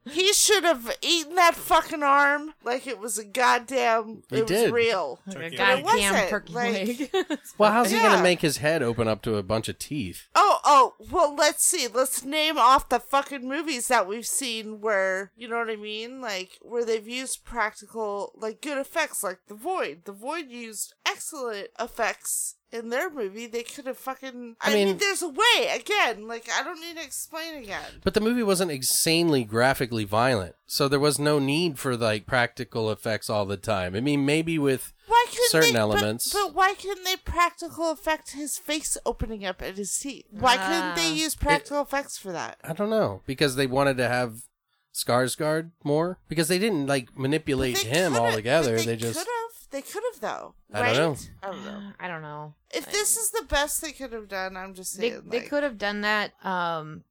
S7: he should have eaten that fucking arm like it was a goddamn
S1: He
S7: it was
S1: did.
S7: real.
S5: Like a
S6: Turkey
S7: leg. It
S5: goddamn
S7: wasn't,
S5: turkey
S7: like-
S5: leg.
S1: Well, how's he
S7: Yeah.
S1: gonna make his head open up to a bunch of teeth?
S7: Oh, oh, well, let's see. Let's name off the fucking movies that we've seen where, you know what I mean? Like, where they've used practical, like, good effects, like The Void. The Void used excellent effects in their movie. They could have fucking. I,
S1: I
S7: mean,
S1: mean-
S7: there's a way, again. Like, I don't need to explain again.
S1: But the movie wasn't insanely graphically violent, so there was no need for like practical effects all the time. I mean, maybe with
S7: Why couldn't
S1: certain
S7: they, but-
S1: elements.
S7: But, why couldn't they practical effect his face opening up at his teeth? Why couldn't
S5: Ah.
S7: they use practical effects for that?
S1: I don't know because they wanted to have Skarsgård more because they didn't like manipulate
S7: They
S1: him
S7: coulda- but
S1: altogether.
S7: They,
S1: They just
S7: could have. They could have though.
S1: I
S7: right?
S1: don't
S7: I don't know.
S5: I don't know.
S7: If this is the best they could have done, I'm just
S5: they,
S7: saying.
S5: they
S7: like-
S5: could have done that um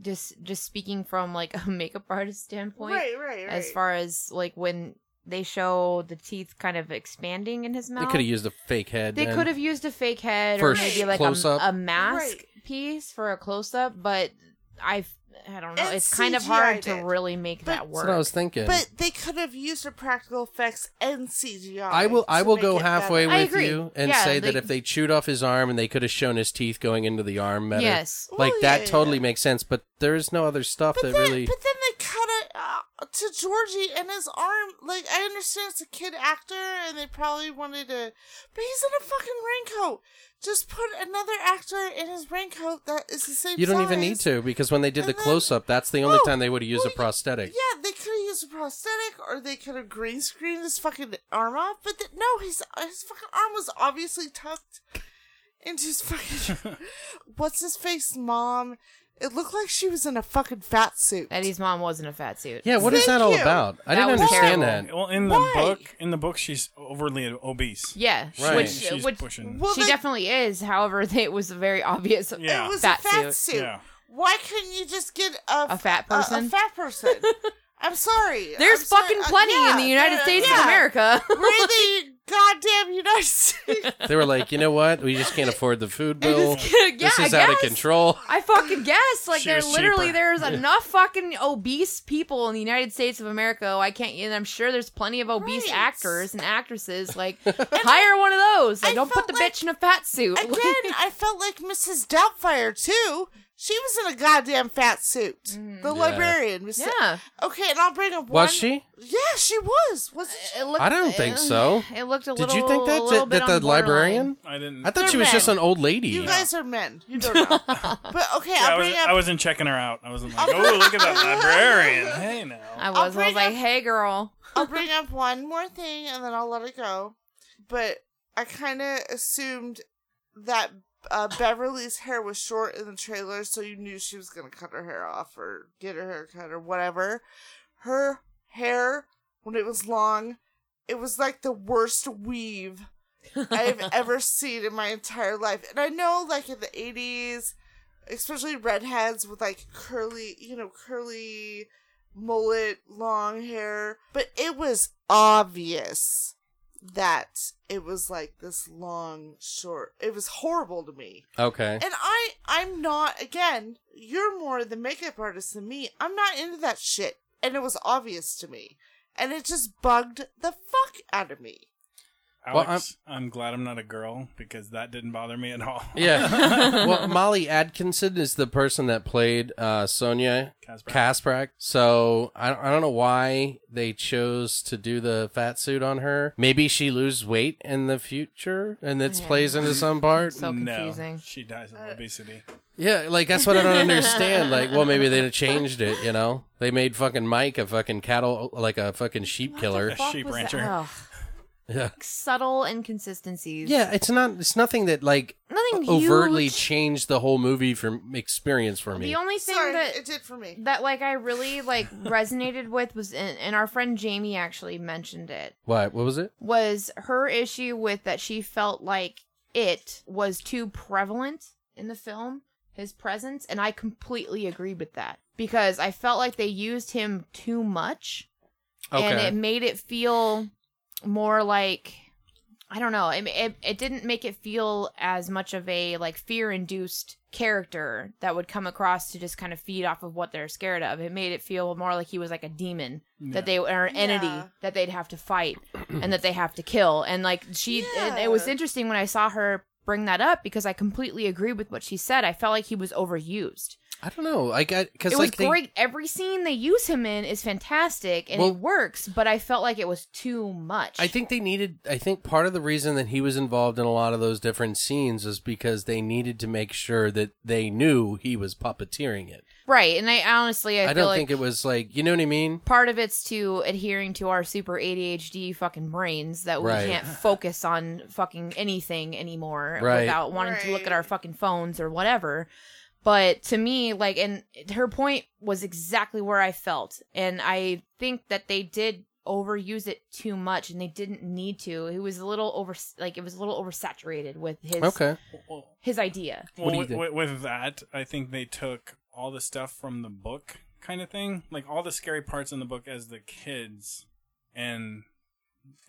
S5: just just speaking from like a makeup artist standpoint
S7: Right, right, right.
S5: as far as like when they show the teeth kind of expanding in his
S1: they
S5: mouth
S1: could have used a fake head.
S5: they
S1: then.
S5: could have used a fake head
S1: For
S5: or
S1: a
S5: maybe like a,
S1: close-up.
S5: a mask
S7: Right.
S5: piece for a close-up but i i don't know
S7: And
S5: it's kind of hard
S7: CGI'd
S5: to
S7: it.
S5: really make
S7: But-
S5: that
S1: That's
S5: work
S1: what I was thinking.
S7: But they could have used the practical effects and CGI.
S1: I will. I
S7: to
S1: will
S7: make
S1: go
S7: it
S1: halfway
S7: better.
S5: I
S1: with
S5: agree.
S1: you and
S5: Yeah,
S1: say that
S5: they-
S1: if they chewed off his arm and they could have shown his teeth going into the arm, better,
S5: Yes.
S1: like
S7: Well,
S1: that
S7: yeah,
S1: totally
S7: yeah.
S1: makes sense. But there is no other stuff
S7: But
S1: that
S7: then,
S1: really.
S7: but then they cut it uh, to Georgie and his arm. Like I understand it's a kid actor, and they probably wanted to, but he's in a fucking raincoat. Just put another actor in his raincoat that is the same.
S1: You don't even need
S7: size.
S1: to because when they did
S7: And
S1: the
S7: then-
S1: close up, that's the only
S7: Oh,
S1: time they would have used
S7: well,
S1: a prosthetic.
S7: Yeah, they could have used a prosthetic, or they could have green screened his fucking arm off. But th- no, his his fucking arm was obviously tucked into his fucking what's his face mom. It looked like she was in a fucking fat suit.
S5: eddie's mom wasn't a fat suit
S1: Yeah, what is
S7: Thank
S1: that all
S7: you.
S1: about? I
S5: That
S1: didn't
S5: was
S1: understand
S5: terrible.
S1: that.
S6: Well, in the
S7: Why?
S6: book, in the book, she's overly obese.
S5: yeah
S1: Right.
S5: which
S6: She's
S5: which
S6: pushing.
S7: Well,
S5: she
S7: they-
S5: definitely is however it was a very obvious
S6: Yeah.
S7: It was
S5: fat
S7: a
S5: suit.
S7: fat suit.
S6: Yeah.
S7: Why couldn't you just get a,
S5: A fat
S7: A,
S5: person?
S7: fat person. I'm sorry.
S5: There's
S7: I'm sorry.
S5: fucking
S7: Uh,
S5: plenty
S7: yeah,
S5: in the United
S7: uh,
S5: States
S7: yeah.
S5: of America.
S7: We're the goddamn United States.
S1: They were like, you know what? We just can't afford the food bill.
S5: can't- yeah,
S1: this
S5: I
S1: is out of
S5: guess.
S1: control.
S5: I fucking guess. Like,
S6: She
S5: there
S6: was
S5: literally
S6: cheaper.
S5: there's enough fucking obese people in the United States of America. oh, I can't. And I'm sure there's plenty of obese
S7: Right.
S5: actors and actresses. Like, hire one of those. Like,
S7: I
S5: don't put
S7: felt
S5: the
S7: like-
S5: bitch in a fat suit.
S7: Again, I felt like Mrs. Doubtfire too. She was in a goddamn fat suit. The librarian. Was
S5: Yeah.
S7: Okay, and I'll bring up one.
S1: Was she?
S7: Yeah, she was. Was
S5: It looked-
S1: I don't think so.
S5: It looked a little.
S1: Did you think
S5: a
S1: that
S5: little
S1: that,
S5: bit
S1: that the
S5: on borderline.
S1: librarian?
S6: I didn't.
S1: I thought she was
S7: Correct.
S1: just an old lady.
S7: you guys are men. You don't know. but okay,
S6: Yeah, I
S7: I'll bring
S6: was.
S7: up.
S6: I wasn't checking her out. I wasn't like, oh, look at that librarian. Hey now.
S5: I was. I
S7: bring
S5: was like,
S7: up-
S5: hey, girl.
S7: I'll bring up one more thing and then I'll let it go. But I kind of assumed that uh, Beverly's hair was short in the trailer, so you knew she was going to cut her hair off or get her hair cut or whatever. Her hair, when it was long, it was like the worst weave I've ever seen in my entire life. And I know, like, in the 80s, especially redheads with like curly, you know, curly mullet, long hair, but it was obvious that it was like this long, short. It was horrible to me.
S1: Okay.
S7: And I, I'm not, again, you're more the makeup artist than me. I'm not into that shit. And it was obvious to me. And it just bugged the fuck out of me.
S1: Well,
S6: Alex, I'm, glad I'm not a girl because that didn't bother me at all.
S1: Yeah. well, Molly Atkinson is the person that played uh, Sonia
S6: Casper.
S1: Kasprak. So I, I don't know why they chose to do the fat suit on her. Maybe she loses weight in the future and this
S5: Yeah.
S1: plays into some part.
S5: So confusing.
S6: No, she dies of obesity.
S1: Yeah, like that's what I don't understand. Like, well, maybe they'd have changed it, you know? They made fucking Mike a fucking cattle, like a fucking sheep killer.
S6: the fuck? sheep
S5: was
S6: rancher.
S5: that? Ugh.
S1: Yeah.
S5: Subtle inconsistencies.
S1: Yeah, it's not, it's nothing that like
S5: Nothing
S1: overtly
S5: huge.
S1: changed the whole movie from experience for me.
S5: The only thing
S7: Sorry,
S5: that
S7: it did for me.
S5: that like I really like resonated with was in, and our friend Jamie actually mentioned it
S1: what? What was it?
S5: was her issue with that she felt like it was too prevalent in the film his presence and I completely agreed with that because I felt like they used him too much and it made it feel more like I don't know. It, it it didn't make it feel as much of a like fear-induced character that would come across to just kind of feed off of what they're scared of. It made it feel more like he was like a demon that they are an entity
S7: Yeah.
S5: that they'd have to fight and that they have to kill. And like she, it, it was
S7: Yeah.
S5: interesting when I saw her bring that up because I completely agree with what she said. I felt like he was overused.
S1: I don't know. Like, I because
S5: it
S1: like
S5: was
S1: they-
S5: great. Every scene they use him in is fantastic and
S1: Well-
S5: it works, but I felt like it was too much.
S1: I think they needed. I think part of the reason that he was involved in a lot of those different scenes is because they needed to make sure that they knew he was puppeteering it.
S5: right, and I honestly I,
S1: I,
S5: feel
S1: don't
S5: like
S1: think it was like you know what I mean.
S5: part of it's to adhering to our super ADHD fucking brains that we
S1: Right.
S5: can't focus on fucking anything anymore
S1: Right.
S5: without wanting to look at our
S7: Right.
S5: fucking phones or whatever. But to me, like, and her point was exactly where I felt. And I think that they did overuse it too much and they didn't need to. It was a little over, like, it was a little oversaturated with his,
S1: Okay,
S6: Well,
S5: his idea.
S1: What do you
S6: with,
S1: think?
S6: with- with that, I think they took all the stuff from the book kind of thing, like all the scary parts in the book as the kids, and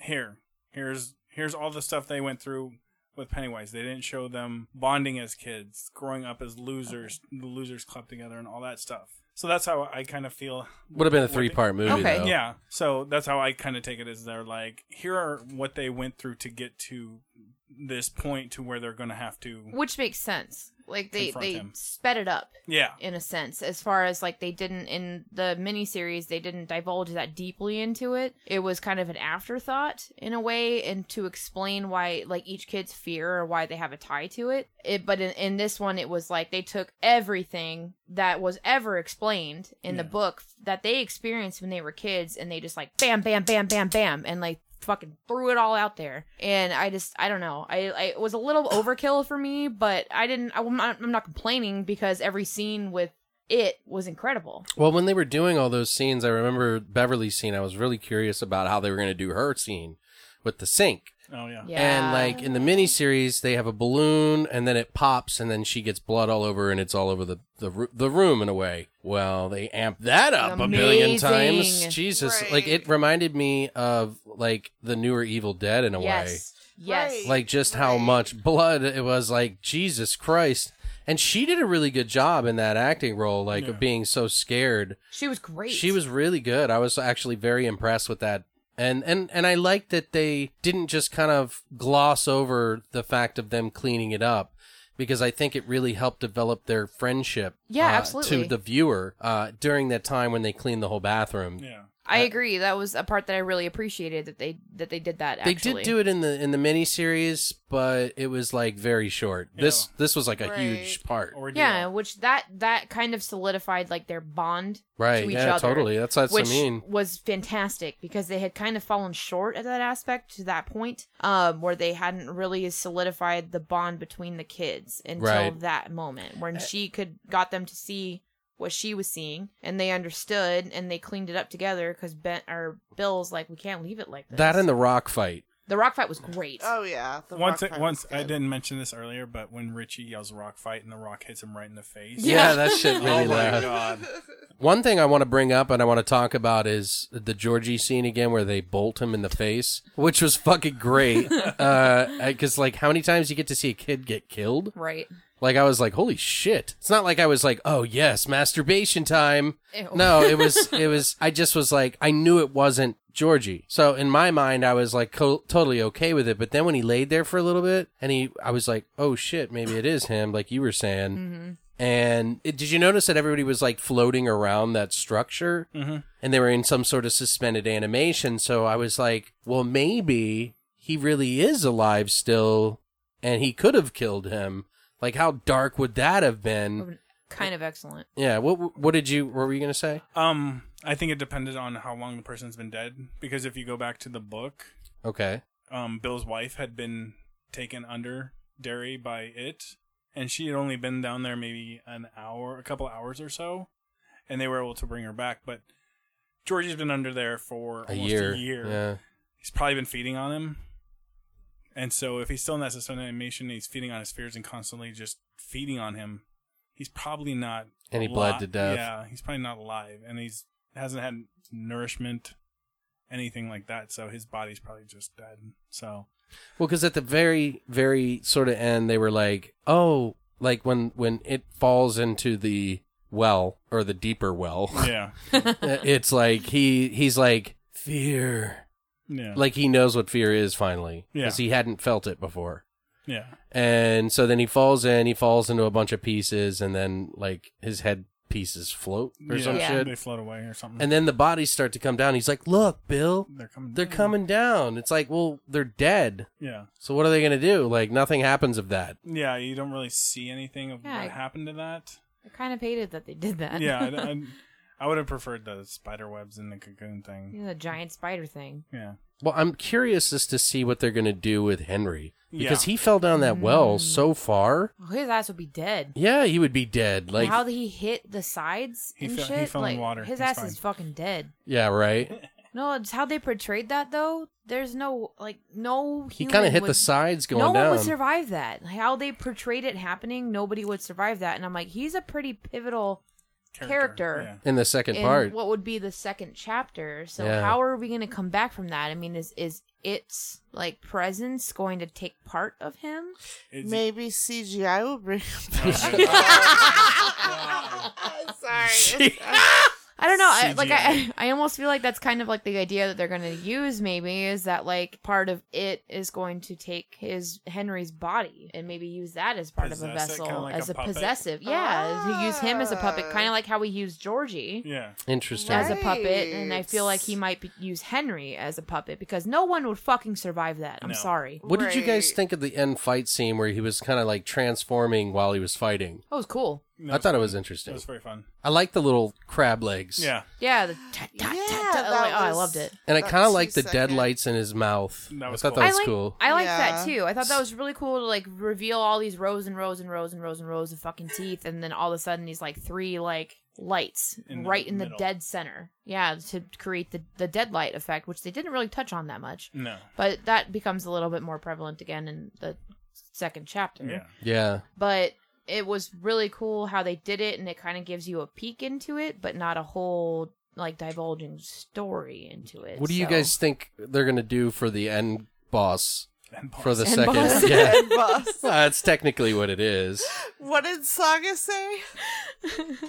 S6: here, here's here's all the stuff they went through with Pennywise. They didn't show them bonding as kids, growing up as losers, the losers club together, and all that stuff. So that's how I kind of feel.
S1: would have been a
S6: with it.
S1: three part movie.
S5: Okay.
S1: though.
S6: Yeah. So that's how I kind of take it is they're like, here are what they went through to get to this point to where they're going to have to.
S5: Which makes sense. Like, they,
S6: Confront
S5: they
S6: him.
S5: sped it up.
S6: Yeah.
S5: in a sense as far as like they didn't in the miniseries they didn't divulge that deeply into it it was kind of an afterthought in a way and to explain why like each kid's fear or why they have a tie to it, it but in, in this one it was like they took everything that was ever explained in the
S6: Yeah.
S5: book that they experienced when they were kids and they just like bam bam bam bam bam and like fucking threw it all out there and i just i don't know i, I it was a little overkill for me but i didn't I'm not, I'm not complaining because every scene with it was incredible
S1: Well, when they were doing all those scenes, I remember Beverly's scene. I was really curious about how they were going to do her scene with the sink.
S6: Oh yeah.
S5: yeah
S1: And like in the miniseries, they have a balloon and then it pops and then she gets blood all over and it's all over the the, ru- the room in a way. Well, they amp that up a million times.
S5: Amazing.
S1: Jesus,
S7: Right.
S1: like it reminded me of like the newer Evil Dead in a
S5: yes yes
S1: way.
S7: Right.
S1: Like just how
S7: Right.
S1: much blood it was like Jesus Christ. And she did a really good job in that acting role like of being so scared.
S5: she was great
S1: She was really good. I was actually very impressed with that. And and and I like that they didn't just kind of gloss over the fact of them cleaning it up because I think it really helped develop their friendship
S5: Yeah,
S1: uh,
S5: absolutely.
S1: to the viewer uh, during that time when they cleaned the whole bathroom.
S6: Yeah.
S5: i agree that was a part that i really appreciated that they that they did that
S1: They
S5: actually.
S1: did do it in the in the miniseries, but it was like very short. This this was like a
S7: Right.
S1: huge part.
S6: Ordeal.
S5: yeah which that that kind of solidified like their bond
S1: Right.
S5: to each
S1: Yeah,
S5: other
S1: totally. That's that's
S5: which
S1: what I mean.
S5: was fantastic because they had kind of fallen short at that aspect to that point um, where they hadn't really solidified the bond between the kids until
S1: Right.
S5: that moment when she could got them to see what she was seeing and they understood and they cleaned it up together because ben or bill's like we can't leave it like this
S1: That and the rock fight.
S5: the rock fight was great
S7: Oh yeah. The
S6: Once,
S7: rock
S6: I,
S7: fight
S6: once
S7: was
S6: I
S7: good.
S6: didn't mention this earlier, but when Richie yells "rock fight" and the rock hits him right in the face.
S1: Yeah, that shit really
S6: Oh my
S1: loud.
S6: god.
S1: One thing I want to bring up and I want to talk about is the Georgie scene again where they bolt him in the face, which was fucking great. Because, like, how many times you get to see a kid get killed?
S5: right
S1: Like, I was like, holy shit. It's not like I was like, oh, yes, masturbation time.
S5: Ew.
S1: No, it was, it was, I just was like, I knew it wasn't Georgie. So in my mind, I was like co- totally okay with it. But then when he laid there for a little bit, and he, I was like, oh shit, maybe it is him, like you were saying. And it, did you notice that everybody was like floating around that structure, mm-hmm. and they were in some sort of suspended animation? So I was like, well, maybe he really is alive still, and he could have killed him. Like, how dark would that have been?
S5: Kind of excellent.
S1: Yeah. What What did you? What were you gonna say?
S6: Um, I think it depended on how long the person's been dead. Because if you go back to the book,
S1: Okay.
S6: um, Bill's wife had been taken under Derry by it, and she had only been down there maybe an hour, a couple hours or so, and they were able to bring her back. But Georgie's been under there for
S1: A
S6: almost
S1: year.
S6: a year.
S1: Yeah.
S6: He's probably been feeding on him, and so if he's still in that suspended animation, he's feeding on his fears and constantly just feeding on him. He's probably not.
S1: And he bled
S6: ali-
S1: to death.
S6: Yeah, he's probably not alive, and he's hasn't had nourishment, anything like that. So his body's probably just dead. So
S1: Well, because at the very, very sort of end, they were like, "Oh, like when when it falls into the well or the deeper well,
S6: yeah,
S1: it's like he he's like fear,
S6: yeah,
S1: like he knows what fear is finally
S6: Yeah.
S1: because he hadn't felt it before."
S6: yeah,
S1: And so then he falls in, he falls into a bunch of pieces, and then like his head pieces float or
S6: yeah.
S1: some
S5: Yeah.
S1: shit.
S6: They float away or something.
S1: And then the bodies start to come down. He's like, "Look, Bill,
S6: they're coming.
S1: they're
S6: down.
S1: coming down." It's like, well, they're dead.
S6: Yeah,
S1: So what are they gonna do? Like nothing happens of that.
S6: yeah. You don't really see anything of
S5: Yeah,
S6: what
S5: I-
S6: happened to that.
S5: I kind of hated that they did that.
S6: Yeah, I, I, I would have preferred the spider webs and the cocoon
S5: You
S6: thing.
S5: know, the giant spider thing.
S6: Yeah,
S1: Well, I'm curious as to see what they're going to do with Henry because
S6: Yeah.
S1: he fell down that
S5: Mm.
S1: well so far.
S5: Oh, his ass would be dead.
S1: Yeah, he would be dead. Like,
S5: How he hit the sides
S6: He
S5: and
S6: fell- he
S5: shit.
S6: fell in
S5: like,
S6: water.
S5: His
S6: He's
S5: ass
S6: fine.
S5: is fucking dead.
S1: yeah, right.
S5: No, it's how they portrayed that though. There's no like no.
S1: He
S5: human
S1: kind of hit the
S5: would-
S1: sides going
S5: no
S1: down.
S5: one would survive that. How they portrayed it happening, nobody would survive that. And I'm like, he's a pretty pivotal Character.
S1: in the second
S5: in
S1: part.
S5: what would be the second chapter. So
S1: Yeah.
S5: how are we going to come back from that? I mean, is is its like presence going to take part of him?
S6: Yeah. It's- uh,
S7: Maybe CGI will bring him back.
S6: Oh,
S7: Sorry.
S5: I don't know. I, like I,
S6: CGI.
S5: I almost feel like that's kind of like the idea that they're going to use. Maybe is that like part of it is going to take his Henry's body and maybe use that as part of a
S6: Possess it,
S5: vessel
S6: kinda like
S5: as
S6: a
S5: a,
S6: puppet? Ah.
S5: possessive. Yeah, to use him as a puppet, kind of like how we use Georgie.
S6: Yeah.
S1: Interesting.
S5: As a puppet, and I
S7: Right.
S5: feel like he might be, use Henry as a puppet because no one would fucking survive that. I'm
S6: No.
S5: sorry.
S1: what did you guys
S7: Right.
S1: think of the end fight scene where he was kind of like transforming while he was fighting?
S5: That was cool.
S1: I thought it was
S6: It
S1: interesting.
S6: was very fun.
S1: I like the little crab legs.
S6: Yeah,
S5: Yeah, the ta- ta- ta-
S7: Yeah,
S5: ta-
S7: that
S5: like, oh, I
S7: was-
S5: loved it.
S1: And I
S7: That
S1: kind of like the dead
S7: two-second-
S1: lights in his mouth.
S6: That was
S1: I thought that
S6: cool.
S5: I
S1: was
S5: like,
S1: cool.
S5: I like that
S7: Yeah.
S5: too. I thought that was really cool to like reveal all these rows and rows and rows and rows and rows of fucking teeth, and then all of a sudden these like three like lights
S6: In the
S5: right in the
S6: middle.
S5: dead center. Yeah, to create the the deadlight effect, which they didn't really touch on that much,
S6: no,
S5: but that becomes a little bit more prevalent again in the second chapter.
S6: yeah,
S1: yeah.
S5: But it was really cool how they did it, and it kind of gives you a peek into it, but not a whole like divulging story into it.
S1: What do you
S5: so-
S1: guys think they're going to do for the end boss
S6: and
S1: for the
S5: End
S1: second?
S5: boss.
S1: Yeah.
S7: Boss.
S1: Well, that's technically what it is.
S7: What did Saga say?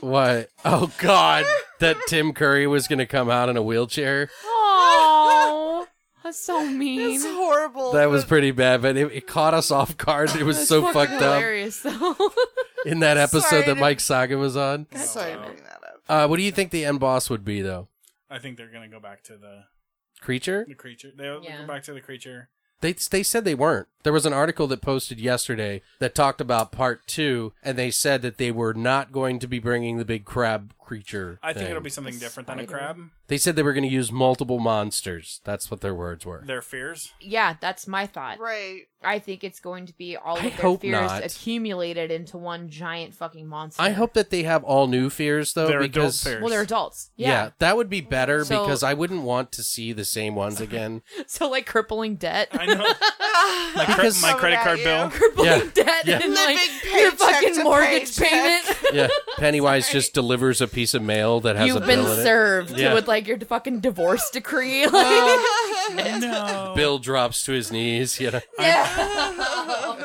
S1: What? Oh God! That Tim Curry was going to come out in a wheelchair.
S5: Oh, that's so mean.
S7: It's horrible.
S1: That was pretty bad, but it, it caught us off guard. It was so fucked up
S5: hilarious, though.
S1: in that episode
S7: Sorry
S1: that
S7: to-
S1: Mike Saga was on.
S7: Sorry to bring that up.
S1: Uh, what do you think the end boss would be, though?
S6: I think they're gonna go back to the
S1: Creature?
S6: the creature. They'll they'll
S5: Yeah.
S6: go back to the creature.
S1: They they said they weren't. There was an article that posted yesterday that talked about part two, and they said that they were not going to be bringing the big crab creature.
S6: I think
S1: thing.
S6: it'll be something different than a
S5: spider.
S6: crab.
S1: They said they were going to use multiple monsters. That's what their words were.
S6: Their fears.
S5: yeah, that's my thought.
S7: Right.
S5: I think it's going to be all of
S1: I
S5: their
S1: hope
S5: fears
S1: not.
S5: accumulated into one giant fucking monster.
S1: I hope that they have all new fears though,
S6: They're adult
S1: because
S6: fears.
S5: Well, they're adults.
S1: yeah.
S5: Yeah.
S1: that would be better
S5: So-
S1: because I wouldn't want to see the same ones again.
S5: So like crippling debt,
S6: I know. my, cre-
S1: Because-
S6: my credit card bill.
S1: yeah,
S5: crippling debt,
S1: Yeah.
S5: and
S7: Living
S5: like your
S7: paycheck
S5: fucking
S7: to
S5: mortgage
S7: paycheck.
S5: payment.
S1: yeah. Pennywise just delivers a piece of mail that has
S5: You've
S1: a
S5: been
S1: bill in it.
S5: served
S1: Yeah. Oh,
S5: with like your fucking divorce decree. Like,
S6: No.
S1: Bill drops to his knees. You know,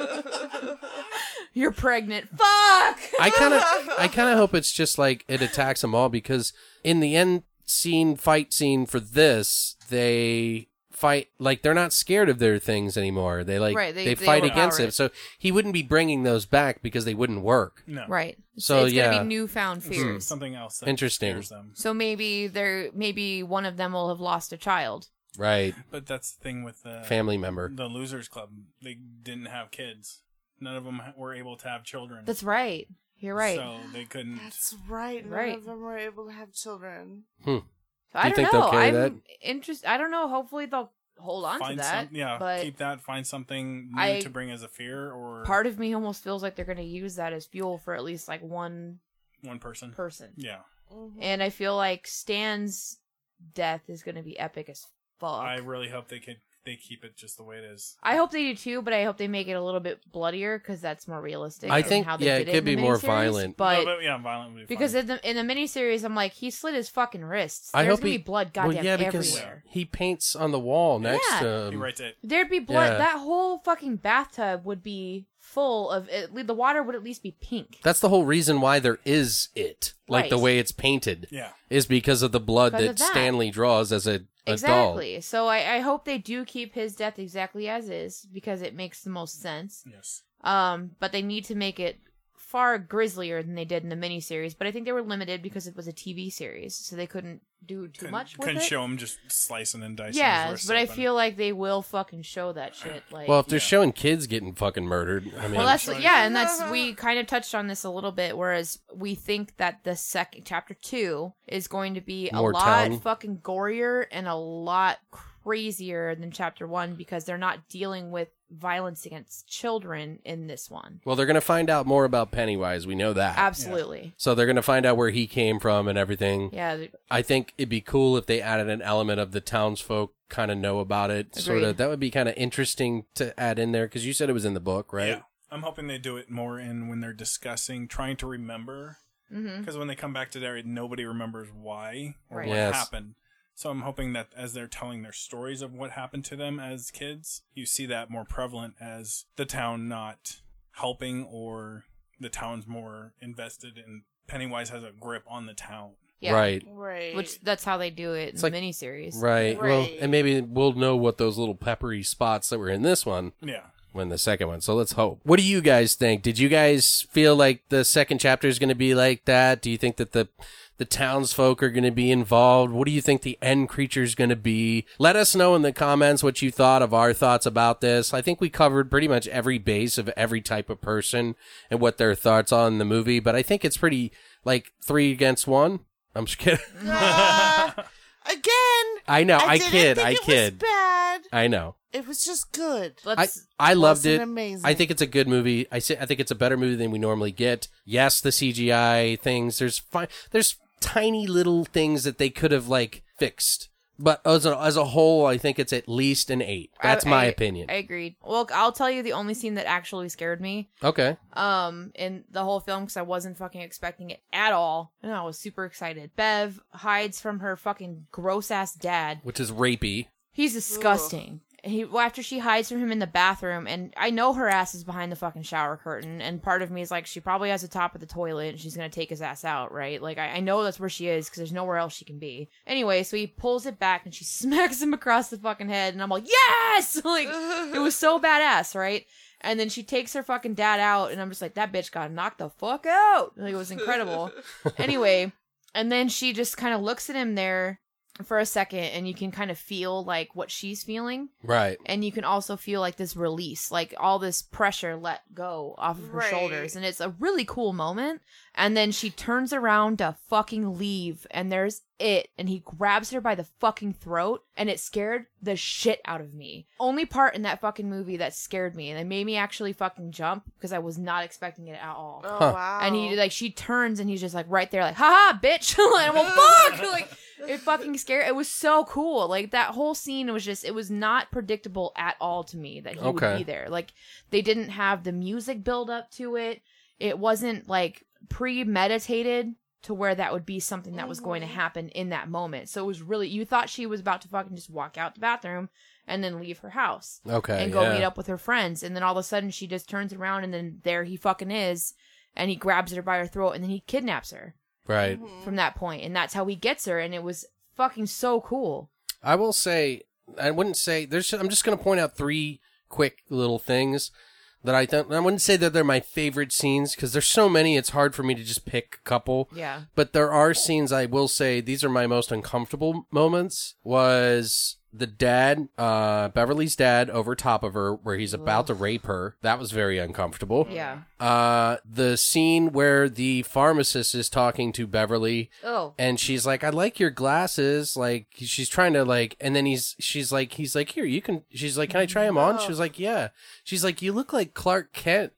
S5: You're pregnant. Fuck.
S1: I kind of, I kind of hope it's just like it attacks them all because in the end scene, fight scene for this, they fight like they're not scared of their things anymore. They like
S5: Right,
S1: they,
S5: they- they
S1: fight
S5: overpower
S1: against it.
S5: it.
S1: So he wouldn't be bringing those back because they wouldn't work.
S6: No.
S5: Right.
S1: So,
S5: it's
S1: yeah.
S5: gonna be newfound fears.
S6: Something else. That
S1: Hmm. Interesting.
S6: scares Them.
S5: So maybe they're maybe one of them will have lost a child.
S1: Right.
S6: But that's the thing with the
S1: Family member.
S6: the losers club. They didn't have kids. None of them were able to have children.
S5: That's right. You're right. So,
S6: So they couldn't.
S7: That's right. None
S5: Right.
S7: of them were able to have children.
S5: I
S1: you
S5: don't
S1: think they'll
S5: know.
S1: carry
S5: I'm
S1: that?
S5: interest. I don't know. Hopefully they'll hold on
S6: find
S5: to that.
S6: some- yeah,
S5: But
S6: keep that. Find something new
S5: I-
S6: to bring as a fear or
S5: part of me almost feels like they're gonna use that as fuel for at least like one
S6: one person.
S5: person.
S6: Yeah,
S7: Mm-hmm.
S5: And I feel like Stan's death is gonna be epic as fuck. I,
S6: I really hope they could they keep it just the way it is.
S5: hope they do too, but I hope they make it a little bit bloodier because that's more realistic.
S1: I
S5: of
S1: think-
S5: how they
S1: yeah,
S5: did
S1: it could
S5: in the
S1: be more
S5: miniseries,
S1: violent.
S5: But
S6: no, but yeah, violent would be
S5: Because
S6: fun.
S5: in the in the miniseries, I'm like, he slit his fucking wrists.
S1: I
S5: There's
S1: hope
S5: gonna
S1: he-
S5: be blood,
S1: Well,
S5: goddamn
S1: yeah, because
S5: everywhere.
S1: he paints on the wall next
S5: Yeah.
S1: to him.
S6: he writes it.
S5: There'd be blood.
S1: Yeah.
S5: That whole fucking bathtub would be full of. It, the water would at least be pink.
S1: That's the whole reason why there is it, like
S5: Right.
S1: the way it's painted,
S6: Yeah,
S1: is because of the blood
S5: Because
S1: that,
S5: of that.
S1: Stanley draws as a
S5: Exactly. So I, I hope they do keep his death exactly as is because it makes the most sense.
S6: yes.
S5: Um, but they need to make it far grislier than they did in the miniseries. But I think they were limited because it was a TV series, so they couldn't do too
S6: Couldn't-
S5: much with
S6: couldn't
S5: it.
S6: show him just slicing and dicing. his
S5: yeah,
S6: wrists
S5: but I
S6: open.
S5: feel like they will fucking show that shit. Like,
S1: adult. Well, if they're showing kids getting fucking murdered, I mean,
S5: Well, that's
S6: sure.
S5: yeah, and that's we kind of touched on this a little bit. Whereas we think that the second chapter two is going to be
S1: More
S5: a lot
S1: tongue.
S5: fucking gorier and a lot crazier than chapter one because they're not dealing with violence against children in this one.
S1: well, they're gonna find out more about Pennywise. We know that.
S5: Absolutely,
S1: so they're gonna find out where he came from and everything.
S5: yeah, th-
S1: I think it'd be cool if they added an element of the townsfolk kind of know about it. Sort of
S5: Agreed.
S1: that would be kind of interesting to add in there because you said it was in the book, right?
S6: Yeah. I'm hoping they do it more in when they're discussing, trying to remember.
S5: mm-hmm,
S6: Because when they come back to there, nobody remembers why or
S5: Right.
S6: what
S1: Yes.
S6: happened. So I'm hoping that as they're telling their stories of what happened to them as kids, you see that more prevalent as the town not helping or the town's more invested in. Pennywise has a grip on the town.
S5: yeah,
S1: Right.
S7: Right.
S5: Which that's how they do it in
S1: It's
S5: the
S1: like-
S5: miniseries.
S1: Right. Well,
S7: Right.
S1: and maybe we'll know what those little peppery spots that were in this one
S6: Yeah.
S1: when the second one. So let's hope. What do you guys think? Did you guys feel like the second chapter is going to be like that? Do you think that the the townsfolk are going to be involved? What do you think the end creature is going to be? Let us know in the comments what you thought of our thoughts about this. I think we covered pretty much every base of every type of person and what their thoughts on the movie, but I think it's pretty like three against one. I'm just kidding.
S7: Ah, again.
S1: I know. I,
S7: didn't
S1: kid.
S7: think
S1: I
S7: it was
S1: kid.
S7: bad.
S1: I know.
S7: It was just good.
S1: I,
S5: Let's
S1: I loved
S7: wasn't
S1: it.
S7: amazing.
S1: I think it's a good movie. I say, I think it's a better movie than we normally get. Yes, the CGI things. There's fine. There's tiny little things that they could have like fixed. But as a, as a whole, I think it's at least an eight. That's
S5: I-
S1: my
S5: I-
S1: opinion.
S5: I agreed. Well, I'll tell you the only scene that actually scared me
S1: okay.
S5: um in the whole film because i wasn't fucking expecting it at all and i was super excited bev hides from her fucking gross ass dad
S1: Which is rapey.
S5: he's disgusting And he, well, after she hides from him in the bathroom and i know her ass is behind the fucking shower curtain and part of me is like she probably has the top of the toilet and she's gonna take his ass out right like i, I know that's where she is because there's nowhere else she can be anyway so he pulls it back and she smacks him across the fucking head and i'm like yes like it was so badass right and then she takes her fucking dad out, and I'm just like, that bitch got knocked the fuck out. Like, it was incredible. anyway, and then she just kind of looks at him there for a second, and you can kind of feel like what she's feeling.
S1: Right.
S5: And you can also feel like this release, like all this pressure let go off of her
S7: Right.
S5: shoulders. And it's a really cool moment. And then she turns around to fucking leave, and there's it. And he grabs her by the fucking throat, and it scared the shit out of me. Only part in that fucking movie that scared me, and it made me actually fucking jump because I was not expecting it at all.
S7: Oh
S1: Huh.
S7: wow.
S5: And he like she turns and he's just like right there like haha bitch and I'm like fuck like it fucking scared it was so cool like that whole scene was just it was not predictable at all to me that he
S1: Okay.
S5: would be there like they didn't have the music build up to it it wasn't like premeditated to where that would be something that was going to happen in that moment so it was really you thought she was about to fucking just walk out the bathroom and then leave her house
S1: Okay.
S5: and go
S1: Uh, yeah.
S5: meet up with her friends. And then all of a sudden, she just turns around, and then there he fucking is, and he grabs her by her throat, and then he kidnaps her
S1: Right.
S5: Mm-hmm. from that point, and that's how he gets her. And it was fucking so cool.
S1: I will say, I wouldn't say there's. I'm just going to point out three quick little things that I think. I wouldn't say that they're my favorite scenes because there's so many. It's hard for me to just pick a couple.
S5: Yeah.
S1: But there are scenes I will say these are my most uncomfortable moments. Was the dad, uh, Beverly's dad, over top of her where he's about to rape her? That was very uncomfortable.
S5: Yeah.
S1: Uh, the scene where the pharmacist is talking to Beverly
S5: Oh.
S1: and she's like i like your glasses like she's trying to like and then he's she's like he's like here you can she's like can i try them on she was like yeah she's like you look like clark kent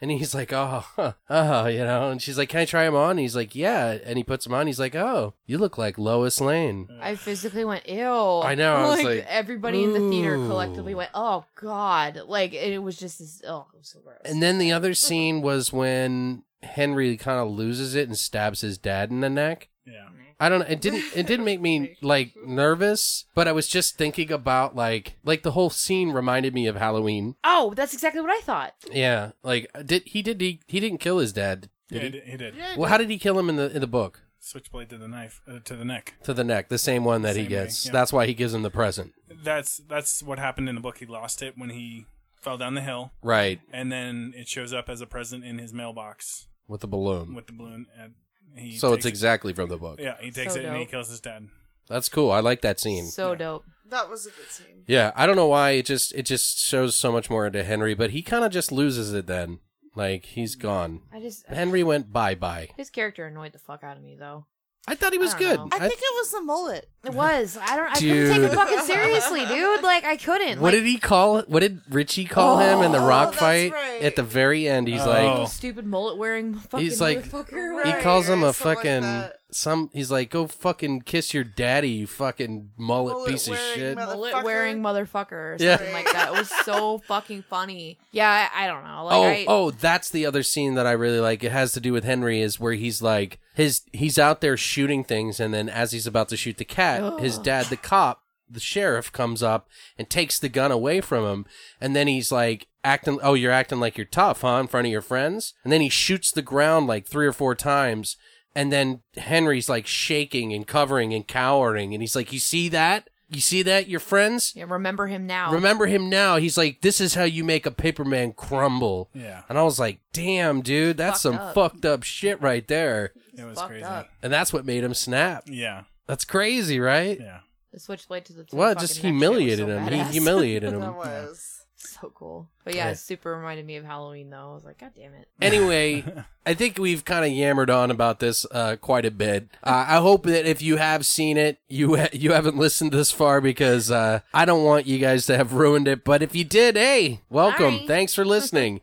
S1: and he's like oh huh, oh you know and she's like can i try them on he's like yeah and he puts them on he's like oh you look like lois lane
S5: I physically went ew. I
S1: know, I was like,
S5: everybody in the theater
S1: ooh.
S5: collectively went, "Oh God!" Like it was just this. Oh, it was so gross.
S1: and then the other scene was when henry kind of loses it and stabs his dad in the neck
S6: Yeah.
S1: I don't know. It didn't. It didn't make me like nervous, but I was just thinking about like like the whole scene reminded me of Halloween.
S5: oh, that's exactly what I thought.
S1: Yeah, like uh, did he did he he didn't kill his dad? Did
S6: yeah,
S1: he?
S6: he? he did.
S1: Well, how did he kill him in the in the book?
S6: Switchblade to the knife, uh, to the neck.
S1: To the neck, the same one that he
S6: Same way,
S1: gets.
S6: yeah.
S1: That's why he gives him the present.
S6: That's that's what happened in the book. He lost it when he fell down the hill,
S1: Right,
S6: and then it shows up as a present in his mailbox
S1: with the balloon.
S6: with the balloon. And he
S1: so it's
S6: takes
S1: exactly from the book.
S6: It. Yeah, he takes
S5: So
S6: it and he
S5: dope.
S6: kills his dad.
S1: That's cool. I like that scene.
S5: So dope.
S7: That was a good scene.
S1: Yeah, I don't know why it just it just shows so much more into Henry, but he kind of just loses it then. Like he's gone.
S5: I just
S1: Henry went bye bye.
S5: his character annoyed the fuck out of me though.
S1: I thought he was
S5: I
S1: good.
S5: don't
S7: I think it was the mullet.
S5: It was. I don't. I couldn't take
S1: Dude.
S5: it fucking seriously, dude. Like I couldn't.
S1: What
S5: like,
S1: did he call? What did Richie call him in the rock
S7: Oh, that's
S1: fight
S7: right.
S1: at the very end? He's
S6: Oh.
S1: like,
S5: little stupid mullet wearing fucking
S1: He's like-
S5: motherfucker.
S1: he
S7: Right,
S1: calls him
S7: or
S1: a
S7: something like
S1: fucking
S7: that.
S1: some. He's like, go fucking kiss your daddy, you fucking mullet,
S7: Mullet
S1: piece of
S7: wearing
S1: shit.
S7: mother-
S5: mullet wearing motherfucker or
S1: Yeah.
S5: something like that. It was so fucking funny. Yeah, I, I don't know. Like
S1: oh,
S5: I,
S1: oh, that's the other scene that I really like. It has to do with Henry, is where he's like his he's out there shooting things, and then as he's about to shoot the cat, his dad, the cop, the sheriff, comes up and takes the gun away from him, and then he's like acting. Oh, you're acting like you're tough, huh, in front of your friends, and then he shoots the ground like three or four times. And then Henry's like shaking and covering and cowering. And he's like, You see that? You see that, your friends?
S5: Yeah, remember him now.
S1: Remember him now. He's like, this is how you make a Paperman crumble.
S6: Yeah.
S1: And I was like, damn, dude, that's some
S5: up.
S1: fucked up shit right there.
S6: It was
S5: fucked
S6: crazy.
S5: up.
S1: And that's what made him snap.
S6: Yeah,
S1: That's crazy, right?
S6: yeah.
S5: the switchblade to the to
S1: Well,
S5: the
S1: just
S5: fucking neck shit was
S1: humiliated him.
S5: so
S1: He
S5: badass.
S1: humiliated
S7: That
S1: him.
S7: was.
S5: so cool. But yeah,
S1: Yeah.
S5: it super reminded me of Halloween though. I was like, God damn it.
S1: anyway, I think we've kind of yammered on about this uh, quite a bit. Uh, I hope that if you have seen it, you ha- you haven't listened this far because uh, I don't want you guys to have ruined it. But if you did, hey, welcome.
S5: Sorry.
S1: Thanks for listening.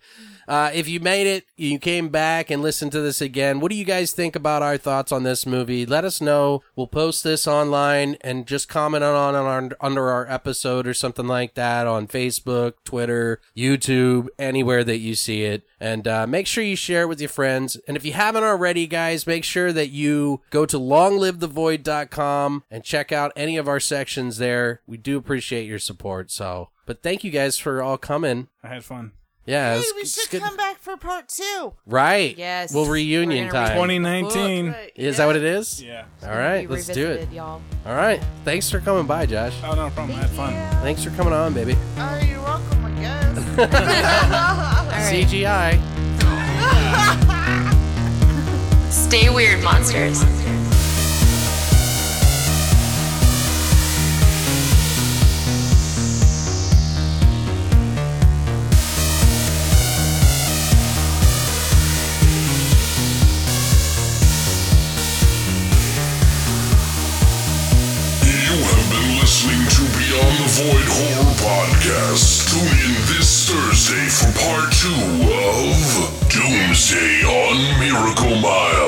S1: Uh, if you made it, you came back and listened to this again. What do you guys think about our thoughts on this movie? Let us know. We'll post this online and just comment on on our, under our episode or something like that on Facebook, Twitter, YouTube, anywhere that you see it. And uh, make sure you share it with your friends. And if you haven't already, guys, make sure that you go to longlivethevoid.com and check out any of our sections there. We do appreciate your support. So, but thank you guys for all coming.
S6: I had fun.
S1: Yeah,
S7: Hey,
S1: it's-
S7: we
S1: it's
S7: should
S1: good-
S7: come back for part two.
S1: Right.
S5: Yes.
S1: Well,
S5: We're
S1: reunion
S5: gonna
S1: time.
S5: re-
S6: 2019.
S7: Right.
S1: Is that what it is?
S6: Yeah.
S1: All right,
S5: We
S1: let's do it.
S5: revisited, y'all.
S1: All right. Thanks for coming by, Josh.
S6: Oh no problem. I had fun.
S1: Thanks for coming on, baby.
S7: Oh, you're welcome, I guess.
S1: CGI.
S4: Stay weird, monsters.
S3: You have been listening to Beyond the Void Horror Podcast. Tune in this Thursday for part two of Doomsday on Miracle Mile.